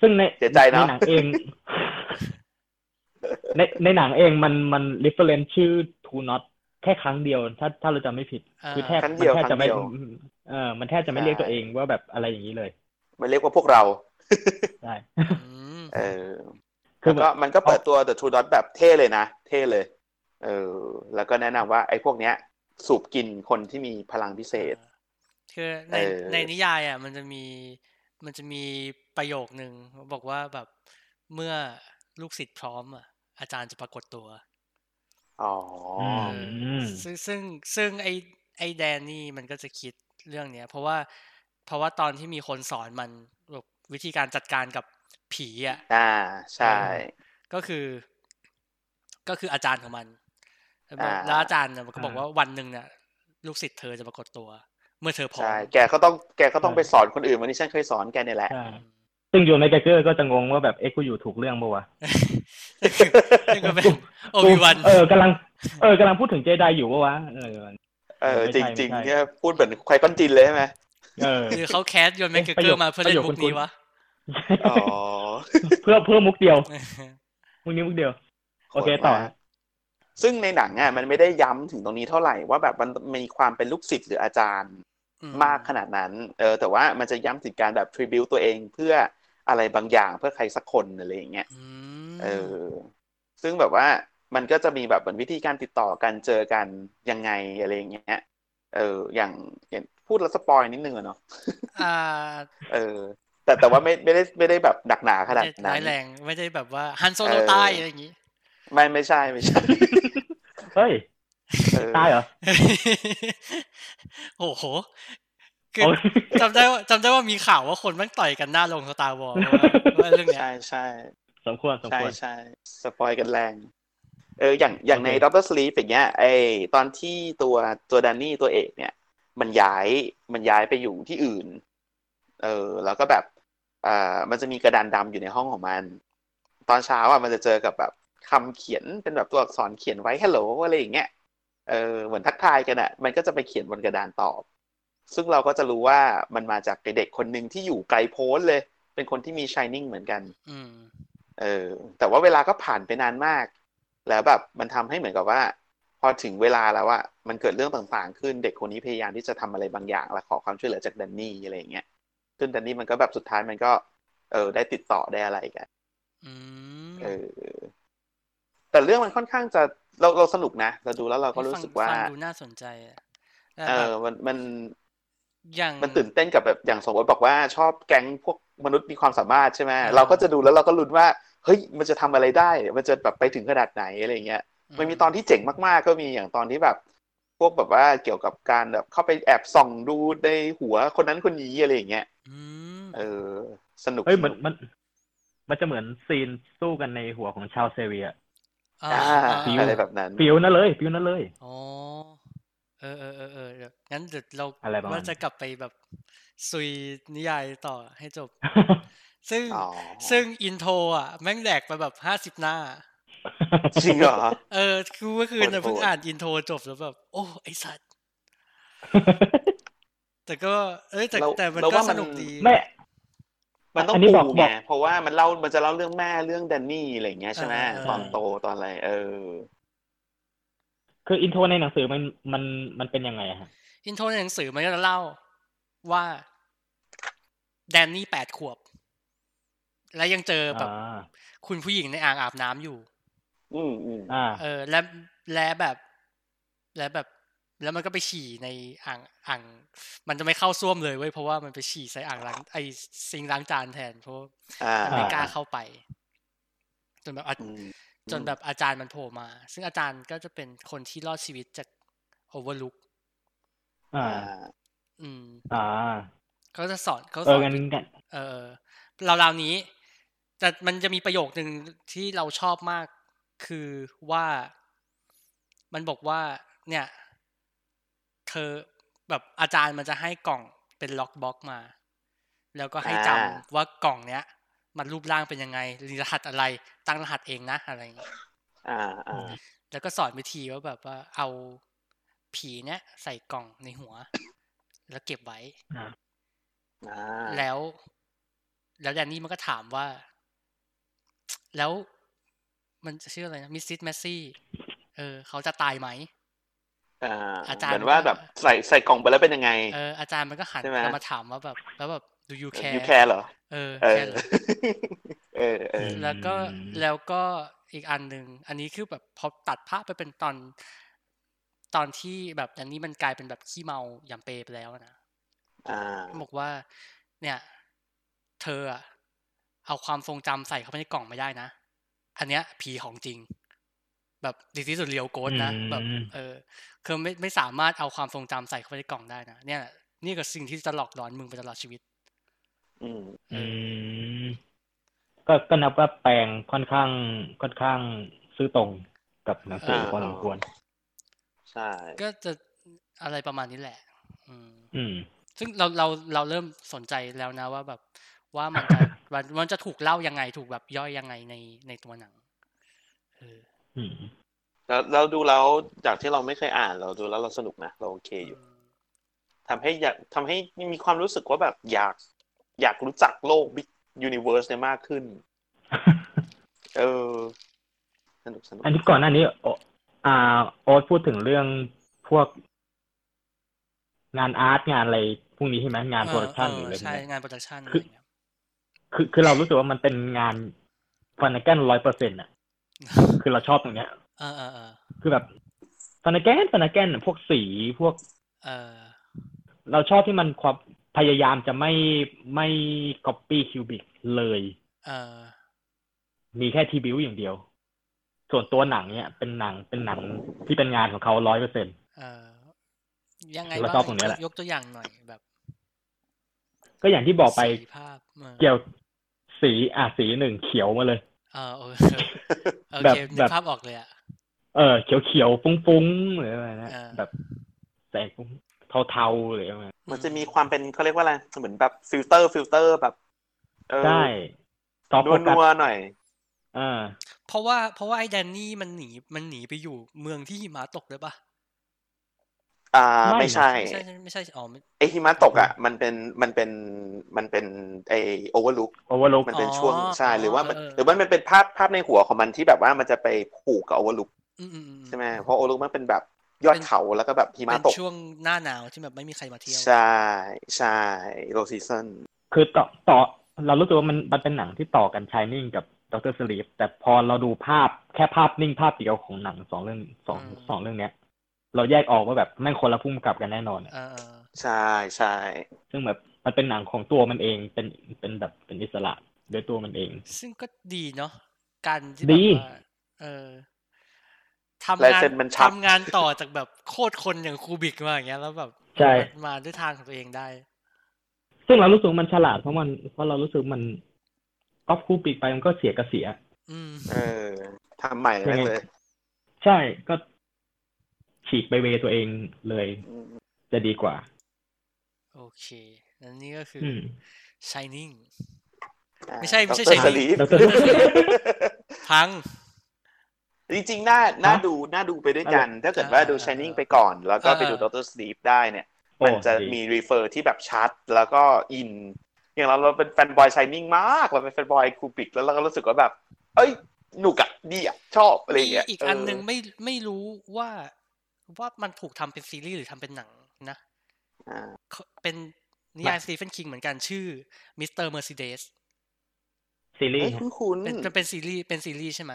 ซึ่งใน
เสียใจเนอะ
หนังเอง [LAUGHS] ในในหนังเองมันมันรีเฟรนชื่อทูน็อตแค่ครั้งเดียว ถ้าถ้าเราจำไม่ผิด
เออ
คือแทบ
ครั้ง
มัน
เดียว
แทบจะไม่
ครั้งเดียว
เออมันแทบจะไม่เรียกตัวเองว่าแบบอะไรอย่างนี้เลย
มันเรียกว่าพวกเรา
ใช่
อืม
เออ
คือ
แล้วก็
แบบ
มันก็เปิดตัว The True Dot แบบเท่เลยนะ เท่เลย เออ แล้วก็แนะนำว่าไอ้พวกเนี้ย สูบกินคนที่มีพลังพิเศษ
คือใน
เออ
ในนิยายอ่ะ มันจะมีมันจะมีประโยคนึงบอกว่าแบบเมื่อลูกศิษย์พร้อมอ่ะอาจารย์จะปรากฏตัว
อ๋ออ
ม
เซึ่งซึ่งซึ่งไอไอแดนนี่มันก็จะคิดเรื่องเนี้ย เพราะว่าเพราะว่าตอนที่มีคนสอนมันแบบวิธีการจัดการกับผีอ่ะ
อ่า ใช่
ก็คือ ก็คืออาจารย์ของมันแล้วบอก
อ่า
แล้วอาจารย์เนี่ยมันก็บอก
อ่า
ว่าวันหนึ่งเนี่ยลูกศิษย์เธอจะปรากฏตัว เมื่อเธอพร้อม
ใช่ แกก็ต้อง แกก็ต้องไปสอนคนอื่นวันนี้ฉันเคยสอนแกเนี่ยแหละ
ใช่
อืม
ซึ่งอยู่ในไกเกอร์ก็จะงงว่าแบบเอ็กกูอยู่ถูกเรื่องปะวะ
นี่ก็เป็นโอบิวัน
เออกำลัง เออกำลังพูดถึงเจไดอยู่ปะวะเออ
เออ
ไม่
จ
ใช่ไม่ใช่
ริงๆเนี่ยพูดเหมือนใครปั้นจินเลยใช่ไหม
เออ
หรือเขาแคสโยนแมกเก
ประ
อ
โยค
ร์มาเพื่อเล่
ประโย
น
ค
มุก
คุ้
นี้
นๆ
วะ
อ๋อ
เพื่อเพื่อมุกเดียวมุกนี้มุกเดียว [LAUGHS] โอเคต่อฮะ
ซึ่งในหนังอ่ะมันไม่ได้ย้ำถึงตรงนี้เท่าไหร่ว่าแบบมันมีความเป็นลูกศิษย์หรืออาจารย์
อื
มากขนาดนั้น เออ แต่ว่ามันจะย้ำถึงการแบบทริบิวตัวเองเพื่ออะไรบางอย่างเพื่อใครสักคนอะไรอย่างเงี้ย
อืม
เออ ซึ่งแบบว่ามันก็จะมีแบบเหมือนวิธีการติดต่อกันเจอกันยังไงอะไรอย่างเงี้ย เออ อย่างอย่างพูดแล้วสปอยนิดนึงอะเนาะ
อ่า
เออ แต่แต่ว่าไม่ไม่ได้ไม่ได้แบบหนักหนาขนาด
ไม่ได้
นั้
ร้าน ยแรงไม่ได้แบบว่าฮันโซโล
เออ
ตายอะไรอย่างนี้ [LAUGHS]
ไม่ไม่ใช่ไม่ใช่
เฮ้ย
เออ
ตายเหรอ
โอ้โหคือ
โอ้ย [LAUGHS]
จำได้ว่าจำได้ว่ามีข่าวว่าคนแมันต่อยกันหน้าโรงสตาร์วอลว่าเรื่องเนี้ย
ใช่ใช่
สมควรสม
ใช่
ควร
ใช่สปอยกันแรง เอออย่างอย่างใน
โอเค
ด็อกเตอร์สลีปอย่างเงี้ยไอตอนที่ตัวตัวแดนนี่ตัวเอกเนี่ย มันย้ายมันย้ายไปอยู่ที่อื่น เออ แล้วก็แบบอ่ามันจะมีกระดานดำอยู่ในห้องของมัน ตอนเช้าอ่ะมันจะเจอกับแบบคำเขียนเป็นแบบตัวอักษรเขียนไว้ h ฮ l โหลอะไรอย่างเงี้ยเออเหมือนทักทายกันอ่ะ มันก็จะไปเขียนบนกระดานตอบ ซึ่งเราก็จะรู้ว่ามันมาจากเด็กคนหนึ่งที่อยู่ไกลโพ้นเลย เป็นคนที่มีชายนิ่งเหมือนกัน
อืม
เออแต่ว่าเวลาก็ผ่านไปนานมาก แล้วแบบมันทำให้เหมือนกับว่า พอถึงเวลาแล้วอะมันเกิดเรื่องต่างๆ ขึ้นเด็กคนนี้พยายามที่จะทำอะไรบางอย่างและขอความช่วยเหลือจากแดนนี่อะไรอย่างเงี้ยซึ่งแดนนี่มันก็แบบสุดท้ายมันก็ เออได้ติดต่อได้อะไรกัน
อืม
เออ แต่เรื่องมันค่อนข้างจะเราเราสนุกนะเราดูแล้วเราก็รู้สึกว่า
ฟังดูน่าสนใจอะแต่
เอ
แบบ
อมันมัน
อย่าง
มันตื่นเต้นกับแบบอย่างสมมติบอกว่าชอบแก๊งพวกมนุษย์มีความสามารถใช่ไหมเราก็จะดูแล้วเราก็ลุ้นว่าเฮ้ยมันจะทำอะไรได้ มันจะแบบไปถึงขนาดไหนอะไรอย่างเงี้ย มันมีตอนที่เจ๋งมากๆ ก็มีอย่างตอนที่แบบ พวกแบบว่าเกี่ยวกับการแบบเข้าไปแอบส่องดูในหัวคนนั้นคนนี้อะไรอย่างเงี้ย
อืม
เออ สนุก
เฮ้ยมันมัน มันจะเหมือนซีนสู้กันในหัวของชาวเซเวีย
อ่า
อ่า
อ่า
อะไรแบบนั้น
ฟิวนั่นเลย ฟิวนั่นเลย [LAUGHS]
อ๋อเออเออเออเออเดี๋ยวงั้นเดี๋ยวเรา
อะไรประมาณ
ว่าจะกลับไปแบบซุยนิยายต่อให้จบ ซึ่ง
อ๋อ
ซึ่งอินโทรอ่ะ แม่งแดกไปแบบห้าสิบ50 หน้า
จริงเหรอ
เออคือเมื่อคืนน่ะ
โหดๆ
เพิ่งอ่านอินโทรจบแล้วแบบ โอ้ ไอสัตว์ แต่ก็ เอ้ยแต่
เรา
แต่มัน
เรา
ก็
ว่ามั
ส
น
นุกดี
แม่
มันต้อง
อันนี้
ปู
บอก
ไง
บอก
เพราะว่ามันเล่ามันจะเล่าเรื่องแม่เรื่องแดนนี่อะไรอย่างเงี้ยใช่ไหม
เออเออ
ตอนโตตอนอะไร เออ
คืออินโทรในหนังสือมันมันมันเป็นยังไงอะฮะ
อินโทรในหนังสือมันก็จะเล่าว่า แดนนี่แปดขวบ และยังเจอแบบ
อ่า
คุณผู้หญิงในอ่างอาบน้ำอยู่
อืมอืม
อ่า
เออและและแบบ และแบบ แล้วมันก็ไปฉี่ในอ่างอ่าง มันจะไม่เข้าส้วมเลยเว้ยเพราะว่ามันไปฉี่ใส่อ่างล้างไอซิงค์ล้างจานแทนเพราะว่า
อ่า
มัน
อ่
ไม่กล้าเข้าไป จนแบบอา
อืม
จนแบบอาจารย์มันโผล่มา ซึ่งอาจารย์ก็จะเป็นคนที่รอดชีวิตจากโอเวอร์ลุก
อ่า
อ่า
อืม
อ่า
เขาจะสอนเขาส
เอ
อ
อ
น
งั้นกัน
เออราวๆนี้ แต่มันจะมีประโยคหนึ่งที่เราชอบมาก คือว่ามันบอกว่า เนี่ย เธอแบบอาจารย์มันจะให้กล่องเป็นล็อกบ็อกมา แล้วก็ให้จำ
อ่า
ว่ากล่องเนี้ย มันรูปร่างเป็นยังไงรหัสอะไร ตั้งรหัสเองนะอะไรอย่างเงี้ย
อ่าอ่า
แล้วก็สอนวิธีว่าแบบว่าเอาผีเนี้ยใส่กล่องในหัว แล้วเก็บไว้
อ่า
แล้ว แล้วแดนนี่มันก็ถามว่า แล้วมันชื่ออะไรนะมิสซิสแมสซี่เออ เขาจะตายไหม
อ่า
อาจารย์
เหมือนว่าแบบใส่ใส่กล่องไปแล้วเป็นยังไง
เอออาจารย์มันก็หัน
ใช่ไหม
กลับมาถามว่าแบบ แล้วแบบดูยูแคร์
ยูแคร์เหรอ
เออ
เอ
แค
อ
ร์เหรอ
เออเออ
แล้วก็
อืม
แล้วก็อีกอันหนึ่งอันนี้คือแบบพอตัดภาพไปเป็นตอน ตอนที่แบบแดนนี่มันกลายเป็นแบบขี้เมาอย่างเปไปแล้วนะ
อ่า
บอกว่า เนี่ย เธออะเอาความทรงจำใส่เข้าไปในกล่องไม่ได้นะ อันเนี้ยผีของจริง แบบดีที่สุดเรียวโกดนะแบบ
อืม
เออคือไม่ไม่สามารถเอาความทรงจำใส่เข้าไปในกล่องได้นะเนี่ยนี่ก็สิ่งที่จะหลอกหลอนมึงไปตลอดชีวิต
อืม
อืมก็ก็นับว่าแปลงค่อนข้างค่อนข้างซื้อตรงกับหนังสือ
เออ
พอสมควร
ใช่
ก็จะอะไรประมาณนี้แหละ อืม
อืม
ซึ่งเราเราเราเริ่มสนใจแล้วนะว่าแบบ ว่ามัน
[COUGHS]
จะมันมันจะถูกเล่ายังไงถูกแบบย่อยยังไงในในตัวหนังเออ
อืม
แล้วเราดูแล้วจากที่เราไม่เคยอ่านเราดูแล้วเราสนุกนะเราโอเคอยู่ทำให้อยากทำให้มีความรู้สึกว่าแบบอยาก อยากรู้จักโลกบิ๊กยูนิเวอร์สเนี่ยมากขึ้น เออ สนุกสนุก
อันที่ก่อนหน้านี้โออ่าโอ๊ตพูดถึงเรื่องพวก งานอาร์ตงานอะไรพวกนี้ใช่ไหมงานโปรดักชัน
เอ
หรือ
อ
อะไรพวก
ใช่
เนี้ย
งานโปรดักชัน
คื
อะไร
อ
เงี้ย
คือคือเรารู้สึกว่ามันเป็นงานฟันแกนร้อยเปอร์เซ็นต์อ่ะ คือเราชอบตรงเนี้ย
เออเออเออ
คือแบบฟันแกนฟันแกนพวกสีพวก
เออ
เราชอบที่มันความพยายามจะไม่ไม่ก๊อปปี้คิวบิกเลย
เออ
มีแค่ทีบิวอย่างเดียว ส่วนตัวหนังเนี่ยเป็นหนังเป็นหนังที่เป็นงานของเขาร้อยเปอร์เซ็น
เออยังไง
เรา
บ้า
ชอบ
ง
ตรงเนี้ยแหละ
ยกตัวอย่างหน่อยแบบ
ก็อย่างที่บอกไป
สีภาพเออ
เกี่ยวสีอ่ะสีหนึ่งเขียวมาเลย
เออโอเคโอ
แบบ
เคนึ
แบ
ก
บ
ภาพออกเลยอ่ะ
เออเขียวเขียวๆฟุ้งๆหรืออะไรนะ
อ่า
แบบแสงฟุ้งเทาๆหรืออะไร
มันจะมีความเป็นเขาเรียกว่าอะไรเหมือนแบบฟิลเตอร์ฟิลเตอร์แบบ เออ
ใช่ซอฟต์
นัว
โฟกั
นัว
ส
ๆหน่อย
อ่า
เพราะว่าเพราะว่าไอ้แดนนี่มันหนีมันหนีไปอยู่เมืองที่หิมะตกด้วยปะ
อ่า ไม่ใช่
ไม่ใช่ไม่ใช่อ๋อไม่
ไอหิมะตกอ่ะ มันเป็นมันเป็นมันเป็นไอโอเวอร์ลุก
โอเวอร์ล
มันเป็นช่วงใช่หรือว่ามัน
เ
หรือว่ามันเป็นภาพภาพในหัวของมันที่แบบว่ามันจะไปผูกกับโอเวอร์ลุก
อืมอือื
ใช่ไหมเพราะโอเวอร์ลุกมันเป็นแบบยอดเขาแล้วก็แบบหิมะต
เป็
ก
นช่วงหน้าหนาวที่แบบไม่มีใครมาเที่ยว
ใช่ใช่โรซีซัน
คือต่อต่อ เรารู้สึกว่ามันมันเป็นหนังที่ต่อกันชายนิ่งกับด็อกเตอร์สลีปแต่พอเราดูภาพแค่ภาพนิ่งภาพเดียวของหนังสองเรื่องสองสองเรื่องเนี้ย เราแยกออกว่าแบบแม่งคนละพุ่มกลับกันแน่นอนอะ
เออเออ
ใช่ใช่
ซึ่งแบบมันเป็นหนังของตัวมันเองเป็นเป็นแบบเป็นอิสระโดยตัวมันเอง
ซึ่งก็ดีเนาะการที่แบบ
ดี
ว่าเออ
ลาย
ทำงาน
เซ็นมันชัด
ทำงานต่อจากแบบโคตรคนอย่างคูบิกมาอย่างเงี้ยแล้วแบบ
ใช่
มันมาด้วยทางของตัวเองได้
ซึ่งเรารู้สึกว่ามันฉลาดเพราะมันเพราะเรารู้สึกมัน ก๊อปคู่ปีกไปมันก็เสียกระเสีย
อืม
เออทำใหม่แม่งเลย
ใช่ก็ฉีกไปเวตัวเองเลย
อืม
จะดีกว่า
โอเคแล้วนี่ก็คือ
อืม
ช h i นิ่ง
อ่า
ไม่ใช่ไม่ใช่
ดร
ใช่
สลีฟ
ดร
พัง
จริงๆ น่า น่า
ฮะ
ดู น่าดูไปด้วยกัน ถ้าเกิด
อ่า
ว่าดู Shining ไปก่อน แล้วก็
อ่า
ไปดู Doctor Sleep ได้เนี่ย มันจะ
โอ้ดี
มีรีเฟอร์ที่แบบชัด แล้วก็อิน อย่างเราเราเป็นแฟนบอย Shining มาก เราเป็นแฟนบอยคูปิก แล้วเราก็รู้สึกว่าแบบ เอ้ย หนุกอะดีอะชอบอะไรอย่าง
มี
เงี้ย
อีก
เ
อันหนึ่งไม่ไม่รู้ว่าว่ามันถูกทำเป็นซีรีส์หรือทำเป็นหนังนะ
อ่า
เขาเป็นนิยายสตีเฟนคิงเหมือนกันชื่อมิสเตอร์เมอร์ซิเดส
ซีรี
เอ้ย
ส์ครับ
คุ้น
เป็นเป็นเป็นซีรีส์เป็นซีรีส์ใช่ไหม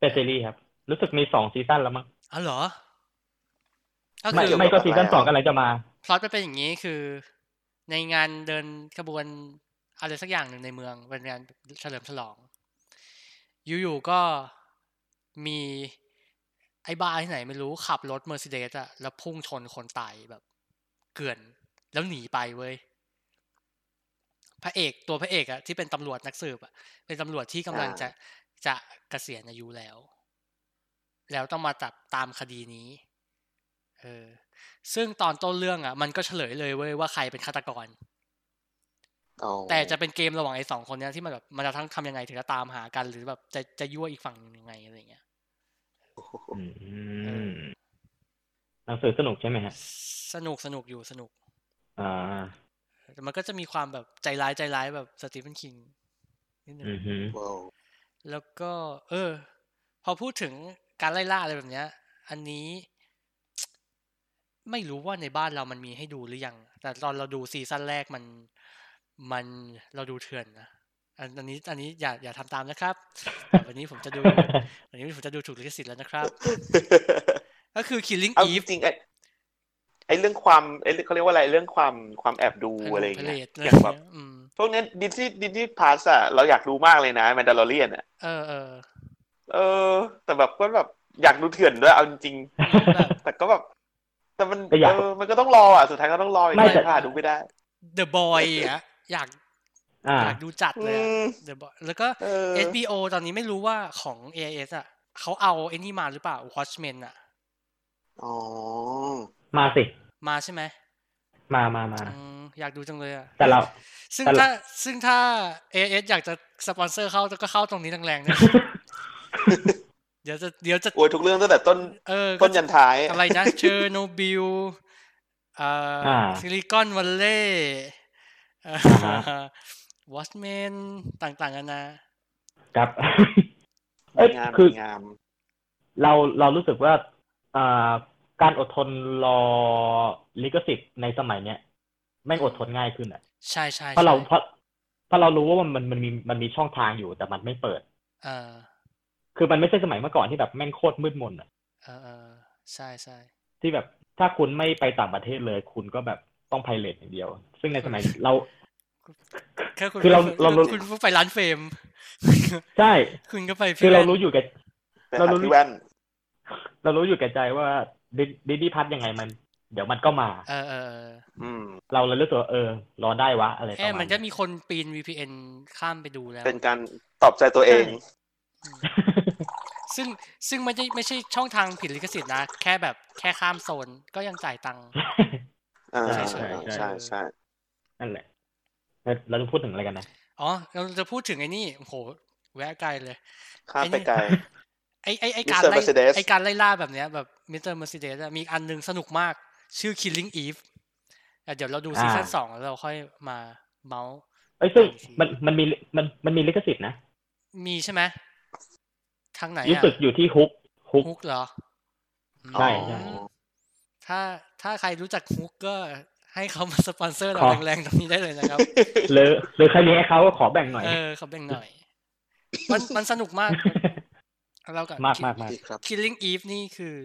เป็นซีรีส์ครับ รู้สึกมีสองซีซั่นแล้วมั้ง
อ๋อเหรอก็
ไม่
คือ
ไม่ก็ซีซั่นสองกำลังจะมา
พล็อตมันเป็นอย่างนี้คือ ในงานเดินขบวนอะไรสักอย่างหนึ่งในเมืองเป็นงานเฉลิมฉลอง อยู่ๆก็มีไอ้บ้าที่ไหนไม่รู้ขับรถเมอร์เซเดสอะแล้วพุ่งชนคนตายแบบ เกลื่อนแล้วหนีไปเว้ย พระเอกตัวพระเอกอะที่เป็นตำรวจนักสืบอะเป็นตำรวจที่กำลังจะจะเกษียณอายุแล้ว แล้วต้องมาจับตามคดีนี้เออซึ่งตอนต้นเรื่องอะมันก็เฉลยเลยเว้ยว่าใครเป็นฆาตกร
อ๋อ
แต่จะเป็นเกมระหว่างไอ้สองคนเนี้ยที่มันแบบมันจะทั้งทำยังไงถึงจะตามหากันหรือแบบจะจะยั่วอีกฝั่งหนึ่งยังไงอะไรอย่างเงี้ย
อืมหนังสือสนุกใช่ไหมฮะ
สนุกสนุกอยู่สนุก
อ่า
แต่มันก็จะมีความแบบใจร้ายใจร้ายแบบสตีเฟนคิงนิดนึง
อือฮึ
[LAUGHS]
ว้าว
แล้วก็ เออ พอพูดถึงการไล่ล่าอะไรแบบเนี้ย อันนี้ ไม่รู้ว่าในบ้านเรามันมีให้ดูหรือยัง แต่ตอนเราดูซีซั่นแรกมันมันเราดูเถื่อนนะอันอันนี้อันนี้อย่าอย่าทำตามนะครับแต่วันนี้ผม
[LAUGHS]
จะดู วันนี้ผมจะดูถูกลิขสิทธิ์แล้วนะครับ ก็คือ Killing
เอาจ
Eve
ริงๆไอ้ไอ้เรื่องความไอ้เรื่องเขาเรียกว่าอะไร เรื่องความความแอบดูอะไรอย่างเงี้ย
Pirate อะไรอย่
อา
ย่าง ง
แบบ
เงี้ยอืม
พวกเนี้ดิสนีย์ดิสนีย์พาร์อะเราอยากดูมากเลยนะแมนดาลอเรียนอะ
เออเออ
เออ แต่แบบก็แบบอยากดูเถื่อนด้วยเอาจริง
แบบ
ๆแต่ก็แบบ แต่มัน
แต่อยาก
เออมันก็ต้องรออ่ะสุดท้ายก็ต้องรออีก
ไม่แต่
ไม่พลาดดูไม่ได้
The Boy อ่ะอยาก
อ่า
อยากดูจัดเลยอะ
อืม
The Boy แล้วก็
เออ
HBO ตอนนี้ไม่รู้ว่าของ AIS อ่ะเขาเอาไอ้นี่มาหรือเปล่า Watchmen อ่ะ
อ๋อ
มาสิ
มาใช่ไหม
มามามา
อืมอยากดูจังเลยอ่ะ
แต่เรา
ซึ่ง
แต่เรา
ถ้าซึ่งถ้า AIS อยากจะสปอนเซอร์เข้าก็เข้าตรงนี้แรงๆนะ [LAUGHS] เดี๋ยวจะเดี๋ยวจะ
โอ้ยทุกเรื่องตั้งแต่ต้น
เออก็
ต้นยันท้าย
อะไรนะเชอร์โนบิลอ่
อ่า
าซิลิคอนวัลเล
ฮะ
วอชแมนต่างๆกันานะครับ
เอ้ย
งาม
คือ
งาม
เราเรารู้สึกว่าอ่าการอดทนรอลิขสิทธิ์ในสมัยเนี้ยแม่งอดทนง่ายขึ้นอ่ะ
ใช่ใช่
เพราะเรา
ใช่
เพราะเพราะเรารู้ว่ามันมันมันมีมันมีช่องทางอยู่แต่มันไม่เปิด
เออ
คือมันไม่ใช่สมัยเมื่อก่อนที่แบบแม่งโคตรมืดมนอ่ะ
เออเออใช่ใช่
ที่แบบถ้าคุณไม่ไปต่างประเทศเลย คุณก็แบบต้องไพเรตอย่างเดียว ซึ่งในสมัยเรา
แค่คุณ
คือเรา
ก็
เรารู้
คุณไปร้านเฟรม [LAUGHS]
ใช่
คุณก็ไป
คือเรา
แว่น
รู้อยู่แกับ
แต่
เรารู้
พี่แว่น
เรารู้อยู่แก่ใจว่าดิดี้พัทยังไงมัน เดี๋ยวมันก็มา
เออเออเออ
อืม
เราเลยรู้สึกว่าเออ รอได้วะ อะไรประ
เอ๊ะ
มาณ
มันก็
นี้ [LAUGHS]
มีคนปีน VPN ข้ามไปดูแล้ว
เป็นการตอบใจตัวเอง
ซึ่งซึ่งไม่ได้ไม่ใช่ช่องทางผิดลิขสิทธิ์นะ แค่แบบแค่ข้ามโซนก็ยังจ่ายตังค์
อ่า
ใช่ใช่ใช่
ใช่ใช่
นั่นแหละแล้วเราจะพูดถึงอะไรกันนะ
อ๋อ เราจะพูดถึงไอ้นี่โอ้โห แวะไกลเลย
ข้ามไปไกล
ไอ้ไอ้ไอ้
Mr.
การไล่
Mercedes
ไอ้การไล่ล่าแบบเนี้ยแบบมิสเตอร์เมอร์เซเดสมีอีกอันหนึงสนุกมากชื่อ Killing Eve แต่เดี๋ยวเราดูซีซั่น
อ่า
สองแล้วเราค่อยมาเมาส์
เอ้ยซึ่งมันมันมีมันมันมีลิขสิทธิ์นะ
มีใช่ไหมทางไหน
รู้
อะ
สึกอยู่ที่ฮุกฮุก
ฮุกเหรอ
ใช่ใช่
อ๋อถ้าถ้าใครรู้จักฮุกก็ให้เขา [LAUGHS] มาสปอนเซอร์เรา
ขอ
แรงๆตรงนี้ได้เลยนะครับ
หรือหรือใครมีให้เขาก็ขอแบ่งหน่อย
เออเขาแบ่งหน่อย มันมันสนุก
[LAUGHS]
มากเรากับ
มากมากมาก
ดีครับ
Killing Eve นี่คือ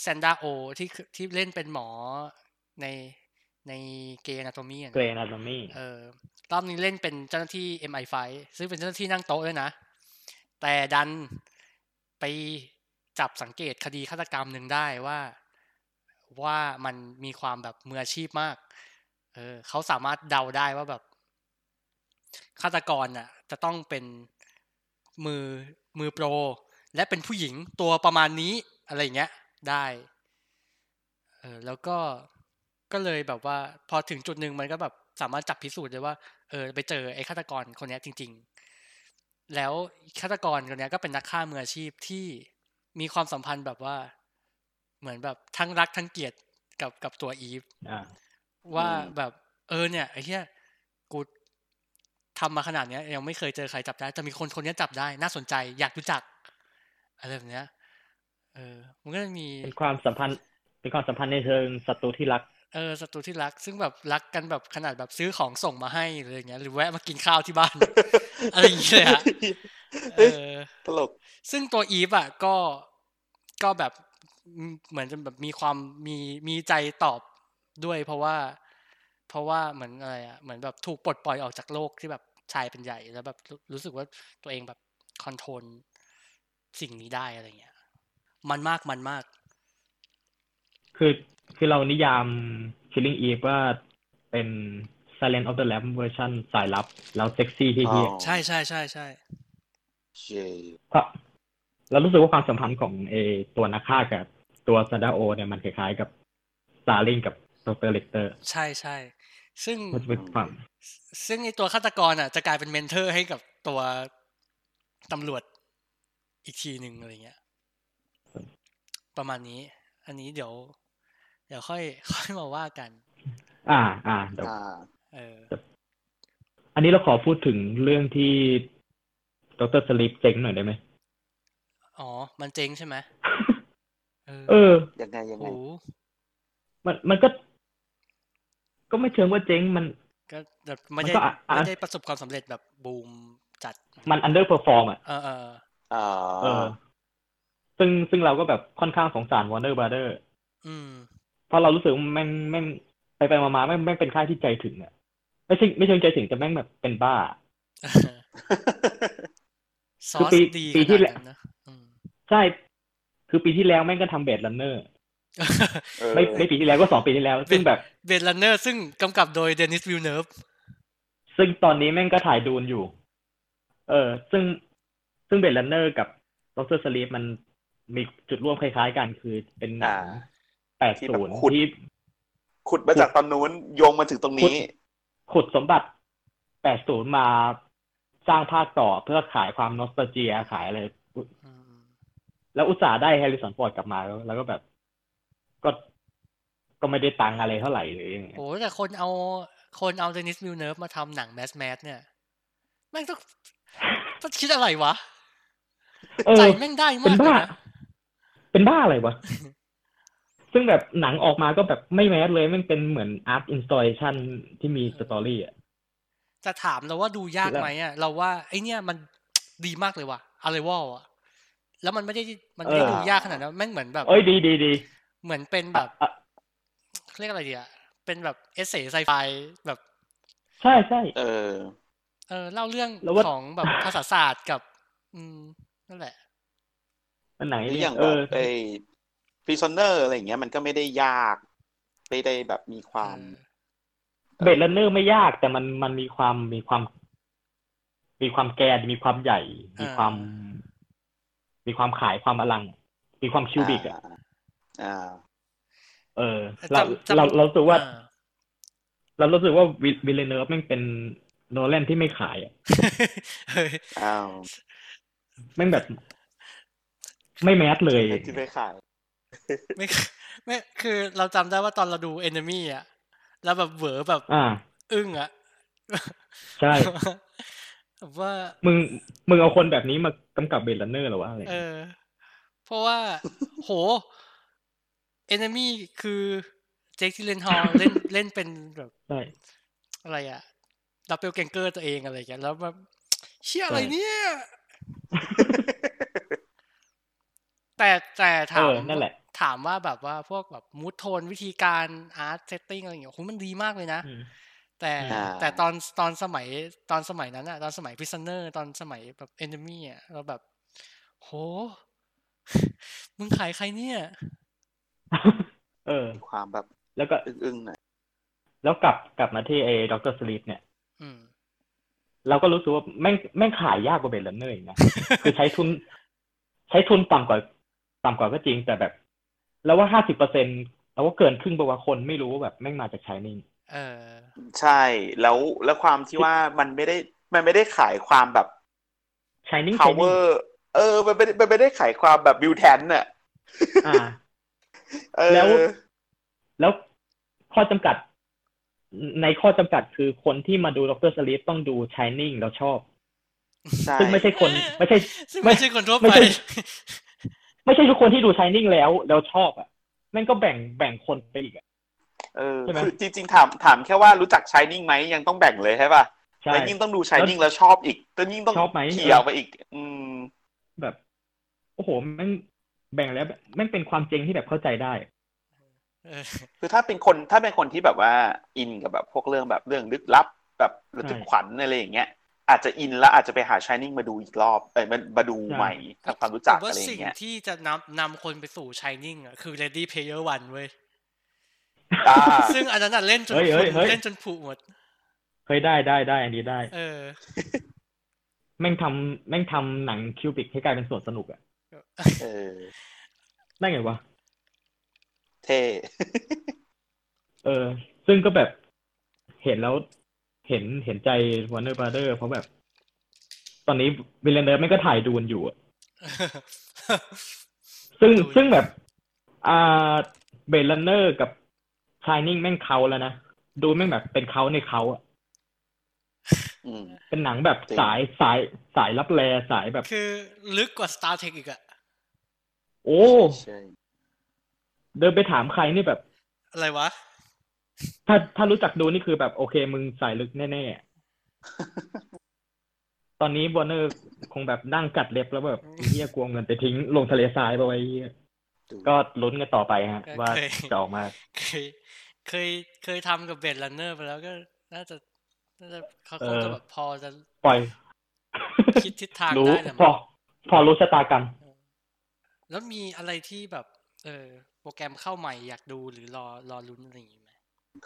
แซนดาโอที่คือที่เล่นเป็นหมอในในเกย์นาโตมี
เกรนาโนมี่
เออรอบนี้เล่นเป็นเจ้าหน้าที่ MI5 ซึ่งเป็นเจ้าหน้าที่นั่งโต๊ะด้วยนะ แต่ดันไปจับสังเกตคดีฆาตกรรมหนึ่งได้ว่าว่ามันมีความแบบมืออาชีพมาก เออเขาสามารถเดาได้ว่าแบบฆาตกรน่ะ จะต้องเป็นมือมือโปร และเป็นผู้หญิงตัวประมาณนี้อะไรอย่างเงี้ยได้เออแล้วก็ก็เลยแบบว่า พอถึงจุดหนึ่งมันก็แบบสามารถจับพิสูจน์ได้ว่าเออไปเจอไอ้ฆาตกรคนเนี้ยจริง ๆ แล้วฆาตกรคนเนี้ยก็เป็นนักฆ่ามืออาชีพที่มีความสัมพันธ์แบบว่า เหมือนแบบทั้งรักทั้งเกลียดกับกับตัวอีฟ
อ่า
ว่า
อืม
แบบเออเนี่ยไอ้เหี้ยกูทำมาขนาดเนี้ย ยังไม่เคยเจอใครจับได้ แต่มีคนคนเนี้ยจับได้ น่าสนใจอยากรู้จักอะไรแบบเนี้ยเออ มันก็จะมี
เป็นความสัมพันธ์ เป็นความสัมพันธ์ในเชิงศัตรูที่รัก
เออศัตรูที่รัก ซึ่งแบบรักกันแบบขนาดแบบซื้อของส่งมาให้หรืออย่างเงี้ยหรือแวะมากินข้าวที่บ้าน อะไรอย่างเงี้ยฮะ [LAUGHS] เออ
[LAUGHS] ตลก
ซึ่งตัวอีฟอ่ะก็ก็แบบอืมเหมือนจะแบบมีความมีมีใจตอบด้วย เพราะว่า เพราะว่าเหมือนอะไรอ่ะเหมือนแบบถูกปลดปล่อยออกจากโลกที่แบบชายเป็นใหญ่แล้วแบบรู้รู้สึกว่าตัวเองแบบคอนโทรลสิ่งนี้ได้อะไรเงี้ย มันมากมันมาก
คือ คือเรานิยาม Killing Eve ว่าเป็น Silent of the Lamb เวอร์ชันสายลับ แล้วเซ็กซี่ที่เฮีย
อ๋อ
ใช่ใช่ใช่ใช่
เย่
ก็เรารู้สึกว่าความสัมพันธ์ของเออตัวนักฆ่ากับ ตัวซาดาโอ เนี่ยมันคล้ายๆกับซาลิงกับดรเลกเตอร์
ใช่ใช่ซึ่ง
มันจะเป็นความ
ซึ่งไอตัวฆาตกรอ่ะ จะกลายเป็นเมนเทอร์ให้กับตัวตำรวจอีกทีหนึ่งอะไรเงี้ย ประมาณนี้ อันนี้เดี๋ยว เดี๋ยวค่ [LAUGHS] อย ค่อยมาว่ากัน
อ่า อ่าเดี๋ยว
อ่า
เออ
อันนี้เราขอพูดถึงเรื่องที่ดรสลิปเจ๊งหน่อยได้ไหม
อ๋อ มันเจ๊งใช่ไหมเออ
เออ
ยังไงยังไง
โอ้โห
มันมันก็ ก็ไม่เชิงว่าเจ๊งมัน
ก็แบบไม่
มัน
ได้
ก็อ่ะอ่ะ
ไม่ได้ประสบความสำเร็จแบบบูมจัด
มันอันเดอร์เพอร์ฟอร์มอ่ะ
เออเออ
เอ
เออ
อ
ซึ่งซึ่งเราก็แบบค่อนข้างสงสารวอร์เนอร์บราเดอร์
อืม [LAUGHS]
เพราะเรารู้สึกว่าแม่งแม่งไปไปมามาแม่งแม่งเป็นค่ายที่ใจถึงอ่ะไม่ใช่ไม่เชิงใจถึงแต่แม่งแบบเป็นบ้า
ซ
คือ อ
ส
ปี
ดี
ปีที่
ขนาด
แล้ว
นั้นนะอืม [LAUGHS]
ใช่ คือปีที่แล้วแม่งก็ทำเบดลันเนอร์
เออ
ไม่ไม่ปีที่แล้วก็สองปีที่แล้ว ซึ่งแบบ
เบดลันเนอร์ซึ่งกำกับโดยเดนิสวิลเนิร์ฟ
ซึ่งตอนนี้แม่งก็ถ่ายดูนอยู่ เออ ซึ่งซึ่งเบลเลนเนอร์กับดรสลีปมันมีจุดร่วมคล้ายๆกันคือเป็นหนั
อ่า
งแปด
ที่แบ
ศู
บ
นย์
ขุด
ที่
ขุดมาจากตอนนู้นโยงมาถึงตรง
ขุด
นี้
ขุดสมบัติแปดศูนย์มาสร้างภาคต่อเพื่อขายความนอสตาเจียขายอะไร
อืม
แล้วอุตส่าห์ได้แฮร์ริสันฟอร์ดกลับมาแล้ว แล้วก็แบบ ก็ก็ไม่ได้ตังค์อะไรเท่าไหร่หรือยังไง
โอ้แต่คนเอาคนเอาเดนิสมิลเนิร์ฟมาทำหนังแมสแมสเนี่ยแม่งต้อง
[LAUGHS]
ต้องคิดอะไรวะ
เอ
ใจ
อ
แม่งได้มา
เป็น
กเลย
บ้า
นะ
เป็นบ้าอะไรวะ ซึ่งแบบหนังออกมาก็แบบไม่แมสเลย มันเป็นเหมือนอาร์ตอินสต l เลชันที่มีสตอรี่อ่ะ
จะถามเราว่าดูยากไหมอ่ะเราว่าไอเนี่ยมัน ดีมากเลยว่ะอะไรวอลอ่ะ แล้วมันไม่ได้มันไม่ได้
เออ
ดูยากขนาดนั้นแม่งเหมือนแบบ
เอ้ยดีดีดี
เหมือนเป็นแบ
อ่ะ
บ
อ่ะ
เรียกอะไรดีอ่ะเป็นแบบเอเซไซไฟแบบ
ใช่ใช่
เออ
เออเล่าเรื่อง
แล้วว่า
ของแบบภาษาศาสตร์กับ อืมนั่นแหละ
มันหนังไอ้
แล้วอ
เนี่
ย่าย ง
เอ
แบบ
อ
ไอ้พรีซอนเนอร์อะไรอย่างเงี้ยมันก็ไม่ได้ยาก ไม่ได้แบบมีควา
เอ
ม
อ
เบรดเลนเนอร์ไม่ยากแต่มันมันมีความมีความ มีความแกนมีความใหญ่ มีความ มีความขายความอลัง มีความคิวบิกอ่ะ
อ่า
เออ เรา
จำจำ
เราเรารู้สึกว่า
เออ
เรารู้สึกว่าวิลเลเนอร์แม่งเป็นโนแลนที่ไม่ขายอ่ะ
[LAUGHS] เฮ้ย
อ้าว
แม่งแบบ ไม่แมสเลย
ที่ไปขาย
ไม่ [LAUGHS] ไม่คือเราจำได้ว่าตอนเราดูเอนมี่อ่ะ แล้วแบบเหวอแบบ
อ่า
อึ้งอ่ะ
ใช่
แบบ [LAUGHS] ว่า
มึง มึงเอาคนแบบนี้มากำกับเบลเลนเนอร์หรอวะอะไร
เออ เพราะว่า โหเอนมี่คือเจคที่เลนฮอลเล่นเล่นเป็นแบบ
ใช่
อะไรอะดับเบิลแกงเกอร์ตัวเองอะไรอย่างเงี้ยแล้วแบบเชี่ยอะไร
ใช่ [LAUGHS]
เนี่ย แต่แต่ถาม
เออนั่นแหละ
ถามว่าแบบว่าพวกแบบมูทโทนวิธีการอาร์ตเซตติ้งอะไรอย่างเงี้ยโหมันดีมากเลยนะ
อืม
แต่
อ่า
แต่ตอนตอนสมัยตอนสมัยนั้นอะตอนสมัยพิซเนอร์ตอนสมัยแบบเอนมีอะเราแบบ โห [LAUGHS] มึงขายใครเนี่ย
[LAUGHS] เออ
มีความแบบ
แล้วก็
อึ้งๆหน่อย
แล้วกลับกลับมาที่ไอ้ด็อกเตอร์สลีปเนี่ย
อืม
เราก็รู้สึกว่าแม่งแม่งขายยากกว่าเบลเลนเนอร์อีกนะ [LAUGHS] คือใช้ทุน ใช้ทุนต่ำกว่าต่ำกว่าก็จริง แต่แบบ แล้วว่าห้าสิบเปอร์เซ็นต์แล้วว่าเกินครึ่งปะว่าคนไม่รู้ว่าแบบแม่งมาจากชายนิ่ง
เออ
ใช่แล้วแล้วความที่ว่ามันไม่ได้มันไม่ได้ขายความแบบ
ชายนิ่ง
power เออ มันไม่ได้มันไม่ได้ขายความแบบบิวแทนน่ะ
อ่า
เออ
แล้ว แล้วข้อจำกัด ในข้อจำกัดคือคนที่มาดูดรสลีปต้องดูชายนิ่งแล้วชอบ
ใช่
ซึ่งไม่ใช่คน ไม่ใช่
ซึ่งไม่ใช่คนทั่วไป
ไม่ใช่ ไม่ใช่ทุกคนที่ดูชายนิ่งแล้วแล้วชอบอ่ะแม่งก็แบ่งแบ่งคนไปอีกอะ
เออ
ใช่ไหม
คือจริง ๆ ถามถามแค่ว่ารู้จักชายนิ่งไหมยังต้องแบ่งเลยใช่ป่ะ
ใช่
แล้วยิ่งต้องดูชายนิ่งแล้วชอบอีกแล้วยิ่งต้อง
ชอบไหม
เขี่ยวไปอีก อืม
แบบ โอ้โหแม่งแบ่งแล้วแม่งเป็นความจริงที่แบบเข้าใจได้
[LAUGHS] เออ
คือถ้าเป็นคนถ้าเป็นคนที่แบบว่าอินกับแบบพวกเรื่องแบบเรื่องลึกลับ แบบระทึก
ใช่
ขวัญอะไรอย่างเงี้ยอาจจะอินแล้วอาจจะไปหาชายนิ่งมาดูอีกรอบเอ้ยมันมาดู
ใช่
ใหม่ทำความรู้จัก
ผมว่า
อะไรอย่า
สิ่ง
งเงี้ย
ที่จะนำนำคนไปสู่ชายนิ่งอ่ะคือ Ready Player One เว้ย
อ่า
ซึ่งอันนั้นน่ะเล่นจน
เฮ้ยเฮ้ย
คน
เฮ้ย
เล่นจนผุหมด
เฮ้ยได้ได้ได้อันนี้ได้
เออ [LAUGHS]
แม่งทำแม่งทำหนังคิวบิกให้กลายเป็นส่วนสนุกอะ
เออ
ได้ไงวะ
เท่ [LAUGHS]
เออ ซึ่งก็แบบเห็นแล้วเห็นเห็นใจว a r n e r b r o t h e r เพราะแบบ ตอนนี้วิลเลนเดอร์ไม่งก็ถ่ายดูนอยู่อะซึ่ง
ดูน
ซึ่งแบบอ่าเบลเนอร์กับชายนิ่งแม่งเขาแล้วนะ ดูนแม่งแบบเป็นเขาในเขาอะ
อืม
เป็นหนังแบบ
จริง
สายสายสายรับแลสายแบบ
คือลึกกว่า Star Trek อีกอ่ะ
โอ้
ใช่
เดินไปถามใครนี่แบบ
อะไรวะ [LAUGHS]
ถ้าถ้ารู้จักดูนี่คือแบบโอเคมึงสายลึกแน่
[LAUGHS]
ๆ ตอนนี้บอนเนอร์คงแบบนั่งกัดเล็บแล้วแบบเฮียกลัวเงินไปทิ้งลงทะเลทรายไปไว้เหี้ย
ดู
ก็ลุ้นกันต่อไปฮะ ว่า
โอเค
จะออกมา
เคย เคย เคยทำกับเบด d ันเนอร์ไปแล้วก็น่าจะ น่าจะเขาคงจะแบบพอจะ
ปล่อย
คิดทิศทาง
รู้
ได้แหละ
พ
มั้
อง พอรู้ชะตากรรม
แล้วมีอะไรที่แบบ เออ โปรแกรมเข้าใหม่อยากดูหรือรอรอลุ้นอะไรอย่างงี้ไหม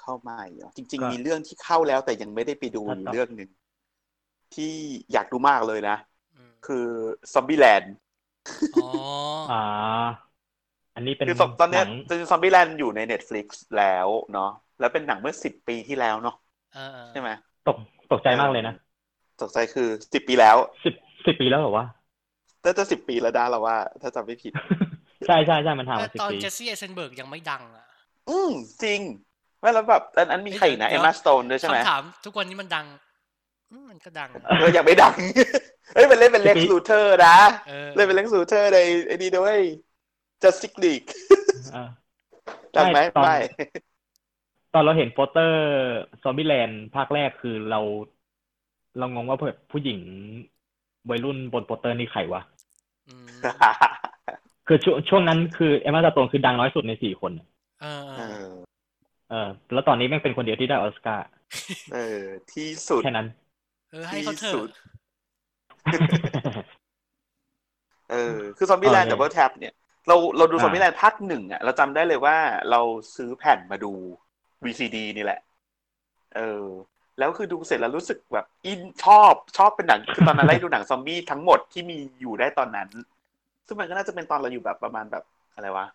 เข้ามาอีกเหรอจริง
ก็
ๆ มีเรื่องที่เข้าแล้วแต่ยังไม่ได้ไปดู
อ่ะต่อ
เรื่องหนึ่งที่อยากดูมากเลยนะ
อื
[LAUGHS]
ม
คือซอมบี้แลนด์
อ๋อ
อ่า อันนี้เป็น
คือ Zombie- ตอนเนี้ย
หง
จริงๆซอมบี้แลนด์อยู่ใน Netflix แล้วเนาะแล้วเป็นหนังเมื่อสิบปีที่แล้วเนาะ
เออ
ใช่ไหม
ตกตกใจมากเลยนะ
ตกใจคือสิบปีแล้ว
สิบสิบปีแล้วเหรอวะ
น่าจะสิบปีแล้วดาเราว่า ถ้าจำไม่ผิด
ใช่ใช่ใช่มัน
เอ
ห่าง
อ
มาสิบ
ตอน
ปี
เจสซี่เอเซนเบิร์กยังไม่ดังอ่ะ
อืมจริงไม่แล้วแบบอันนั้นมีใครอีกนะ
เดี๋
เอ
ยว
มมาสโตนด้วยใช่ไหม
คำถามทุกวันนี้มันดังอืมมันก็ดัง
เอออยากไปดัง [LAUGHS] เอ้ยเป็นเล่นเป็น
[LAUGHS]
เล็กซ์ลูเทอร์นะ
เออ
เล่นเป็นเล็กซ์ลูเทอร์ในไอ้นี่ด้วยจัสติกลีก
อ่า
ดังไหม
ใช่ตอน
ไม่
[LAUGHS] ตอนเราเห็นโปสเตอร์ซอมบี้แลนด์ภาคแรกคือเรา เรางงว่าแบบผู้หญิงวัยรุ่นบนโปสเตอร์นี่ใครวะ
อื
[LAUGHS]
ม
คือช่วงช่วงนั้นคือเอมมาตาโตนคือดังน้อยสุดในสี่คน
เออ
เอ
เออ
อ
เออ แล้วตอนนี้แม่งเป็นคนเดียวที่ได้ออสการ์
เออที่สุด
แค่นั้น [LAUGHS]
เออ ให้เขาเถ
ที่สุ
อะ
ด เออคือซอมบี้แลนด์
เอา
ดับ
เลย
เบิลแท็บเนี่ยเราเราดูซอมบี้แลนด์ภาคหนึ่งอะเราจำได้เลยว่าเราซื้อแผ่นมาดู VCD นี่แหละ เออ แล้วคือดูเสร็จแล้วรู้สึกแบบ อินชอบชอบเป็นหนังคือตอนนั้น ไล่ดูหนังซอมบี้ทั้งหมดที่มีอยู่ได้ตอนนั้น ซึ่งมันก็น่าจะเป็นตอนเราอยู่แบบประมาณแบบอะไรวะ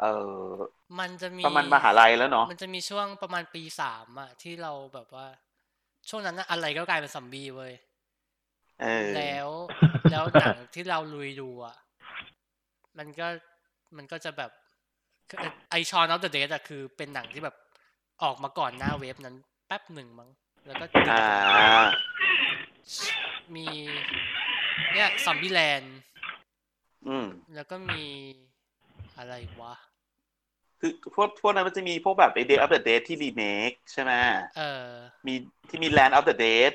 เออ
มันจะมี
ประมาณมหาลัยแล้วเนาะ
มันจะมีช่วงประมาณปีสามอะที่เราแบบว่า ช่วงนั้นน่ะอะไรก็กลายเป็นซอมบี้เว้ย
เออ
แล้ว
[LAUGHS]
แล้วหนังที่เราลุยดูอะมันก็มันก็จะแบบไอชอนอฟเดอะเดทอะคือเป็นหนังที่แบบออกมาก่อนหน้าเวฟนั้นแป๊บหนึ่งมั้งแล้วก็ติด
อ่า
มีเนี่ยซอมบี้แลนด์
อืม
แล้วก็มีอะไรวะ
คือพวกพวกนั้นมันจะมีพวกแบบ Day of the Dead ที่รีเมคใช่ไหม
เออ
มีที่มี Land of the Dead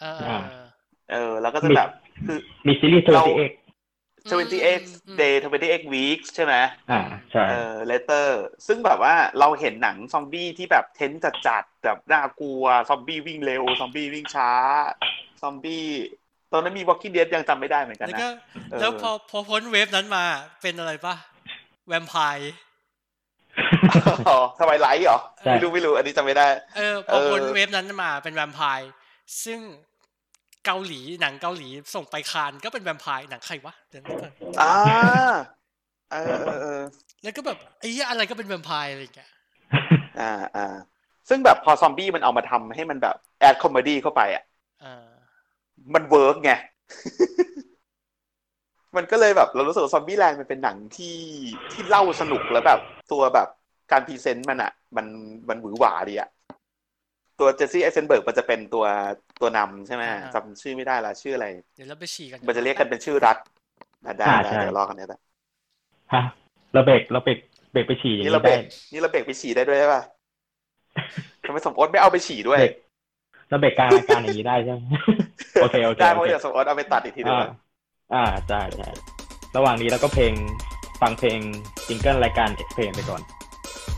เออเออเออ
เออแล้วก็จะแบบคือ
มีซีรีส์เทอร์
เรา
ซีเอ็
20x
อืม
ก
อืม
day 20x weeks ใช่ไหม
อ่า ใช่
เออ later ซึ่งแบบว่าเราเห็นหนังซอมบี้ที่แบบเทนจัดจัดๆแบบน่ากลัว ซอมบี้วิ่งเร็ว ซอมบี้วิ่งช้า ซอมบี้ ตอนนั้นมี walking dead ยังจำไม่ได้เหมือนกัน
แล้ว
นะ
ก็
เออ
แล้วพอพอพ้นเวฟนั้นมาเป็นอะไรปะแวมไพร์
[LAUGHS] อ๋อทำไมไลท์เหรอ
ใช่
ไม่รู้ไม่รู้ อันนี้จำไม่ได้
เออพอพ้น
เออ
เวฟนั้นมาเป็นแวมไพร์ซึ่ง เกาหลีหนังเกาหลีส่งไปคานก็เป็นแวมไพร์หนังใครวะเดี๋ยวนะก่อน
อ่าเออเออเออ
แล้วก็แบบไอ้เหี้ยอะไรก็เป็นแวมไพร์อะไรอย่างเงี้ย
อ่าอ่าซึ่งแบบพอซอมบี้มันเอามาทำให้มันแบบแอดคอมเมดี้เข้าไปอ่ะ
เออ
มันเวิร์กไง [LAUGHS] มันก็เลยแบบเรารู้สึกว่าซอมบี้แลนด์มันเป็นหนังที่ที่เล่าสนุกแล้วแบบ ตัวแบบการพรีเซนต์มันอะมันมันหวือหวาดีอะตัวเจสซี่ไอเซนเบิร์กมันจะเป็นตัวตัวนำใช่ไหมจำชื่อไม่ได้ละชื่ออะไร
เดี๋ยวเราไปฉี่กัน
มันจะเรียกกันเป็นชื่อรัฐได้ได้
อ่า
ได้
ใช่
เดี๋ยวรอกันเนี่ยนะ
[LAUGHS] ฮะเราเบรกเราเบรกเบรกไปฉี่อย่าง
นี่เรา
นี้
เบร
ได้
กนี่เราเบรกไปฉี่ได้ด้วยใช่ป่ะทำไมสมอดไม่เอาไปฉี่ด้วย
เราเบรกกลารรายการอย่างนี้ได้ใช่ไหม [LAUGHS] โอเคโอเค
ได้เพราะว่า
โอเค
เดี๋ยวสมอดเอาไปตัดอีกทีหนึง
อ่า
นะ
อ่าใช่ใช่ระหว่างนี้เราก็เพลงฟังเพลงจิงเกิลรายการเพลงไปก่อน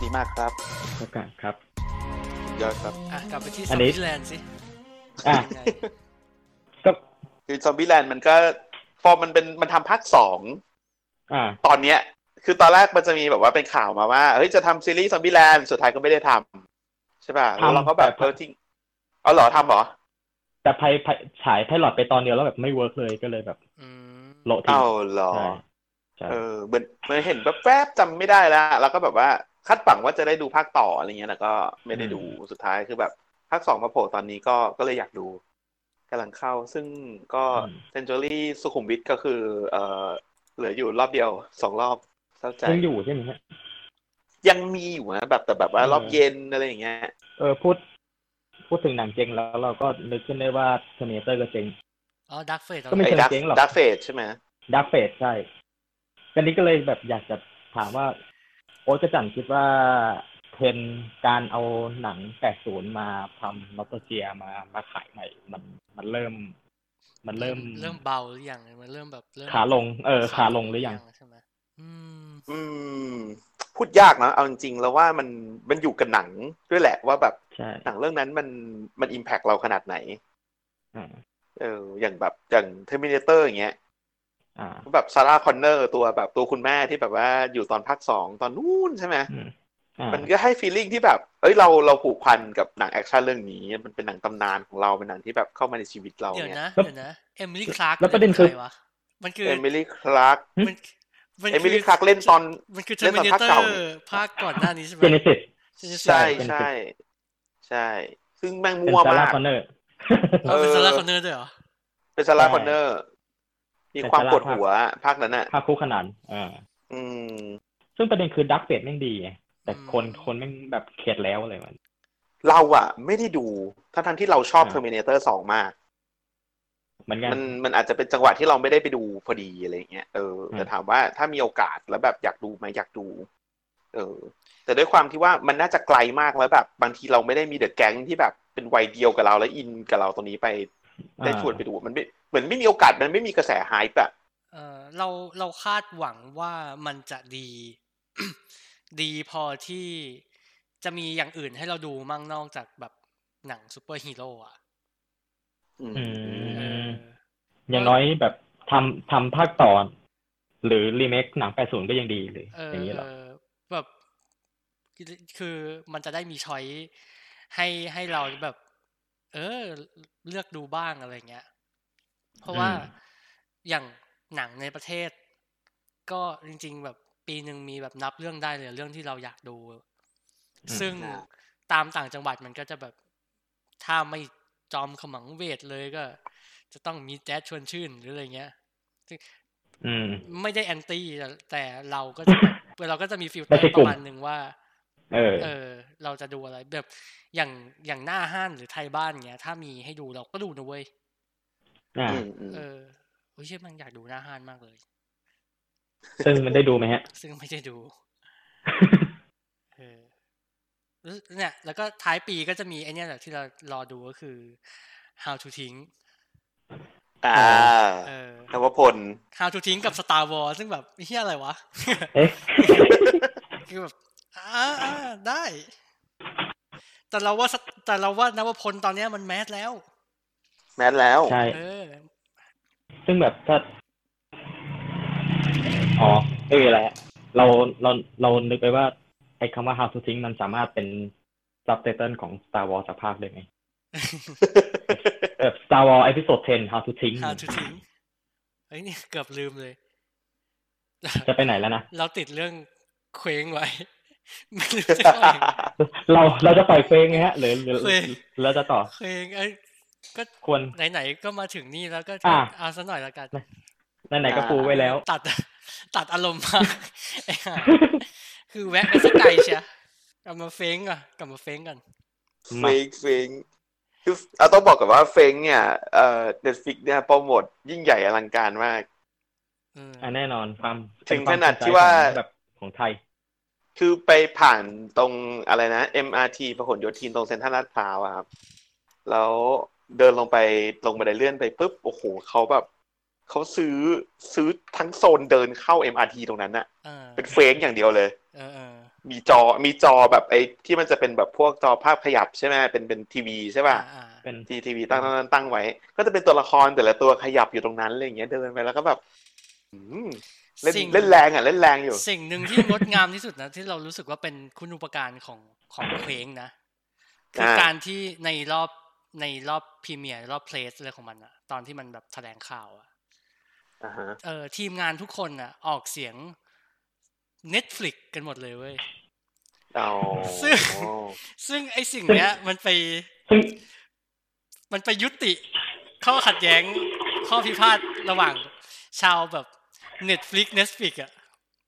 ดีมากครับ
แล้วกันครับ
ยอดครับ
อ่ะกลับไปที่ซอ
อั
ม
นนี้
บี้แลนด์สิ
อ่ะ
ยังไง
ก็
คือซอมบี้แลนด์มันก็พอมันเป็นมันทำภาคสอง
อ่า
ตอนเนี้ยคือตอนแรกมันจะมีแบบว่าเป็นข่าวมาว่าเฮ้ยจะทำซีรีส์ซอมบี้แลนด์สุดท้ายก็ไม่ได้ทำใช่ป่ะแล้ว
ทำ
เราก็แบบ
แต่
เออทิ้งเอาเหรอทำเหรอ
แต่ไพไพฉายไพลอตไปตอนเดียวแล้วแบบไม่เวิร์กเลยก็เลยแบบ
อืม
โละทิ้ง
เอาเหรอ
ใช่ใช่
เออเหมือนเหมือนเห็นแวบๆจำไม่ได้แล้วแล้วก็แบบว่าคาดฝังว่าจะได้ดูภาคต่ออะไรเงี้ยแล้วก็ไม่ได้ดูสุดท้ายคือแบบภาคสองมาโผล่ตอนนี้ก็ก็เลยอยากดูกำลังเข้า ซึ่งก็เซนจูรี่สุขุมวิทก็คือเออเหลืออยู่รอบเดียวสองรอบเศร้าใจ
ยังอยู่ใช่ไหมฮะ
ยังมีอยู่นะแบบแต่แบบว่ารอบเย็นอะไรอย่างเงี้ย
เออพูดพูดถึงหนังเจ๊งแล้วเราก็นึกขึ้นได้ว่าเทอร์มิเตอร์ก็เจ๊ง
อ๋อดักเฟส
ก็ไม่
ไอ้
เชิ
ดั
งเจ๊งหรอก
ดักเฟสใช่ไหม
ดักเฟสใช่กันนี้ก็เลยแบบอยากจะถามว่า โอ๊ตกระจันคิดว่าเทรนด์การเอาหนัง 80 มาทำนอตเจียมามาขายใหม่ มันมันเริ่ม มันเริ่ม
เริ่มเบาหรือยังมันเริ่มแบบเริ่ม
ขาลง เออ ขาลงหรือยัง
ใช่ไหมอืม
อืม พูดยากนะเอาจริงๆแล้วว่ามันมันอยู่กับหนังด้วยแหละว่าแบบ
ใช่
หนังเรื่องนั้นมันมันอิมแพกเราขนาดไหน
อ่า
เออ อย่างแบบอย่างเทอร์มินเตอร์อย่างเงี้ย
อ่า
แบบซาร่าคอนเนอร์ตัวแบบตัวคุณแม่ที่แบบว่าอยู่ตอนภาคสองตอนนู้นใช่ไหม
อืม อ่า
มันก็ให้ฟีลลิ่งที่แบบ เอ้ยเราเราผูกพันกับหนังแอคชั่นเรื่องนี้ มันเป็นหนังตำนานของเราเป็นหนังที่แบบเข้ามาในชีวิตเรา
เดี๋ยว
เนี่ย
นะ เดี๋ยวนะ เอมิลี่คลาร์ก
แล้วประเด็นคือ
วะ มันคือ
เอมิลี่คลาร์ก
มันมัน
เอมิลี่คลาร์กเล่นตอน
มันคือเทอ
เล่
ร์
น
มิ
ตอนภาค
นเตอ
เก่า
ร์ภาคก่อนหน้านี้ใช่ไหม
เจเนซิส
Genesis
ใช่
เป็น
ใช่
เป็น
ใช่ ซึ่งแม่ง
เป็น
มั่ว
ซาร่าม
าก
คอนเนอร์
เอา
เอ
เป็น
อ
ซาร่าคอนเนอร์ด้วยเหรอ
เป็นซาร่า
ใช่
คอนเนอร์มี
เป็น
ความ
ซาร่า
ปวดหัวภาคนั้นอ่ะ
ภาคคู่ขนานอ่า
อืม
ซึ่งประเด็นคือดักเฟดแม่งดีไงแต่
อืม
คนคนแม่งแบบเข็ดแล้วอะไรมัน
เราอ่ะ ไม่ได้ดูทั้งทั้งๆที่เราชอบ
อ่า
Terminator 2 มาก
เหมือนกัน
มันมันอาจจะเป็นจังหวะที่เราไม่ได้ไปดูพอดีอะไรอย่างเงี้ยเออแต่
อืม
ถามว่าถ้ามีโอกาสแล้วแบบอยากดูไหมอยากดู เออ แต่ด้วยความที่ว่ามันน่าจะไกลมากแล้วแบบ บางทีเราไม่ได้มีเดอะแก๊งที่แบบเป็นวัยเดียวกับเราแล้วอินกับเราตรงนี้ไปได้ชวนไปดูมันไม่เหมือนไม่มีโอกาสมันไม่มีกระแสไฮป์อะ
เออเราเราคาดหวังว่ามันจะดี [COUGHS] ดีพอที่จะมีอย่างอื่นให้เราดูมั่งนอกจากแบบหนังซูเปอร์ฮีโร่อะ
อืม
อื
เอ
ม
อ
อย่างน้อยแบบทำทำภาคต่อหรือรีเมคหนัง 80 ก็ยังดีเลย
เออ
อย่างนี้เหรอ
เออแบบคือมันจะได้มีช้อยให้ให้เราแบบ เออ เลือกดูบ้างอะไรเงี้ย เพราะว่า
อืม
อย่างหนังในประเทศ ก็จริง ๆ แบบปีหนึ่งมีแบบนับเรื่องได้เลยเรื่องที่เราอยากดู ซึ่ง
อ่า
ตามต่างจังหวัดมันก็จะแบบ ถ้าไม่จอมขมังเวทเลยก็ จะต้องมีแจ๊ดชวนชื่นหรืออะไรเงี้ย
อืม
ไม่ได้แอนตี้แต่แต่เราก็จะแบบ
[LAUGHS]
เราก็จะมีฟิลเตอ
ไม่ใช่
ร์ป
กลุ่
ระ
ม
มาณหนึ่งว่า
เออ
เออ เราจะดูอะไรแบบอย่างอย่างหน้าห้านหรือไทยบ้านเงี้ย ถ้ามีให้ดูเราก็ดูนะเว้ย
อ่า
อืมอืม
เออโอ้ยเชี่ยมันอยากดูหน้าห้านมากเลย
ซึ่งมันได้ดูไหมฮะ
ซึ่งไม่
[LAUGHS]
ได้ดูเออแล้วเนี่ย แล้วก็ท้ายปีก็จะมีไอเนี่ยแหละที่เรารอดูก็คือ how to ทิ้ง
อ่า
เออ
นวพล
how to ทิ้งกับ star wars ซึ่งแบบเฮียอะไรวะ
เอ๊ะ
[LAUGHS]
คือแบบอ่าอ่าได้ แต่เราว่าสแต่เราว่านวพลตอนเนี้ยมันแมสแล้ว
แมนแล้ว
ใช่
เออ
ซึ่งแบบถ้า อ๋อไม่มีอะไรฮะเราเราเรานึกไปว่า ไอ้คำว่า how to think มันสามารถเป็น subtitle ของ Star Wars สักภาคได้ไหม แบบ Star Wars Episode 10 How to Think
ฮาทูทิ้งเอ้ยเนี่ยเกือบลืมเลย
จะไปไหนแล้วนะ
เราติดเรื่องเคว้งไว้ ไม่รู้จะเล่ายังไง
เราเราจะปล่อยเพลงไหมฮะ หรือหรือ
เพลง
เราจะต่อ
เคว้งเอ้ยก็
ควร
ไหนๆก็มาถึงนี่แล้วก็
อ่ะ
เอาซะหน่อยละกัน
ไหนๆก็ปูไว้แล้ว
ตัด ตัดอารมณ์มาก [LAUGHS] ไอ้ห่าคือแวะไปสักไกลเชียกลับมาเฟ้งอ่ะกลับมาเฟ้งกัน
[LAUGHS] เฟงเฟงคือเอาต้องบอกก่อนว่าเฟงเนี่ยเอ่อเน็ตฟิกเนี่ยโปรโมทยิ่งใหญ่อลังการมาก
เอออ
อ่ะแน่นอนความ
ถึงขนาด
เป็
ที่ว่า
ความสนใจของแบบของไทย
คือไปผ่านตรงอะไรนะ MRT พหลโยธินตรงเซ็นทรัลลาดพร้าวอะครับ แล้วเดินลงไปลงบันไดเลื่อนไปปุ๊บ โอ้โหเขาแบบเขาซื้อซื้อทั้งโซนเดินเข้า MRT ตรงนั้นอะ
เออ
เป็นเฟกอย่างเดียวเลย
เออเออ
มีจอมีจอแบบไอ้ที่มันจะเป็นแบบพวกจอภาพขยับใช่ไหมเป็นเป็นทีวีใช่ป่ะ
อ่าๆ
เป็น
ทีทีวีตั้งตั้งตั้งตั้งไว้ ก็จะเป็นตัวละครแต่ละตัวขยับอยู่ตรงนั้นอะไรอย่างเงี้ยเดินไปแล้วก็แบบอืมเล่น
สิ่ง
เล่นแรงอ่ะเล่นแรงอยู่
สิ่งหนึ่งที่งดงามที่สุดนะ ที่เรารู้สึกว่าเป็นคุณูปการของของเคว้งนะ คืออา การที่ในรอบในรอบพรีเมียร์รอบเพลสอะไรของมันอะตอนที่มันแบบแถลงข่าวอะ
อ่าฮะ
เออทีมงานทุกคนอ่ะ ออกเสียง Netflix กันหมดเลยเว้ย
เอา
ซึ่ง ซึ่งไอสิ่งเนี้ย มันไป
ซึ่ง
มันไปยุติ ข้อขัดแย้งข้อพิพาทระหว่างชาวแบบ Netflix Netflix อ่ะ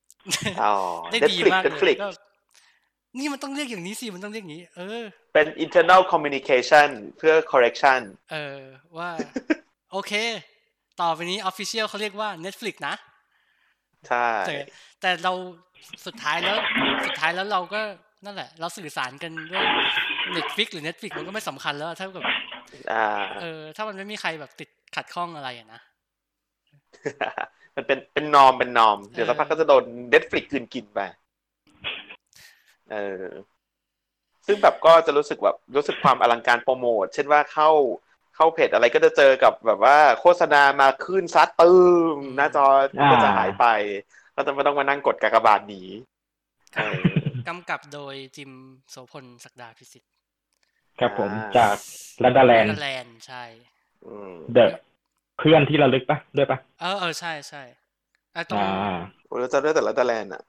[LAUGHS]
เอา
ได้
เน็ต
ดี
ฟลิก
มาก
เน็ต
เลย
ฟลิก
ก็นี่มันต้องเรียกอย่างนี้สิ มันต้องเรียกอย่างนี้ เออ
เป็น internal communication เพื่อ correction
เออว่า โอเค ต่อไปนี้ Official เขาเรียกว่า Netflix นะ
ใช่
แต่แต่เราสุดท้ายแล้วสุดท้ายแล้วเราก็นั่นแหละ เราสื่อสารกันด้วยเน็ตฟิกหรือเน็ตฟิกมันก็ไม่สำคัญแล้วอะถ้าแบบ
อ่า
เออถ้ามันไม่มีใครแบบติดขัดข้องอะไรอะนะ
[LAUGHS] มันเป็นเป็นนอมเป็นนอม เดี๋ยว
เออ
สักพักก็จะโดนเน็ตฟลิกคืนกินไป เออ ซึ่งแบบก็จะรู้สึกแบบรู้สึกความอลังการโปรโมท เช่นว่าเข้าเข้าเพจอะไรก็จะเจอกับแบบว่าโฆษณามาขึ้นซัดตืมหน้าจอก็จะหายไป ก็จะไม่ต้องมานั่งกดกากบาทหนีเออ
กำกับโดยจิมโสพลศักดาพิสิทธิ์
ครับผม
อ่า
จากลันดาแลนด์
แลนด์ใช่
อืม
เดอะเพื่อนที่ระลึกปะด้วยปะ
เออเออใช่ใช่ไอ้ตรง
อ่า
โอ้เราจำได้แต่ละตะแลนด์อ่ะ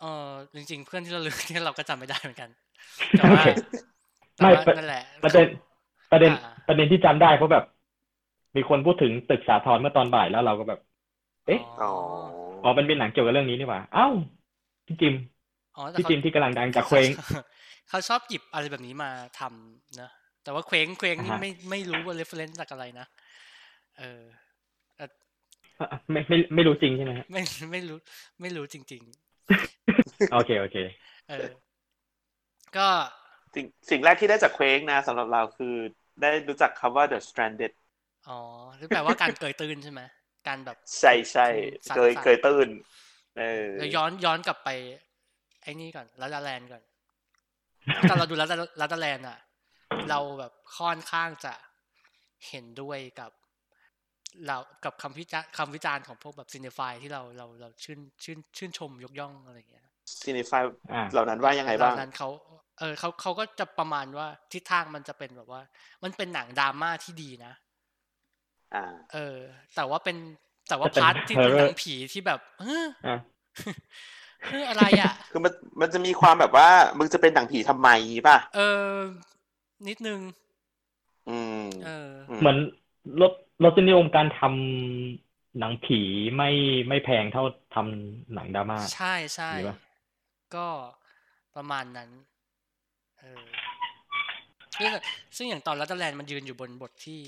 เออจริง ๆ เพื่อนที่เราลืมเนี่ยเราก็จำไม่ได้เหมือนกันแต่ว่า
[LAUGHS] โอเค
แต่ว่า
ไม่
นั่นแหละ
ประเด็นประเด็น
อ่า
ประเด็นที่จำได้เพราะแบบ มีคนพูดถึงตึกสาทรเมื่อตอนบ่ายแล้วเราก็แบบ เอ๊ะ
อ๋อ
อ๋อมันเป็นหนังเกี่ยวกับเรื่องนี้นี่หว่า เอ้าพี่จิม
อ๋อแต่
พี่
เขา
จิมที่กำลังดังจากเคว้ง [LAUGHS]
เขาชอบหยิบอะไรแบบนี้มาทำนะ แต่ว่าเคว้งเคว้งนี่
อ่าฮะ
ไม่ไม่รู้ว่า reference จากอะไรนะ เออ
ไม่ไม่ไม่รู้จริงใช่ไหมฮะ
ไม่ไม่รู้ ไม่รู้จริง
โอเคโอเค
ๆ เออ ก็
สิ่งสิ่งแรกที่ได้จากเควงนะสำหรับเราคือได้รู้จักคำว่า the stranded
อ๋อหรือแปลว่าการเกยตื่นใช่ไหมการแบบ
ใช่ใช่
สั่นๆ
เคยเคยตื่นเออ
เดี๋ยวย้อนย้อนกลับไป ไอ้นี่ก่อนลัดดาแลนด์ก่อนตอนเราดูลัดดาลัดดาแลนด์อะเราแบบค่อนข้างจะเห็นด้วยกับ เรากับคำวิจารณ์คำวิจารณ์ของพวกแบบซินเนฟายที่เราเราเราชื่นชื่นชื่นชมยกย่องอะไรอย่างเงี้ย
ซีนิฟาย
อ่า
เหล่านั้นว่ายังไงบ้าง
ตอนนั้นเขาเออเขาเขาก็จะประมาณว่าทิศทางมันจะเป็นแบบว่า มันเป็นหนังดราม่าที่ดีนะ
อ่า
เออ แต่ว่าเป็นแต่ว่า
แต่เป็น
พาร์ทที่เป็น
horror
หนังผีที่แบบเฮ้อ
อ่า
[LAUGHS] เฮ้ออะไรอ่ะ
คือมันมันจะมีความแบบว่า มึงจะเป็นหนังผีทำไมป่ะ
เออ นิดนึง
อืม
เออ
เหมือนลดลดนิยมการทำหนังผีไม่ไม่แพงเท่าทำหนังดราม่า
ใช่ใช่
ดีปะ
ก็ประมาณนั้น เออซึ่งซึ่งอย่างตอนลัตเตอร์แลนด์มันยืนอยู่บนบทที่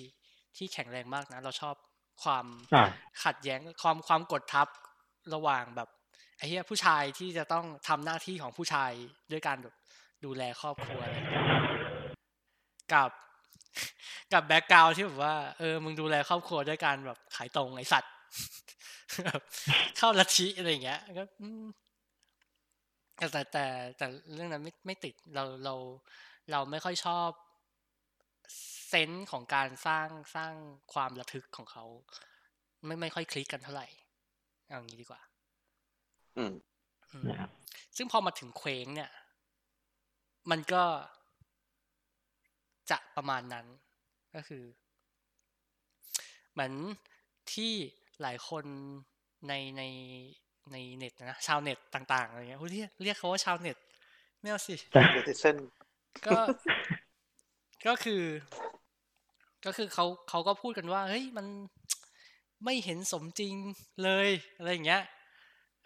ที่แข็งแรงมากนะ เราชอบความ
อ่า
ขัดแย้งความความกดทับระหว่างแบบไอ้เหี้ยผู้ชายที่จะต้องทำหน้าที่ของผู้ชายด้วยการแบบดูแลครอบครัวอะไรอย่างเงี้ยกับ [LAUGHS] กับแบ็กกราวที่แบบว่าเออมึงดูแลครอบครัวด้วยการแบบขายตรงไอสัตว์ [LAUGHS] แบบเข้าลัทธิอะไรอย่างเงี้ยก็อืมแต่แต่แต่แต่เรื่องนั้นไม่ไม่ติดเราเราเราไม่ค่อยชอบเซนส์ของการสร้างสร้างความระทึกของเขา ไม่ไม่ค่อยคลิกกันเท่าไหร่เอางี้ดีกว่า
อืม
อืม
นะครับ
ซึ่งพอมาถึงเคว้งเนี่ย มันก็จะประมาณนั้น ก็คือ เหมือนที่หลายคนในในในเน็ตนะชาวเน็ตต่างๆอะไรเงี้ยอุ๊ยเรียกเรียกเขาว่าชาวเน็ตไม่เอาสิ
เดติเซน
ก็ ก็คือ ก็คือเขาเขาก็พูดกันว่า เฮ้ย มัน ไม่เห็นสมจริงเลย อะไรอย่างเงี้ย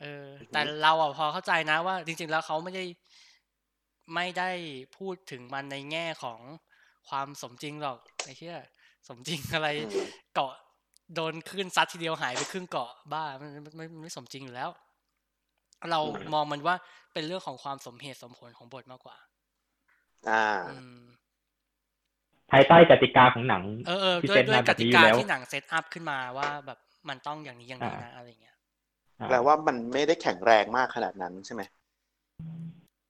เออ แต่เราอ่ะพอเข้าใจนะว่า จริง ๆ แล้วเขาไม่ได้ ไม่ได้พูดถึงมันในแง่ของความสมจริงหรอกไอ้เหี้ยสมจริงอะไร เกาะโดนคลื่นซัดทีเดียวหายไปครึ่งเกาะบ้ามันมันมันมันไม่สมจริงอยู่แล้ว เรามองมันว่าเป็นเรื่องของความสมเหตุสมผลของบทมากกว่า
อ่า
อืม
ภายใต้กติกาของหนัง
เออเออ
ที่
ด้วย
เซ็น
ด้ว
มาย แบ
ก
บ
ติ
นี้
กา
แล้ว
ที่หนังเซตอัพขึ้นมาว่าแบบมันต้องอย่างนี้อย่างนี้
อ่าน
นะอะไรเงี้ย
อ่า
แปลว่ามันไม่ได้แข็งแรงมากขนาดนั้นใช่ไหม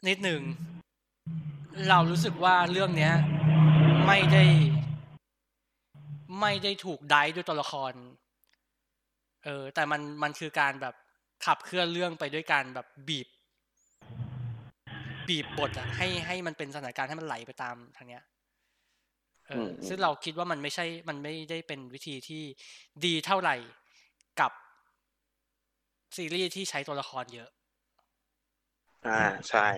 นิดหนึ่งเรารู้สึกว่าเรื่องเนี้ย ไม่ได้ ไม่ได้ถูกไดฟ์ด้วยตัวละคร เออ แต่มันมันคือการแบบขับเคลื่อนเรื่องไปด้วยการแบบบีบ บีบบทอะให้ให้มันเป็นสถานการณ์ให้มันไหลไปตามทางเนี้ยเอออ
มอืม
ซึ่งเราคิดว่ามันไม่ใช่ มันไม่ได้เป็นวิธีที่ดีเท่าไหร่กับซีรีส์ที่ใช้ตัวละครเยอะ
อ่า ใช่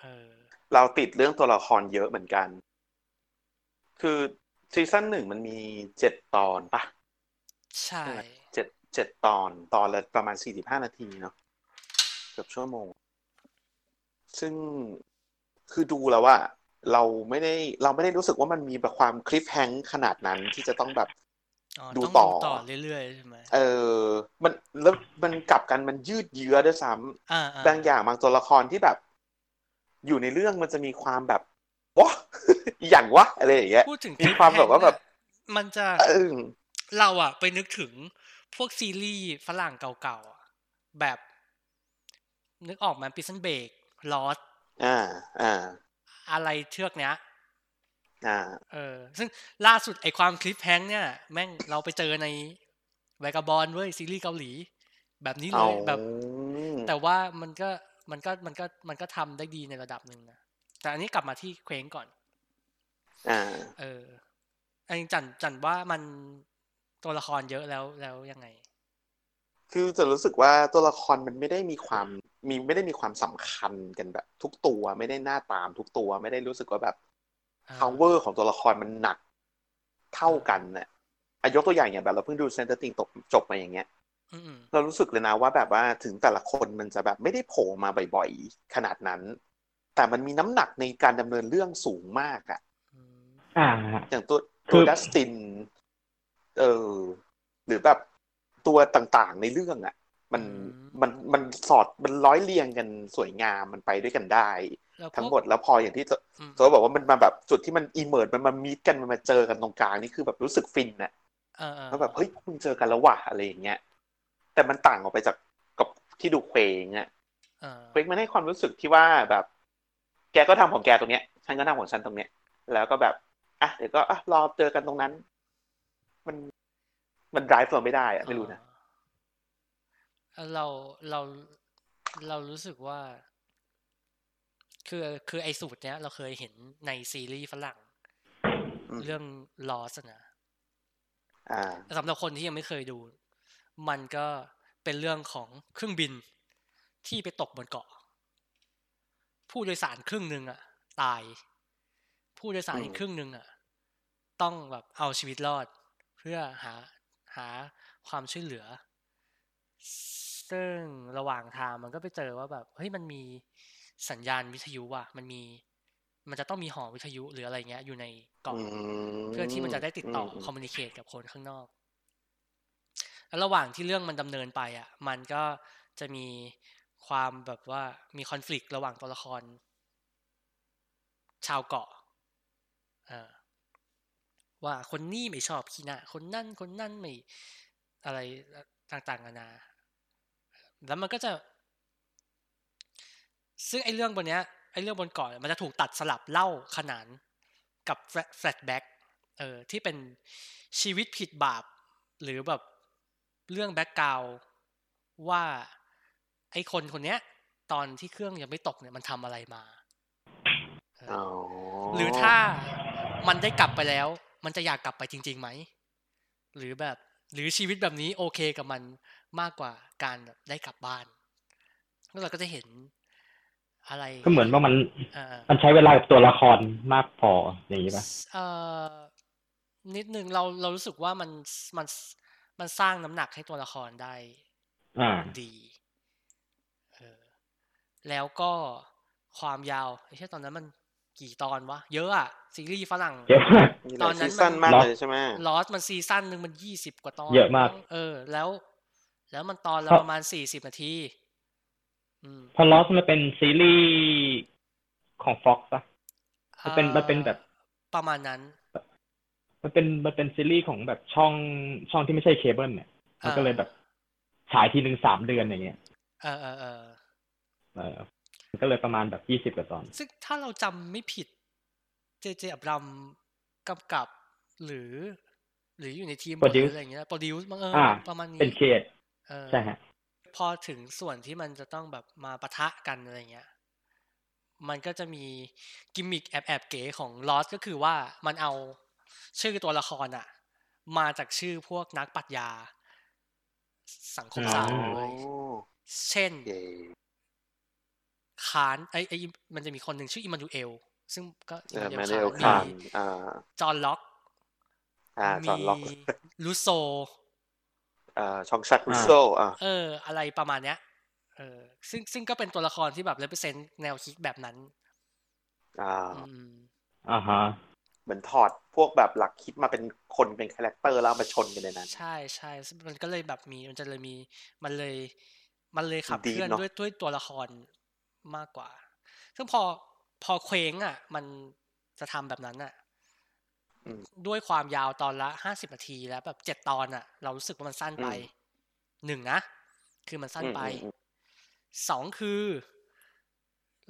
เออ
เราติดเรื่องตัวละครเยอะเหมือนกัน คือซีซั่นหนึ่งมันมีเจ็ดตอนปะ
ใช่
เจ็ดเจ็ดตอน ตอนละประมาณสี่สิบห้านาทีเนาะ เกือบชั่วโมง ซึ่งคือดูแล้วว่า เราไม่ได้เราไม่ได้รู้สึกว่ามันมีแบบความคลิปแฮงขนาดนั้นที่จะต้องแบบ
อ๋อ
ดู
ต้อง
ต่
ดู
อ
ต่อเรื่อยๆใช่ไหม
เออ มันแล้วมันกลับกันมันยืดเยื้อด้วยซ้ำ
อ่าๆ
บางอย่างบางตัวละครที่แบบ อยู่ในเรื่องมันจะมีความแบบวะ [LAUGHS] อีหยังวะอะไรอย่างเงี้ย
พูดถึง
มีความแบบว่าแบบ
เนี่ยมันจะ
เออ
เราอะไปนึกถึงพวกซีรีส์ฝรั่งเก่าๆอะแบบ นึกออกไหมปิซันเบกลอส
อ่า อ่า
อะไรเทือกเนี้ย
อ่า
เออ ซึ่งล่าสุดไอความคลิปแฮงเนี่ย แม่งเราไปเจอในแวกาบอลเว้ยซีรีส์เกาหลี แบบนี้เล
เอา
ยแบบ แต่ว่ามันก็มันก็มันก็มันก็ทำได้ดีในระดับหนึ่งนะ แต่อันนี้กลับมาที่เคว้งก่อน
อ่า
เอออันนี้จันจันว่ามันตัวละครเยอะแล้วแล้วยังไง
คือจะรู้สึกว่าตัวละครมันไม่ได้มีความมีไม่ได้มีความสำคัญกันแบบ ทุกตัวไม่ได้หน้าตามทุกตัวไม่ได้รู้สึกว่าแบบ
อ่า
power ของตัวละครมันหนักเท่ากันน่ะอ่ะยกตัวอย่างอย่างแบบเราเพิ่งดูเซนเตอร์ติงจบมาอย่างเงี้ย
อืม
เรารู้สึกเลยนะว่าแบบว่าถึงแต่ละคนมันจะแบบไม่ได้โผล่มาบ่อยๆ ขนาดนั้น แต่มันมีน้ำหนักในการดำเนินเรื่องสูงมากอะ
ๆอืม
อ่าฮะ
อย่างตัว
คือ
ตัวดัสตินเออหรือแบบตัวต่างๆในเรื่องอะมัน
อืม
มันมันสอดมันร้อยเรียงกันสวยงามมันไปด้วยกันได้
แล้วพวก
ทั้งหมดแล้วพออย่างที่ตัว
อืม
ตัวบอกว่ามันมาแบบจุดที่มันอีเมิร์มันมามีดกันมันมาเจอกันตรงกลางนี่คือแบบรู้สึกฟินอะ
เออเออ
แล้วแบบเฮ้ยคุณเจอกันแล้วว่ะอะไรอย่างเงี้ย แต่มันต่างออกไปจากกับที่ดูเควงอะ
เออ
เควงมันให้ความรู้สึกที่ว่าแบบ แกก็ทำของแกตรงเนี้ย ฉันก็ทำของฉันตรงเนี้ย แล้วก็แบบอ่ะเดี๋ยวก็อ่ะรอเจอกันตรงนั้น มันมันไดรฟ์เราไม่ได้อะไม่รู้นะ
เออเราเราเรารู้สึกว่า คือคือไอ้สูตรเนี้ย เราเคยเห็นในซีรีส์ฝรั่ง
ม
เรื่องลอสนะ
อ่า
แต่สำหรับคนที่ยังไม่เคยดู มันก็เป็นเรื่องของเครื่องบินที่ไปตกบนเกาะ ผู้โดยสารครึ่งหนึ่งอะตาย ผู้โดยสารอีก
อืม
ครึ่งหนึ่งอะต้องแบบเอาชีวิตรอด เพื่อหาหาความช่วยเหลือ ซึ่งระหว่างทางมันก็ไปเจอว่าแบบเฮ้ยมันมีสัญญาณวิทยุว่ะมันมี มันจะต้องมีหอวิทยุหรืออะไรเงี้ย อยู่ในเกาะ เพื่อที่มันจะได้ติดต่อคอมมูนิเคตกับคนข้างนอก แล้วระหว่างที่เรื่องมันดำเนินไปอ่ะ มันก็จะมีความแบบว่ามีคอน FLICT ระหว่างตัวละคร ชาวเกาะอ่าว่าคนนี้ไม่ชอบขี้หน้า คนนั่นคนนั่นไม่อะไรต่างๆนานา แล้วมันก็จะ ซึ่งไอ้เรื่องบนเนี้ยไอ้เรื่องบนเกาะเนี่ยมันจะถูกตัดสลับเล่าขนานกับแฟลชแบ็กเออที่เป็นชีวิตผิดบาป หรือแบบเรื่องแบ็กกราวว่าไอ้คนคนเนี้ย ตอนที่เครื่องยังไม่ตกเนี่ยมันทำอะไรมาเออ
อ๋อ
หรือถ้ามันได้กลับไปแล้ว มันจะอยากกลับไปจริงๆไหม หรือแบบ หรือชีวิตแบบนี้โอเคกับมันมากกว่าการแบบได้กลับบ้านแล้วเราก็จะเห็นอะไร
ก็เหมือนว่ามัน
เอ่อ
มันใช้เวลากับตัวละครมากพออย่างนี้ปะ
เอ่อนิดนึงเราเรารู้สึกว่ามันมันมันสร้างน้ำหนักให้ตัวละครได้
อ่า
ดีเออแล้วก็ความยาวไม่ใช่ตอนนั้นมันกี่ตอนวะ เยอะอะซีรีส์ฝรั่ง
เยอะมาก
มีหลาย
ตอนนั้
ซี
น
ซั่น
มัน
มาก
เนอะ
เลยใช่ไหม
ลอสมันซีซั่นหนึ่งมันยี่สิบกว่าตอน
เยอะมาก
เออ แล้ว แล้วมันตอนละ
เพราะ
ประมาณสี่สิบนาที อืม
พอลอสมันเป็นซีรีส์ของฟ็อกซ์ปะ มันเป็นมันเป็นแบบ
อ่าประมาณนั้น
มันเป็นมันเป็นซีรีส์ของแบบช่องช่องที่ไม่ใช่เคเบิลเนี่ยมันก็เลยแบบฉายทีหนึ่งสามเดือนอย่างเงี้ย
เออเออเออ
เออมันก็เลยประมาณแบบยี่สิบกว่าตอน
ซึ่งถ้าเราจำไม่ผิดเจเจอับรัมกำกับหรือ หรืออยู่ในทีมหมดหรือ
Produce
อะไรอย่างเงี้ยโปรดิวซ์มั้งเออ
อ่า
ประมาณนี้
เป็นเคส
เออ
ใช่ฮะ
พอถึงส่วนที่มันจะต้องแบบมาปะทะกันอะไรเงี้ย มันก็จะมีกิมมิคแอบแอบๆเก๋ของลอสก็คือว่ามันเอาชื่อตัวละครอะมาจากชื่อพวกนักปรัชญา สังคมศาสตร์
อ่า
โอ้
เลย เช่น
เย่
คานไอ้ไอ้มันจะมีคนหนึ่งชื่ออิมมานูเอล ซึ่งก็
เออแม
ค
เนล
า
คาน น
มี
อ่า
จอห์นล็อก
อ่าจอห์นล็อก
มีลูโซ
อ่าชองชักรุสโซอ่า
เออ อะไรประมาณเนี้ยเออซึ่งซึ่งก็เป็นตัวละครที่แบบ represent แนวคิดแบบนั้น
อ่า
อืม
อ่าฮะ
เหมือนถอดพวกแบบหลักคิดมาเป็นคนเป็นคาแรคเตอร์แล้วเอามาชนกันในนั้น
ใช่ใช่ซึ่งมันก็เลยแบบมีมันจะเลยมีมันเลย มันเลยขับ
ดี
เคลื่อน
เนอะ
ด้วยด้วยตัวละครมากกว่า ซึ่งพอพอเคว้งอ่ะ มันจะทำแบบนั้นอ่ะ ด้วยความยาวตอนละห้าสิบนาทีแล้วแบบเจ็ดตอนอะเรารู้สึกว่ามันสั้นไปหนึ่งนะ คือมันสั้นไป
อืม
สองคือ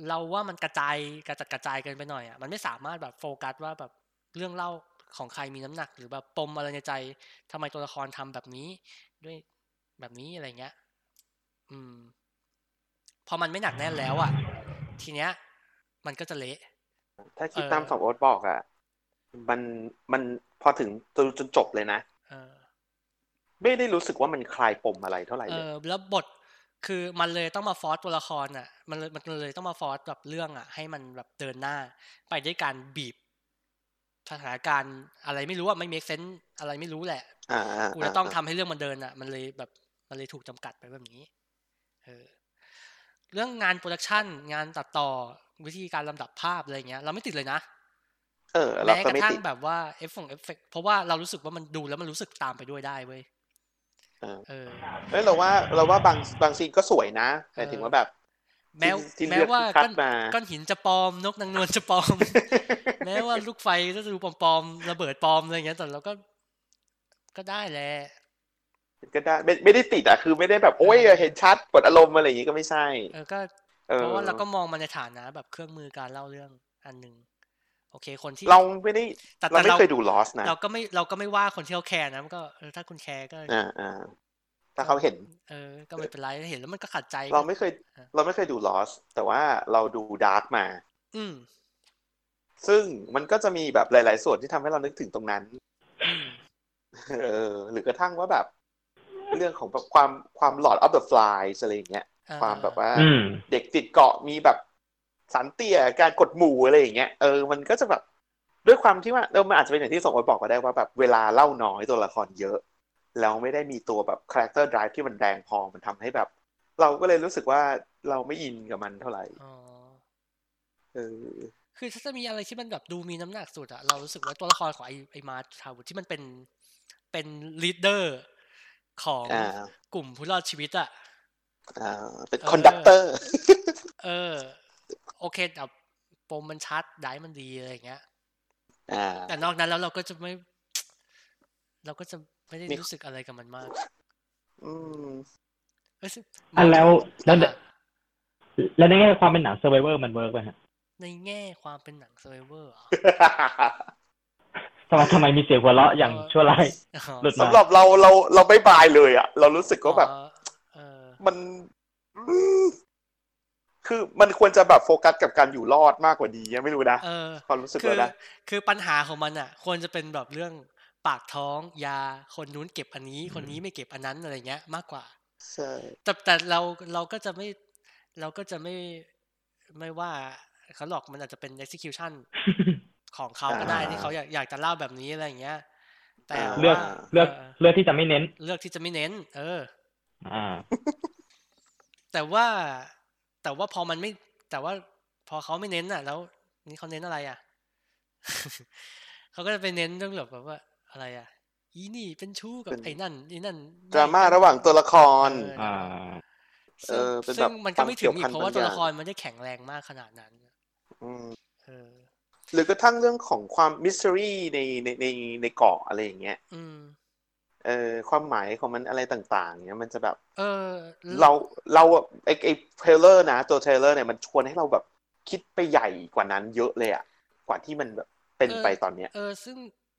เราว่ามันกระจายกระจัดกระจายเกันไปหน่อยอะมันไม่สามารถแบบโฟกัสว่าแบบเรื่องเล่าของใครมีน้ำหนัก หรือแบบปมอะไรในใจทำไมตัวละครทำแบบนี้ ด้วยแบบนี้อะไรเงี้ย อืม พอมันไม่หนักแน่นแล้วอะทีเนี้ย มันก็จะเละ
ถ้าคิด
เออ
ตามสองโอ๊ตบอกอ่ะ มันมันพอถึงจนจนจบเลยนะ
เออ
ไม่ได้รู้สึกว่ามันคลายปมอะไรเท่าไหร่
เอ
เลย
อแล้วบทคือมันเลยต้องมาฟอร์สตัวละครอ่ะ มันเลยมันเลยต้องมาฟอร์สแบบเรื่องอ่ะ ให้มันแบบเดินหน้า ไปด้วยการบีบสถานการณ์อะไรไม่รู้อ่ะไม่เมคเซนส์อะไรไม่รู้แหละ
อ่า
กูจะต้องทำให้เรื่องมันเดินอ่ะ มันเลยแบบมันเลยถูกจำกัดไปแบบนี้เออเรื่องงานโปรดักชันงานตัดต่อวิธีการลำดับภาพอะไรเงี้ย เราไม่ติดเลยนะ
เออเรา
แม้
ก็
กระ
ไม่
ทั่ง
ติด
แบบว่าเอฟเฟกเอฟเฟกเพราะว่าเรารู้สึกว่ามันดูแล้วมันรู้สึกตามไปด้วยได้เว้ย
เออ
เออ
เอ้ยเราว่าเราว่าบางบางซีนก็สวยนะแต่ถึงว่าแบบ
แม้
ที่ที่
แม้
เลือก
ว่า
คัด
ก้อน
มา
ก้อนหินจะปลอมนกนางนวลจะปลอม [LAUGHS] แม้ว่าลูกไฟจะดูปลอมๆระเบิดปลอมอะไรอย่างเงี้ยแต่เราก็ก็ได้แหละ
ก็ได้ไม่ไม่ได้ติดอ่ะคือไม่ได้แบบโอ้ยเห็นชัดกดอารมณ์อะไรอย่างงี้ก็ไม่ใช่
เออก็
เออ
เพราะว่าเราก็มองมันในฐานะแบบเครื่องมือการเล่าเรื่องอันหนึ่งโอเคคนที่
เราไม่ได้
แต่
เรา
แต่
ไม่
เรา
เคยดูลอสนะ
เราก็ไม่เราก็ไม่ว่าคนที่เขาแคร์นะมันก็เออถ้าคุณแคร์ก็
อ่าอ่าถ้าเขาเห็น
เออ ก็ไม่เป็นไรเห็นแล้วมันก็ขัดใจก็
เราไม่เคย เราไม่เคยดูลอสแต่ว่าเราดูดาร์กมา
อืม
ซึ่งมันก็จะมีแบบหลาย ๆ ส่วนที่ทำให้เรานึกถึงตรงนั้น [LAUGHS]
อืม
เออ หรือกระทั่งว่าแบบ เรื่องของแบบความความหลอดออฟเดอะฟลายอะไรอย่างเงี้ย
เออ
ความแบบว่า
อืม
เด็กติดเกาะมีแบบสันเตี้ยการกดหมู่อะไรอย่างเงี้ยเออมันก็จะแบบด้วยความที่ว่าเออมันอาจจะเป็นอย่างที่สมมติบอกก็ได้ว่าแบบเวลาเล่าน้อยตัวละครเยอะ แล้วไม่ได้มีตัวแบบคาแรคเตอร์ดライที่มันแรงพอมันทำให้แบบ เราก็เลยรู้สึกว่าเราไม่อินกับมันเท่าไหร่
อ๋อ
เออ
คือถ้าจะมีอะไรที่มันแบบดูมีน้ำหนักสุดอะเรารู้สึกว่าตัวละครของไอไอมาร์ทาวุธที่มันเป็นเป็นลีดเดอร์ของ
อ่า
กลุ่มผู้รอดชีวิตอะ
อ่าเป็น
เออ
คอนดักเตอร์
เออ โอเคแต่ปมมันชัดได้มันดีอะไรอย่างเงี้ย
อ่า
แต่นอกนั้นแล้วเราก็จะไม่ เราก็จะไม่ได้
มี
รู้สึกอะไรกับมันมาก
อืม
เอ้ยซึ่ง
อ่ะแล้วแล้ว
อ่ะ
แล้วในแง่ความเป็นหนังเซอร์ไ o เวอร์มันเวิร์กไหมฮะ
ในแง่ความเป็นหนังเซอร์ไวเวอร์เหรอ
ทำไมทำไมมีเสียงหัวเราะอย่างชั่วร้าย
อ๋อ
หลุด
สำหรับเราเราเราไม่บายเลยอะเรารู้สึกว่าแบบ
เออ
มันอืมคือมันควรจะแบบโฟกัสกับการอยู่รอดมากกว่านี้ไม่รู้นะ
เออ
ความรู้สึก
คื
เล
อย
นะ
คือปัญหาของมันอ่ะ ควรจะเป็นแบบเรื่อง ปากท้องยาคนนู้นเก็บอันนี้ คนนี้ไม่เก็บอันนั้นอะไรเงี้ย มากกว่า
ใช่
แต่แต่เราเราก็จะไม่เราก็จะไม่ไม่ว่าเขาหรอกมันอาจจะเป็น execution ของเขาก็ได้
อ่า
ที่เขาอยากอยากจะเล่าแบบนี้อะไรอย่างเงี้ย แต่
า
เลือก
ว่า
เลือก
อ
เลือกที่จะไม่เน้น
เลือกที่จะไม่เน้น เออ
อ่า
แต่ว่าแต่ว่าพอมันไม่ แต่ว่าพอเขาไม่เน้นอ่ะ แล้วนี่เขาเน้นอะไรอ่ [LAUGHS] ะ เขาก็จะไปเน้นเรื่องแบบว่าอะไรอ่ะ อีนี่เป็นชู้กับ
เป็น
ไอ้นั่นไอ้นั่น
ดราม่าระหว่างตัวละคร
เออ
อ่า
ซึ่ง
เออเป็น
ซึ่ง
แบบ
มันก็ไม่ถึ
ค
ง
วามเกี่ย
อี
ว
ก
พัน
เพราะว่า
บาง
ตัว
อย่าง
ละครมันได้แข็งแรงมากขนาดนั้น
ม
เออ
หรือกระทั่งเรื่องของความมิสซิรี่ในในในในเกาะอะไรอย่างเงี้ย
อืม
เออความหมายของมันอะไรต่างๆเนี้ยมันจะแบบ
เออ
เราเราอะไอไอเทรลเลอร์นะตัวเทรลเลอร์เนี่ยมันชวนให้เราแบบคิดไปใหญ่กว่านั้นเยอะเลยอะกว่าที่มันแบบเป็นไปตอนเนี้ย
เออ ซึ่ง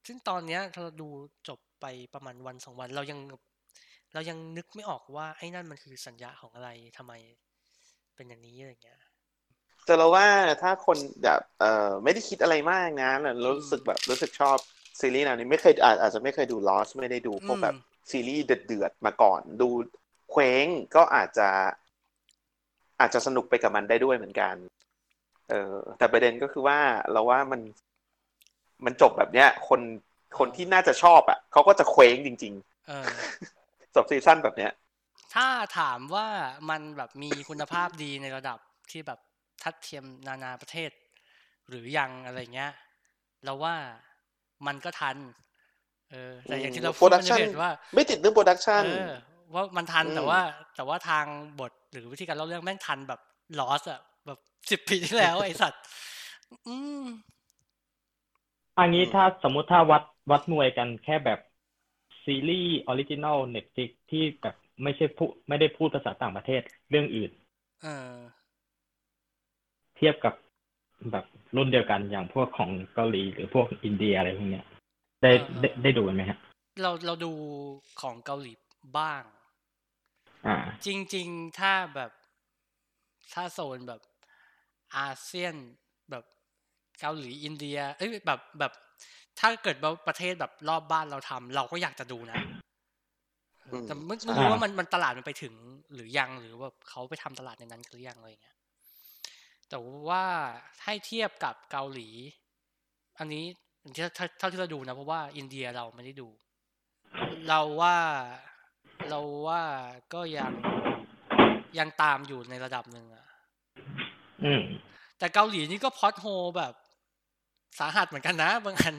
ซึ่งตอนเนี้ยเราดูจบไปประมาณวันสองวัน เรายัง เรายังนึกไม่ออกว่าไอ้นั่นมันคือสัญญาของอะไรทำไม เป็นอย่างนี้อะไรเงี้ย
แต่เราว่าถ้าคนแบบเออไม่ได้คิดอะไรมากนะแล้วรู้สึกแบบรู้สึกชอบซีรีส์แนวนี้ไม่เคยอาจอาจจะไม่เคยดู Lost ไม่ได้ดูพวกแบบ
อืม
ซีรีส์เดือดๆมาก่อน ดูเคว้งก็อาจจะ อาจจะสนุกไปกับมันได้ด้วยเหมือนกัน เออแต่ประเด็นก็คือว่าเราว่ามันมันจบแบบเนี้ย คนคนที่น่าจะชอบอ่ะเขาก็จะเคว้งจริง
เออ
ๆจบซีซั่นแบบเนี้ย
ถ้าถามว่ามันแบบมีคุณภาพดีในระดับที่แบบทัดเทียมนานาประเทศ หรือยังอะไรเงี้ย เราว่ามันก็ทัน เออ แต่อย่างที่เรา
อืม
พูดมันจะ
production
เห็นว่า
ไม่ติดเรื่องโปรดักชัน
เออว่ามันทัน
อืม
แต่ว่า แต่ว่าทางบทหรือวิธีการเล่าเรื่องแม่งทันแบบลอสอะแบบสิบ10 ปีที่แล้ว ไอสัตว์อืม
อันนี้
อืม
ถ้าสมมุติถ้าวัดวัดหน่วยกันแค่แบบซีรีส์ออริจินอลเน็ตฟิกที่แบบไม่ใช่พูไม่ได้พูดภาษาต่างประเทศเรื่องอื่น
เออ
เทียบกับแบบรุ่นเดียวกันอย่างพวกของเกาหลีหรือพวกอินเดียอะไรพวกเนี้ย ได้
อ่าๆ
ได้ได้ดูกันไหมฮะ
เราเราดูของเกาหลีบ้าง
อ่า
จริง ๆ ถ้าแบบถ้าโซนแบบอาเซียนแบบเกาหลีอินเดีย เอ้ยแบบแบบถ้าเกิดว่าประเทศแบบรอบบ้านเราทำเราก็อยากจะดูนะเออ
อืม
แต่ไม่
ใช่
ไม่รู้ว่ามันมันตลาดมันไปถึงหรือยังหรือว่าเขาไปทำตลาดในนั้นกันหรือยังอะไรอย่างเงี้ยแต่ว่าให้เทียบกับเกาหลี อันนี้ที่เท่าเท่าที่เราดูนะ เพราะว่าอินเดียเราไม่ได้ดู เราว่าเราว่าก็ยังยังตามอยู่ในระดับหนึ่งอะ
อืม
แต่เกาหลีนี่ก็พล็อดโฮลแบบสาหัสเหมือนกันนะ บางอัน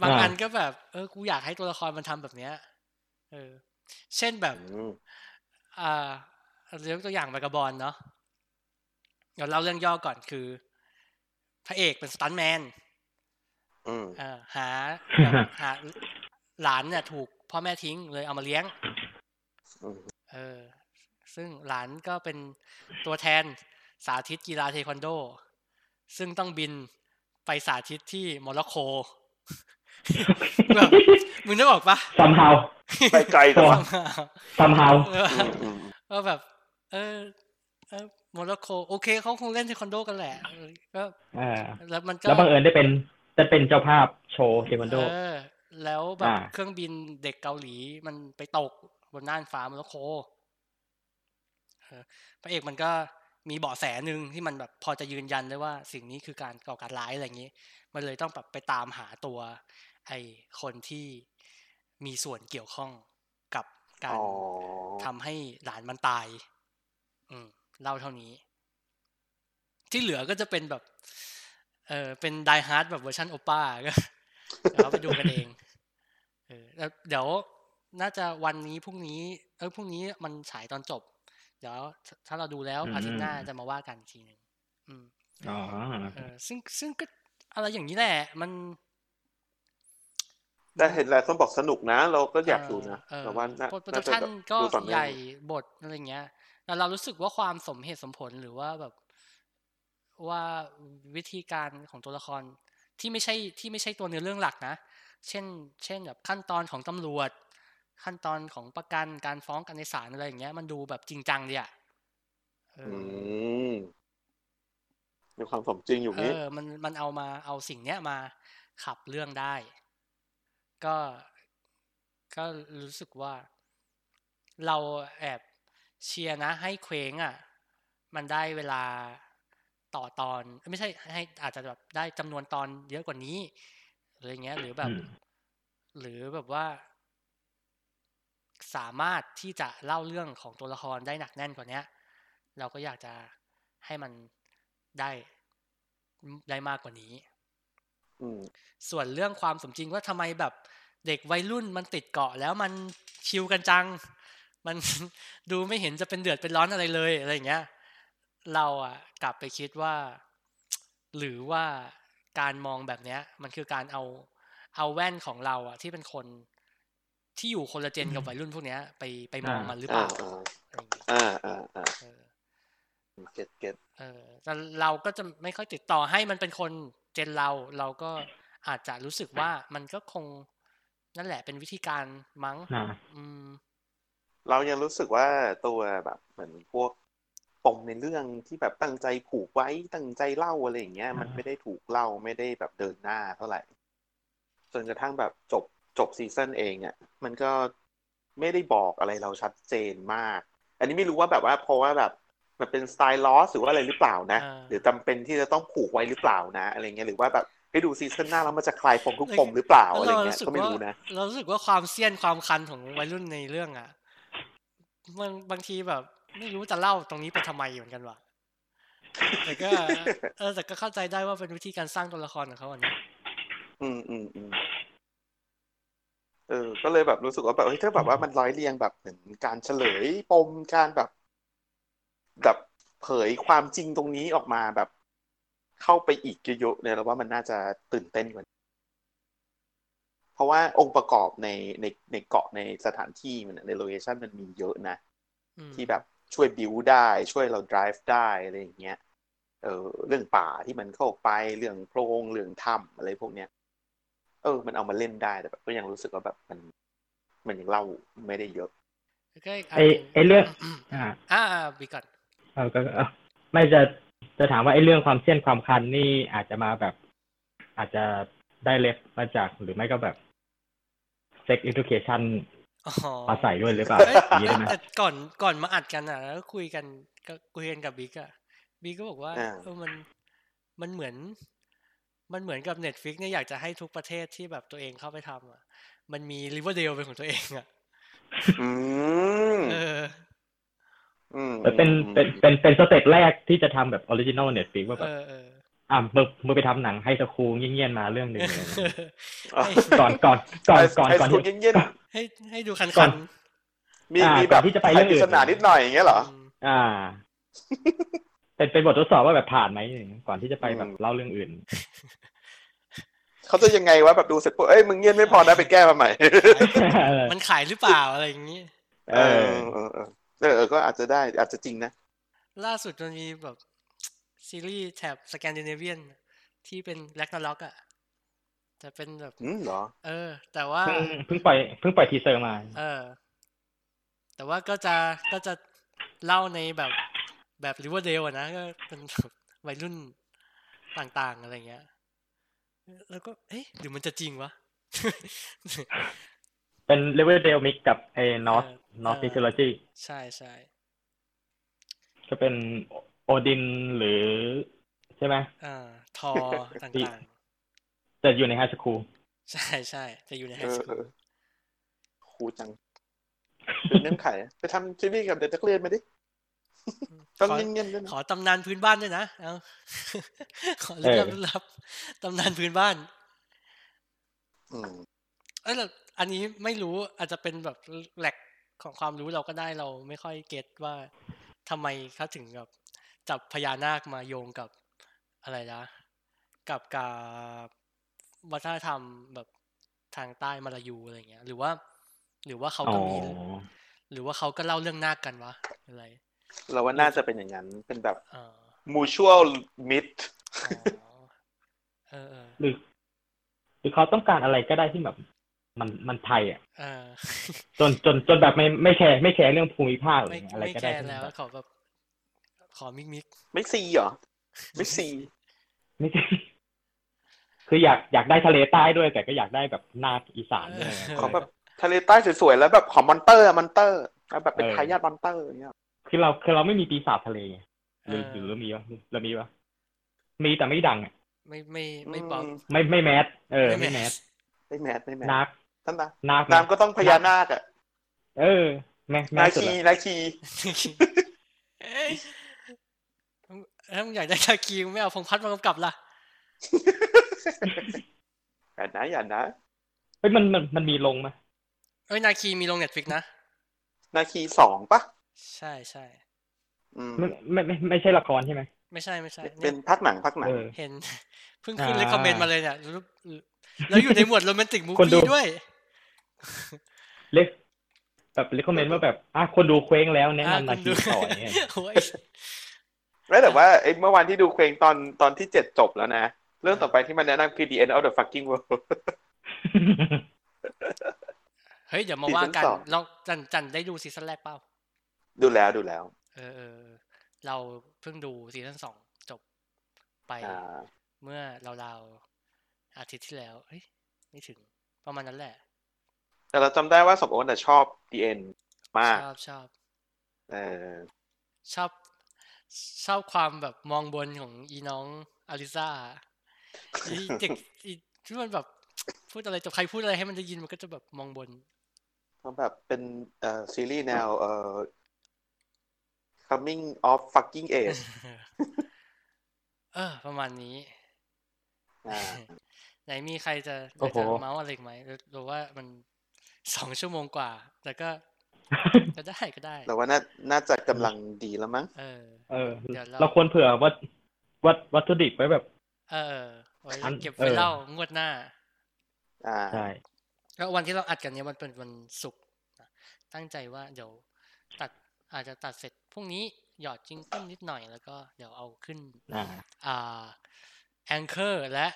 บาง
อ่า
อันก็แบบเออกูอยากให้ตัวละครมันทำแบบเนี้ยเออ เช่นแบบ
อืม
อ่าเรียกตัวอย่างไปกระบอลเนาะเดี๋ยวเล่าเรื่องย่อก่อนคือ พระเอกเป็นสตันท์แมน
อืม
เอ่อหาแบบ หาหลานเนี่ยถูกพ่อแม่ทิ้งเลยเอามาเลี้ยง
อืม
เออซึ่งหลานก็เป็นตัวแทนสาธิตกีฬาเทควันโด ซึ่งต้องบินไปสาธิตที่โมร็อกโก [LAUGHS] แบบมึงนึกออกปะ
somehow
ไปไกลแต่ว่า
somehow
[LAUGHS] เออ
อืมอืม
ว่าแบบ เออเออโมร็อกโกโอเคเขาคงเล่นเทควันโดกันแหละเออก็
อ่า
แล้วมันก็
แล้วบังเอิญได้เป็นได้เป็นเจ้าภาพโชว์เทควันโด
เออ แล้วแบบ
อ่า
เครื่องบินเด็กเกาหลีมันไปตกบนน่านฟ้าโมร็อกโกเออพระเอกมันก็มีเบาะแสหนึ่งที่มันแบบพอจะยืนยันได้ว่าสิ่งนี้คือการก่อการร้ายอะไรอย่างนี้ มันเลยต้องแบบไปตามหาตัว ไอคนที่มีส่วนเกี่ยวข้องกับการ
อ๋อ
ทำให้หลานมันตาย อืมเล่าเท่านี้ ที่เหลือก็จะเป็นแบบ เออเป็นไดฮาร์ดแบบเวอร์ชันโอป้า [LAUGHS] ก็ เดี๋ยวเราไปดูกันเอง เออแล้วเดี๋ยวน่าจะวันนี้พรุ่งนี้ เออพรุ่งนี้มันฉายตอนจบ เดี๋ยวถ้าถ้าเราดูแล้ว
อืม
อาทิตย์หน้าจะมาว่ากันอีกทีหนึ่งอืม
อ๋อ
เออ ซึ่งซึ่งก็อะไรอย่างนี้แหละ มัน
แต่เห็นหลายคนบอกสนุกนะ เราก็อยากดูนะ
เออ
เราว่าน่า
โปรโปรดั
น่าก จะ
ชั่น
แบบ
ก็
ดูต่อเนื่
ให
อง
ญ่บทอะไรเงี้ยแต่เรารู้สึกว่าความสมเหตุสมผลหรือว่าแบบว่าวิธีการของตัวละครที่ไม่ใช่ที่ไม่ใช่ตัวเนื้อเรื่องหลักนะ เช่น เช่นแบบขั้นตอนของตำรวจ ขั้นตอนของประกันการฟ้องกันในศาลอะไรอย่างเงี้ย มันดูแบบจริงจังดีอะเออ
อื
อ
มมีความสมจริงอยู่
เอ
นี้
อ มัน มันเอามา เอาสิ่งเนี้ยมาขับเรื่องได้ ก็ก็รู้สึกว่า เราแอบเชียร์นะ ให้เคว้งอ่ะ มันได้เวลาต่อตอนเอ้ยไม่ใช่ให้อาจจะแบบได้จำนวนตอนเยอะกว่านี้หรืออย่างเงี้ย หรือแบบ
อืม
หรือแบบว่า สามารถที่จะเล่าเรื่องของตัวละครได้หนักแน่นกว่าเนี้ย เราก็อยากจะให้มันได้ได้มากกว่านี้
อืม
ส่วนเรื่องความสมจริงว่าทำไมแบบเด็กวัยรุ่นมันติดเกาะแล้วมันชิวกันจัง [LAUGHS] มัน ดูไม่เห็นจะเป็นเดือดเป็นร้อนอะไรเลยอะไรอย่างเงี้ย เราอะกลับไปคิดว่า หรือว่าการมองแบบเนี้ย มันคือการเอาเอาแว่นของเราอะที่เป็นคนที่อยู่คนละเจนกับวัยรุ่นพวกเนี้ย ไปไปมอง
อ่ามั
มันหรือเปล่า
อ่า
อะ
อ่าอ่า
ไรอย่างเงี้ย
อ่า
เออ
เก็ตเก็ต
เออแต่เราก็จะไม่ค่อยติดต่อให้มันเป็นคนเจนเรา เราก็อาจจะรู้สึกว่ามันก็คงนั่นแหละเป็นวิธีการมั้ง
นะ
อืม
เรายังรู้สึกว่าตัวแบบเหมือนพวกปมในเรื่องที่แบบตั้งใจผูกไว้ตั้งใจเล่าอะไรอย่างเงี้ย มันไม่ได้ถูกเล่าไม่ได้แบบเดินหน้าเท่าไหร่ จนกระทั่งแบบจบจบซีซั่นเองเนี่ยมันก็ไม่ได้บอกอะไรเราชัดเจนมาก อันนี้ไม่รู้ว่าแบบว่าเพราะว่าแบบมันเป็นสไตล์ลอสหรือว่าอะไรหรือเปล่านะ
อ่า
หรือจำเป็นที่จะต้องผูกไว้หรือเปล่านะ อะไรเงี้ยหรือว่าแบบไปดูซีซั่นหน้าแล้วมันจะคลายปมทุกปมหรือเปล่าอะไร
แล้ว
เงี้ยก็ไม่
ว่า
รู้นะ
เรารู้สึกว่าความเสี้ยนความคันของวัยรุ่นในเรื่องอ่ะบางบางทีแบบ ไม่รู้จะเล่าตรงนี้ไปทำไมเหมือนกันวะแต่ก็ เออแต่ก็เข้าใจได้ว่าเป็นวิธีการสร้างตัวละครของเขาอันนี้
อืมอืมอืมเออ ก็เลยแบบรู้สึกว่าแบบเฮ้ยถ้าแบบว่ามันร้อยเรียงแบบเหมือนการเฉลยปมการแบบแบบเผยความจริงตรงนี้ออกมาแบบ เข้าไปอีกเยอะๆเนี่ยเราว่ามันน่าจะตื่นเต้นกว่านี้เพราะว่าองค์ประกอบในในในเกาะในสถานที่มันอะในโลเคชันมันมีเยอะนะ
อืม
ที่แบบช่วยบิวได้ช่วยเรา drive ได้อะไรอย่างเงี้ย เออเรื่องป่าที่มันเข้าไปเรื่องโพรงเรื่องถ้ำอะไรพวกเนี้ย เออ มันเอามาเล่นได้แต่แบบก็ยังรู้สึกว่าแบบมัน มันยังเล่าไม่ได้เยอะ
แล้วก็กน
ไอไอเรื่องอ่า
อ่าอ่าบีก่อน
เออก็เออไม่จะจะถามว่าไอ้เรื่องความเสี่ยนความคันนี่อาจจะมาแบบ อาจจะได้เล็บมาจากหรือไม่ก็แบบ sex education
อ๋อ
มาใส่ด้วยหรือเปล่า
เอ้ย
อย่างนี้ได้ไหม
แต่ก่อนก่อนมาอัดกันอ่ะแล้วคุยกันก็คุยกันกับบิ๊กอ่ะบิ๊กก็บอกว่า
อ่า
เออมันมันเหมือน มันเหมือนกับเน็ตฟิกเนี่ยอยากจะให้ทุกประเทศที่แบบตัวเองเข้าไปทำอ่ะ มันมีริเวอร์เดลเป็นของตัวเองอ่ะ
อืม
เออ
อืม
แต่เป็นเป็นเป็นเป็นสเต็ปแรกที่จะทำแบบออริจินอลเน็ตฟิกว่าแบ
เอบ อเออ
อ่ะมึงมึงไปทำหนังให้สคูลเงี้ยนๆมาเรื่องหนึ่งเลยนะ
ให้
ก่อนก่อนก่อนก่อน
ไอ้
ก่อน
สูต
ที่
รเย็น
ให้ให้ดูคัน
ก่
คั
อน น
ๆมี
อ่า
มีแบบ
ก่อนที่จะไปเรื่องอื่น
ปริศนานิดหน่อยอย่างเงี้ยเหรอ
อ่า เป็นเป็นบททดสอบว่าแบบผ่านไหมอย่างเงี้ยก่อนที่จะไปแบบ
อืม
เล่าเรื่องอื่น
เขาจะยังไงวะแบบดูเสร็จปุ๊บเอ้ยมึงเงียบไม่พอนะไปแก้มาใหม่
[LAUGHS]
มันขายหรือเปล่าอะไรอย่างนี้
เออ
เออเออเออเออก็อาจจะได้อาจจะจริงนะ
ล่าสุดมันมีแบบ ซีรีส์แถบสแกนดิเนเวียนที่เป็นแล็กนาล็อกอ่ะจะเป็นแบบ
อืมเหรอ
เออ แต่ว่า
เพิ่งเพิ่งปล่อยเพิ่งปล่อยทีเซอร์มา
เออ แต่ว่าก็จะก็จะเล่าในแบบแบบริเวอร์เดลนะ ก็เป็นแบบวัยรุ่นต่างๆ อะไรเงี้ย แล้วก็เอ๊ะหรือมันจะจริงวะ
เป็นเลเว r เดลมิกกับไอ้นอส
เออ
นอสฟิสิโลจี
ใช่ใช่
ก็เป็นโอดินหรือ ใช่ไหม
อ่าทอต่
ดี
าง
แต่อยู่ในไฮสคูล
ๆ [LAUGHS] ใช่ใช่จะอยู่ในไฮ
เอ
ส
อ
คู
เอ
ล
อครูจัง เป็นเงื่อนไขอะไปทำซีรีส์กับเด็กนักเรียนมาดิ
ข
ต้อง
อ
เงียบๆด้วยนะ
ขอตำนานพื้นบ้านด้วยนะเอา [LAUGHS] ขอลึกลับลึกลับตำนานพื้นบ้าน
อืม
เอ้ยแต่อันนี้ไม่รู้อาจจะเป็นแบบแหลกของความรู้เราก็ได้เราไม่ค่อยเก็ตว่าทำไมเขาถึงแบบจับพญานาคมาโยงกับอะไรนะ กับกับวัฒนธรรมแบบทางใต้มาลายูอะไรเงี้ย หรือว่า หรือว่าเขา
อ๋อ
ก็มี หรือว่าเขาก็เล่าเรื่องนาคกันวะอะไร
เราว่าน่าจะเป็นอย่างนั้น เป็นแบบ
เออ
mutual myth
อ๋อเออเออ
หรือหรือเขาต้องการอะไรก็ได้ที่แบบ มันมันไทยอ่ะ
เออ
จนจนจนแบบไม่ไม่แคร์ไม่แคร์เรื่องภูมิภาคหรือ
ไม่
อะไร
ไม่
ก็
แค
ได้
ร์
ที่มั
แล้ว
นแบบ
ขอแบบขอมิกมิก
ไม่ซีเหรอ ไม่ซี
ไม่ใช่ คืออยากอยากได้ทะเลใต้ด้วย แต่ก็อยากได้แบบนาคอีสานด้วย
เออ
ของแบบทะเลใต้สวยๆแล้วแบบของมอนเตอร์อะมอนเตอร์แล้วแบบเป็นทายาทมอนเตอร์อย่างเงี้ย
คือเราคือเราไม่มีปีศาจทะเลไงหรือ
เออ
หรือเรามีวะเรามีปะมีแต่ไม่ดังอะ
ไม่ไม่ไม่ป๊อป
อื
ไม่ไม่แมสเออไม่แมส
ไม่แมทไม่แมท
นาค
นั่นนะ
นาค
น้ำก็ต้องพญานาคอะ
เออแมสแม
นา
สสุด
คี
ละ
นาคี
เอ้ยถ้ามึงอยากได้ชาคีมึงไม่เอาพงษ์พัฒน์มากำกับล่ะ
อย่านะอย่านะ
เฮ้ยมันมันมันมีลงมะ
เอ้ยนาคีมีลงเน็ตฟิกนะ
นาคีสองปะ
ใช่ใช่
อืม
ไม่ไม่ไม่ไม่ใช่ละครใช่ไหม
ไม่ใช่ไม่ใช่เนี่ย
เป็นพักหนังพักหนัง
เออ
เห็น เพิ่งขึ้น
อ่า
เลคคอมเมนต์มาเลยเนี่ยรูปแล้วอยู่ในหมวดโรแมนติกมูฟ
คนดู
วี่ด้วย
เลกแบบเลคคอมเมนต์ว่าแบบอ่ะคนดูเคว้งแล้ว
อ่าน
แนะำนา
คุณ
ที
ดู [LAUGHS]
ต่อเนี่ย
โอ้ย
แล้วแต่ว่าไอ้เมื่อวานที่ดูเคว้งตอนตอนที่เจ็ดจบแล้วนะ เรื่องต่อไปที่มันแนะนำคือ The End of the Fucking World [LAUGHS]
เฮ้ย เดี๋ยวมาว่ากัน
ซีซั่นสอง
เราจันจันได้ดูซีซั่นแรกเปล่า
ดูแล้วดูแล้ว
เออเออเราเพิ่งดูซีซั่นสองจบไป
อ่า
เมื่อราวๆอาทิตย์ที่แล้วเฮ้ยไม่ถึงประมาณนั้นแหละ
แต่เราจำได้ว่าสมโอนแต่ชอบ The End มาก
ชอบชอบ
เออ
ชอบ ชอบความแบบมองบนของอีน้องอลิซาอีเด็กอีที่มันแบบพูดอะไรจบใครพูดอะไรให้มันได้ยินมันก็จะแบบมองบน
ก็แบบเป็นเอ่อซีรีส์แนวเอ่อ Coming of Fucking Age
[LAUGHS] เออ ประมาณนี้
[LAUGHS]
อ่า
ไหนมีใครจะอ
โอ้
ยาก
โห
จะเมาส์อะไรอีกไหมหรือหรือว่ามันสองชั่วโมงกว่า แต่ก็
[LAUGHS]
ก็ได้ก็ได้
แต่ว่าน่าน่าจะกำลังดีแล้วมั้ง
เออ
เออ
เดี๋ยวเรา
เราควรเผื่อวัตวัตวัตถุดิบไว้แบบ
เออไว้
อัน
เก็บ
เอ
ไว้
อ
เล่างวดหน้า
อ่า
ใช่
แล้ววันที่เราอัดกันเนี่ยมันเป็นวันศุกร์นะตั้งใจว่าเดี๋ยวตัดอาจจะตัดเสร็จพรุ่งนี้หยอดจิงเกิลนิดหน่อยแล้วก็เดี๋ยวเอาขึ้น
อ่า
อ่าแองเกอร์และ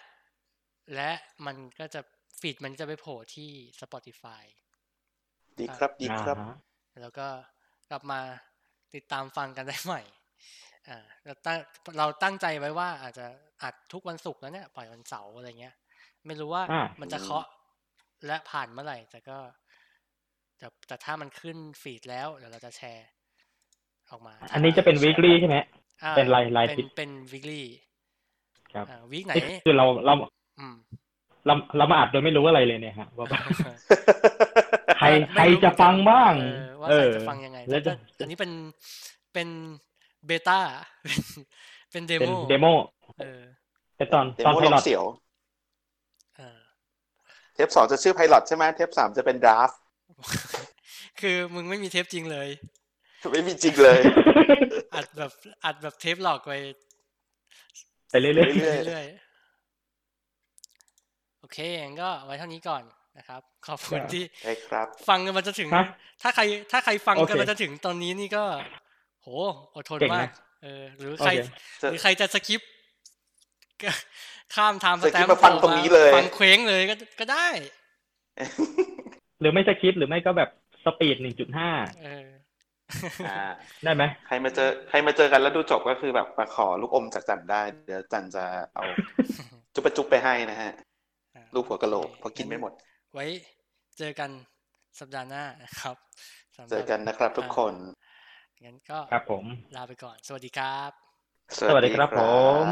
และมันก็จะฟีดมันจะไปโผล่ที่ Spotify
ดีครับดีครับ
อ่าฮะ
แล้วก็กลับมาติดตามฟังกันได้ใหม่ [LAUGHS] อ่าเราตั้งเราตั้งใจไว้ว่าอาจจะอัดทุกวันศุกร์แล้วเนี่ยปล่อยวันเสาร์อะไรเงี้ย ไม่รู้ว่า
อ่ามั
มันจะเคาะและผ่านเมื่อไหร่ แต่ก็แต่แต่ถ้ามันขึ้นฟีดแล้วเดี๋ยวเราจะแชร์ออกมา
อันนี้จะเป็น weekly ใช่ไหม
อ่
เป็นรายราย
เป็น
ปี
เป็น weekly
ครับ
วีคไหน
นี่คือเราเรา
อืม
เราเรามาอัดโดยไม่รู้อะไรเลยเนี่ยฮะว่าแบบ ใคร
ไม่
ใคร
รู้เหมือนกัน
จะฟังบ้าง
เออว่า
เอ
ใครจะ
อ
ฟังยังไง
แล้ว
แต่
จะ
ก็อันนี้เป็นเป็นเบต้า [LAUGHS] เป็นเด
เป็น
โม
เดโม
เออ
แต่ตอน
[LAUGHS] เดี๋ยว
ตอน
โมล
ไพล
อ
อง ต
เสียว
เออ [LAUGHS]
เทปสองจะชื่อไพลอตใช่ไหมเทปสามจะเป็นดราฟ
คือมึงไม่มีเทปจริงเลย
[LAUGHS] ไม่มีจริงเลย
[LAUGHS]
อัดแบบอัดแบบเทปหลอกไป
[LAUGHS] ไปเรื่อย
เรื่อยๆ
เรื่อยๆโอเคงั้นก็ไว้เท่านี้ก่อนนะครับ ขอบคุณที่
ใช่ครับ
ฟังกันมาจนถึง
ๆฮะ
ถ้าใครถ้าใครฟัง
โอเค
กันมาจนถึงตอนนี้นี่ก็ โหอดทน
เก่งนะ
มากเออ หรือใคร
โอเ
ห
ค
รือใครจะสกิป [LAUGHS] ก็ข้ามไทม์สแต
ส
ม
กิปมาฟังตรงนี้เลย
ฟังเคว้งเลยก็ก็ได้
หรือไม่จะคิดหรือไม่ก็แบบสปีดหนึ่งจุดห้า
เออ
[LAUGHS] อ่า
ได้ไหม
ใครมาเจอใครมาเจอกันแล้วดูจบก็คือแบบมาขอลูกอมจากจันได้ เดี๋ยวจันจะเอา จุ๊บะจุ๊บไปให้นะฮะ [LAUGHS] ลูกหัวกะโหลกเพราะกินไม่หมด
ไว้เจอกันสัปดาห์หน้านะครับสำหรับ
เจอกันนะครับทุกคน
งั้นก็
ครับผม
ลาไปก่อน สวัสดีครับ
สวัสดีครับผม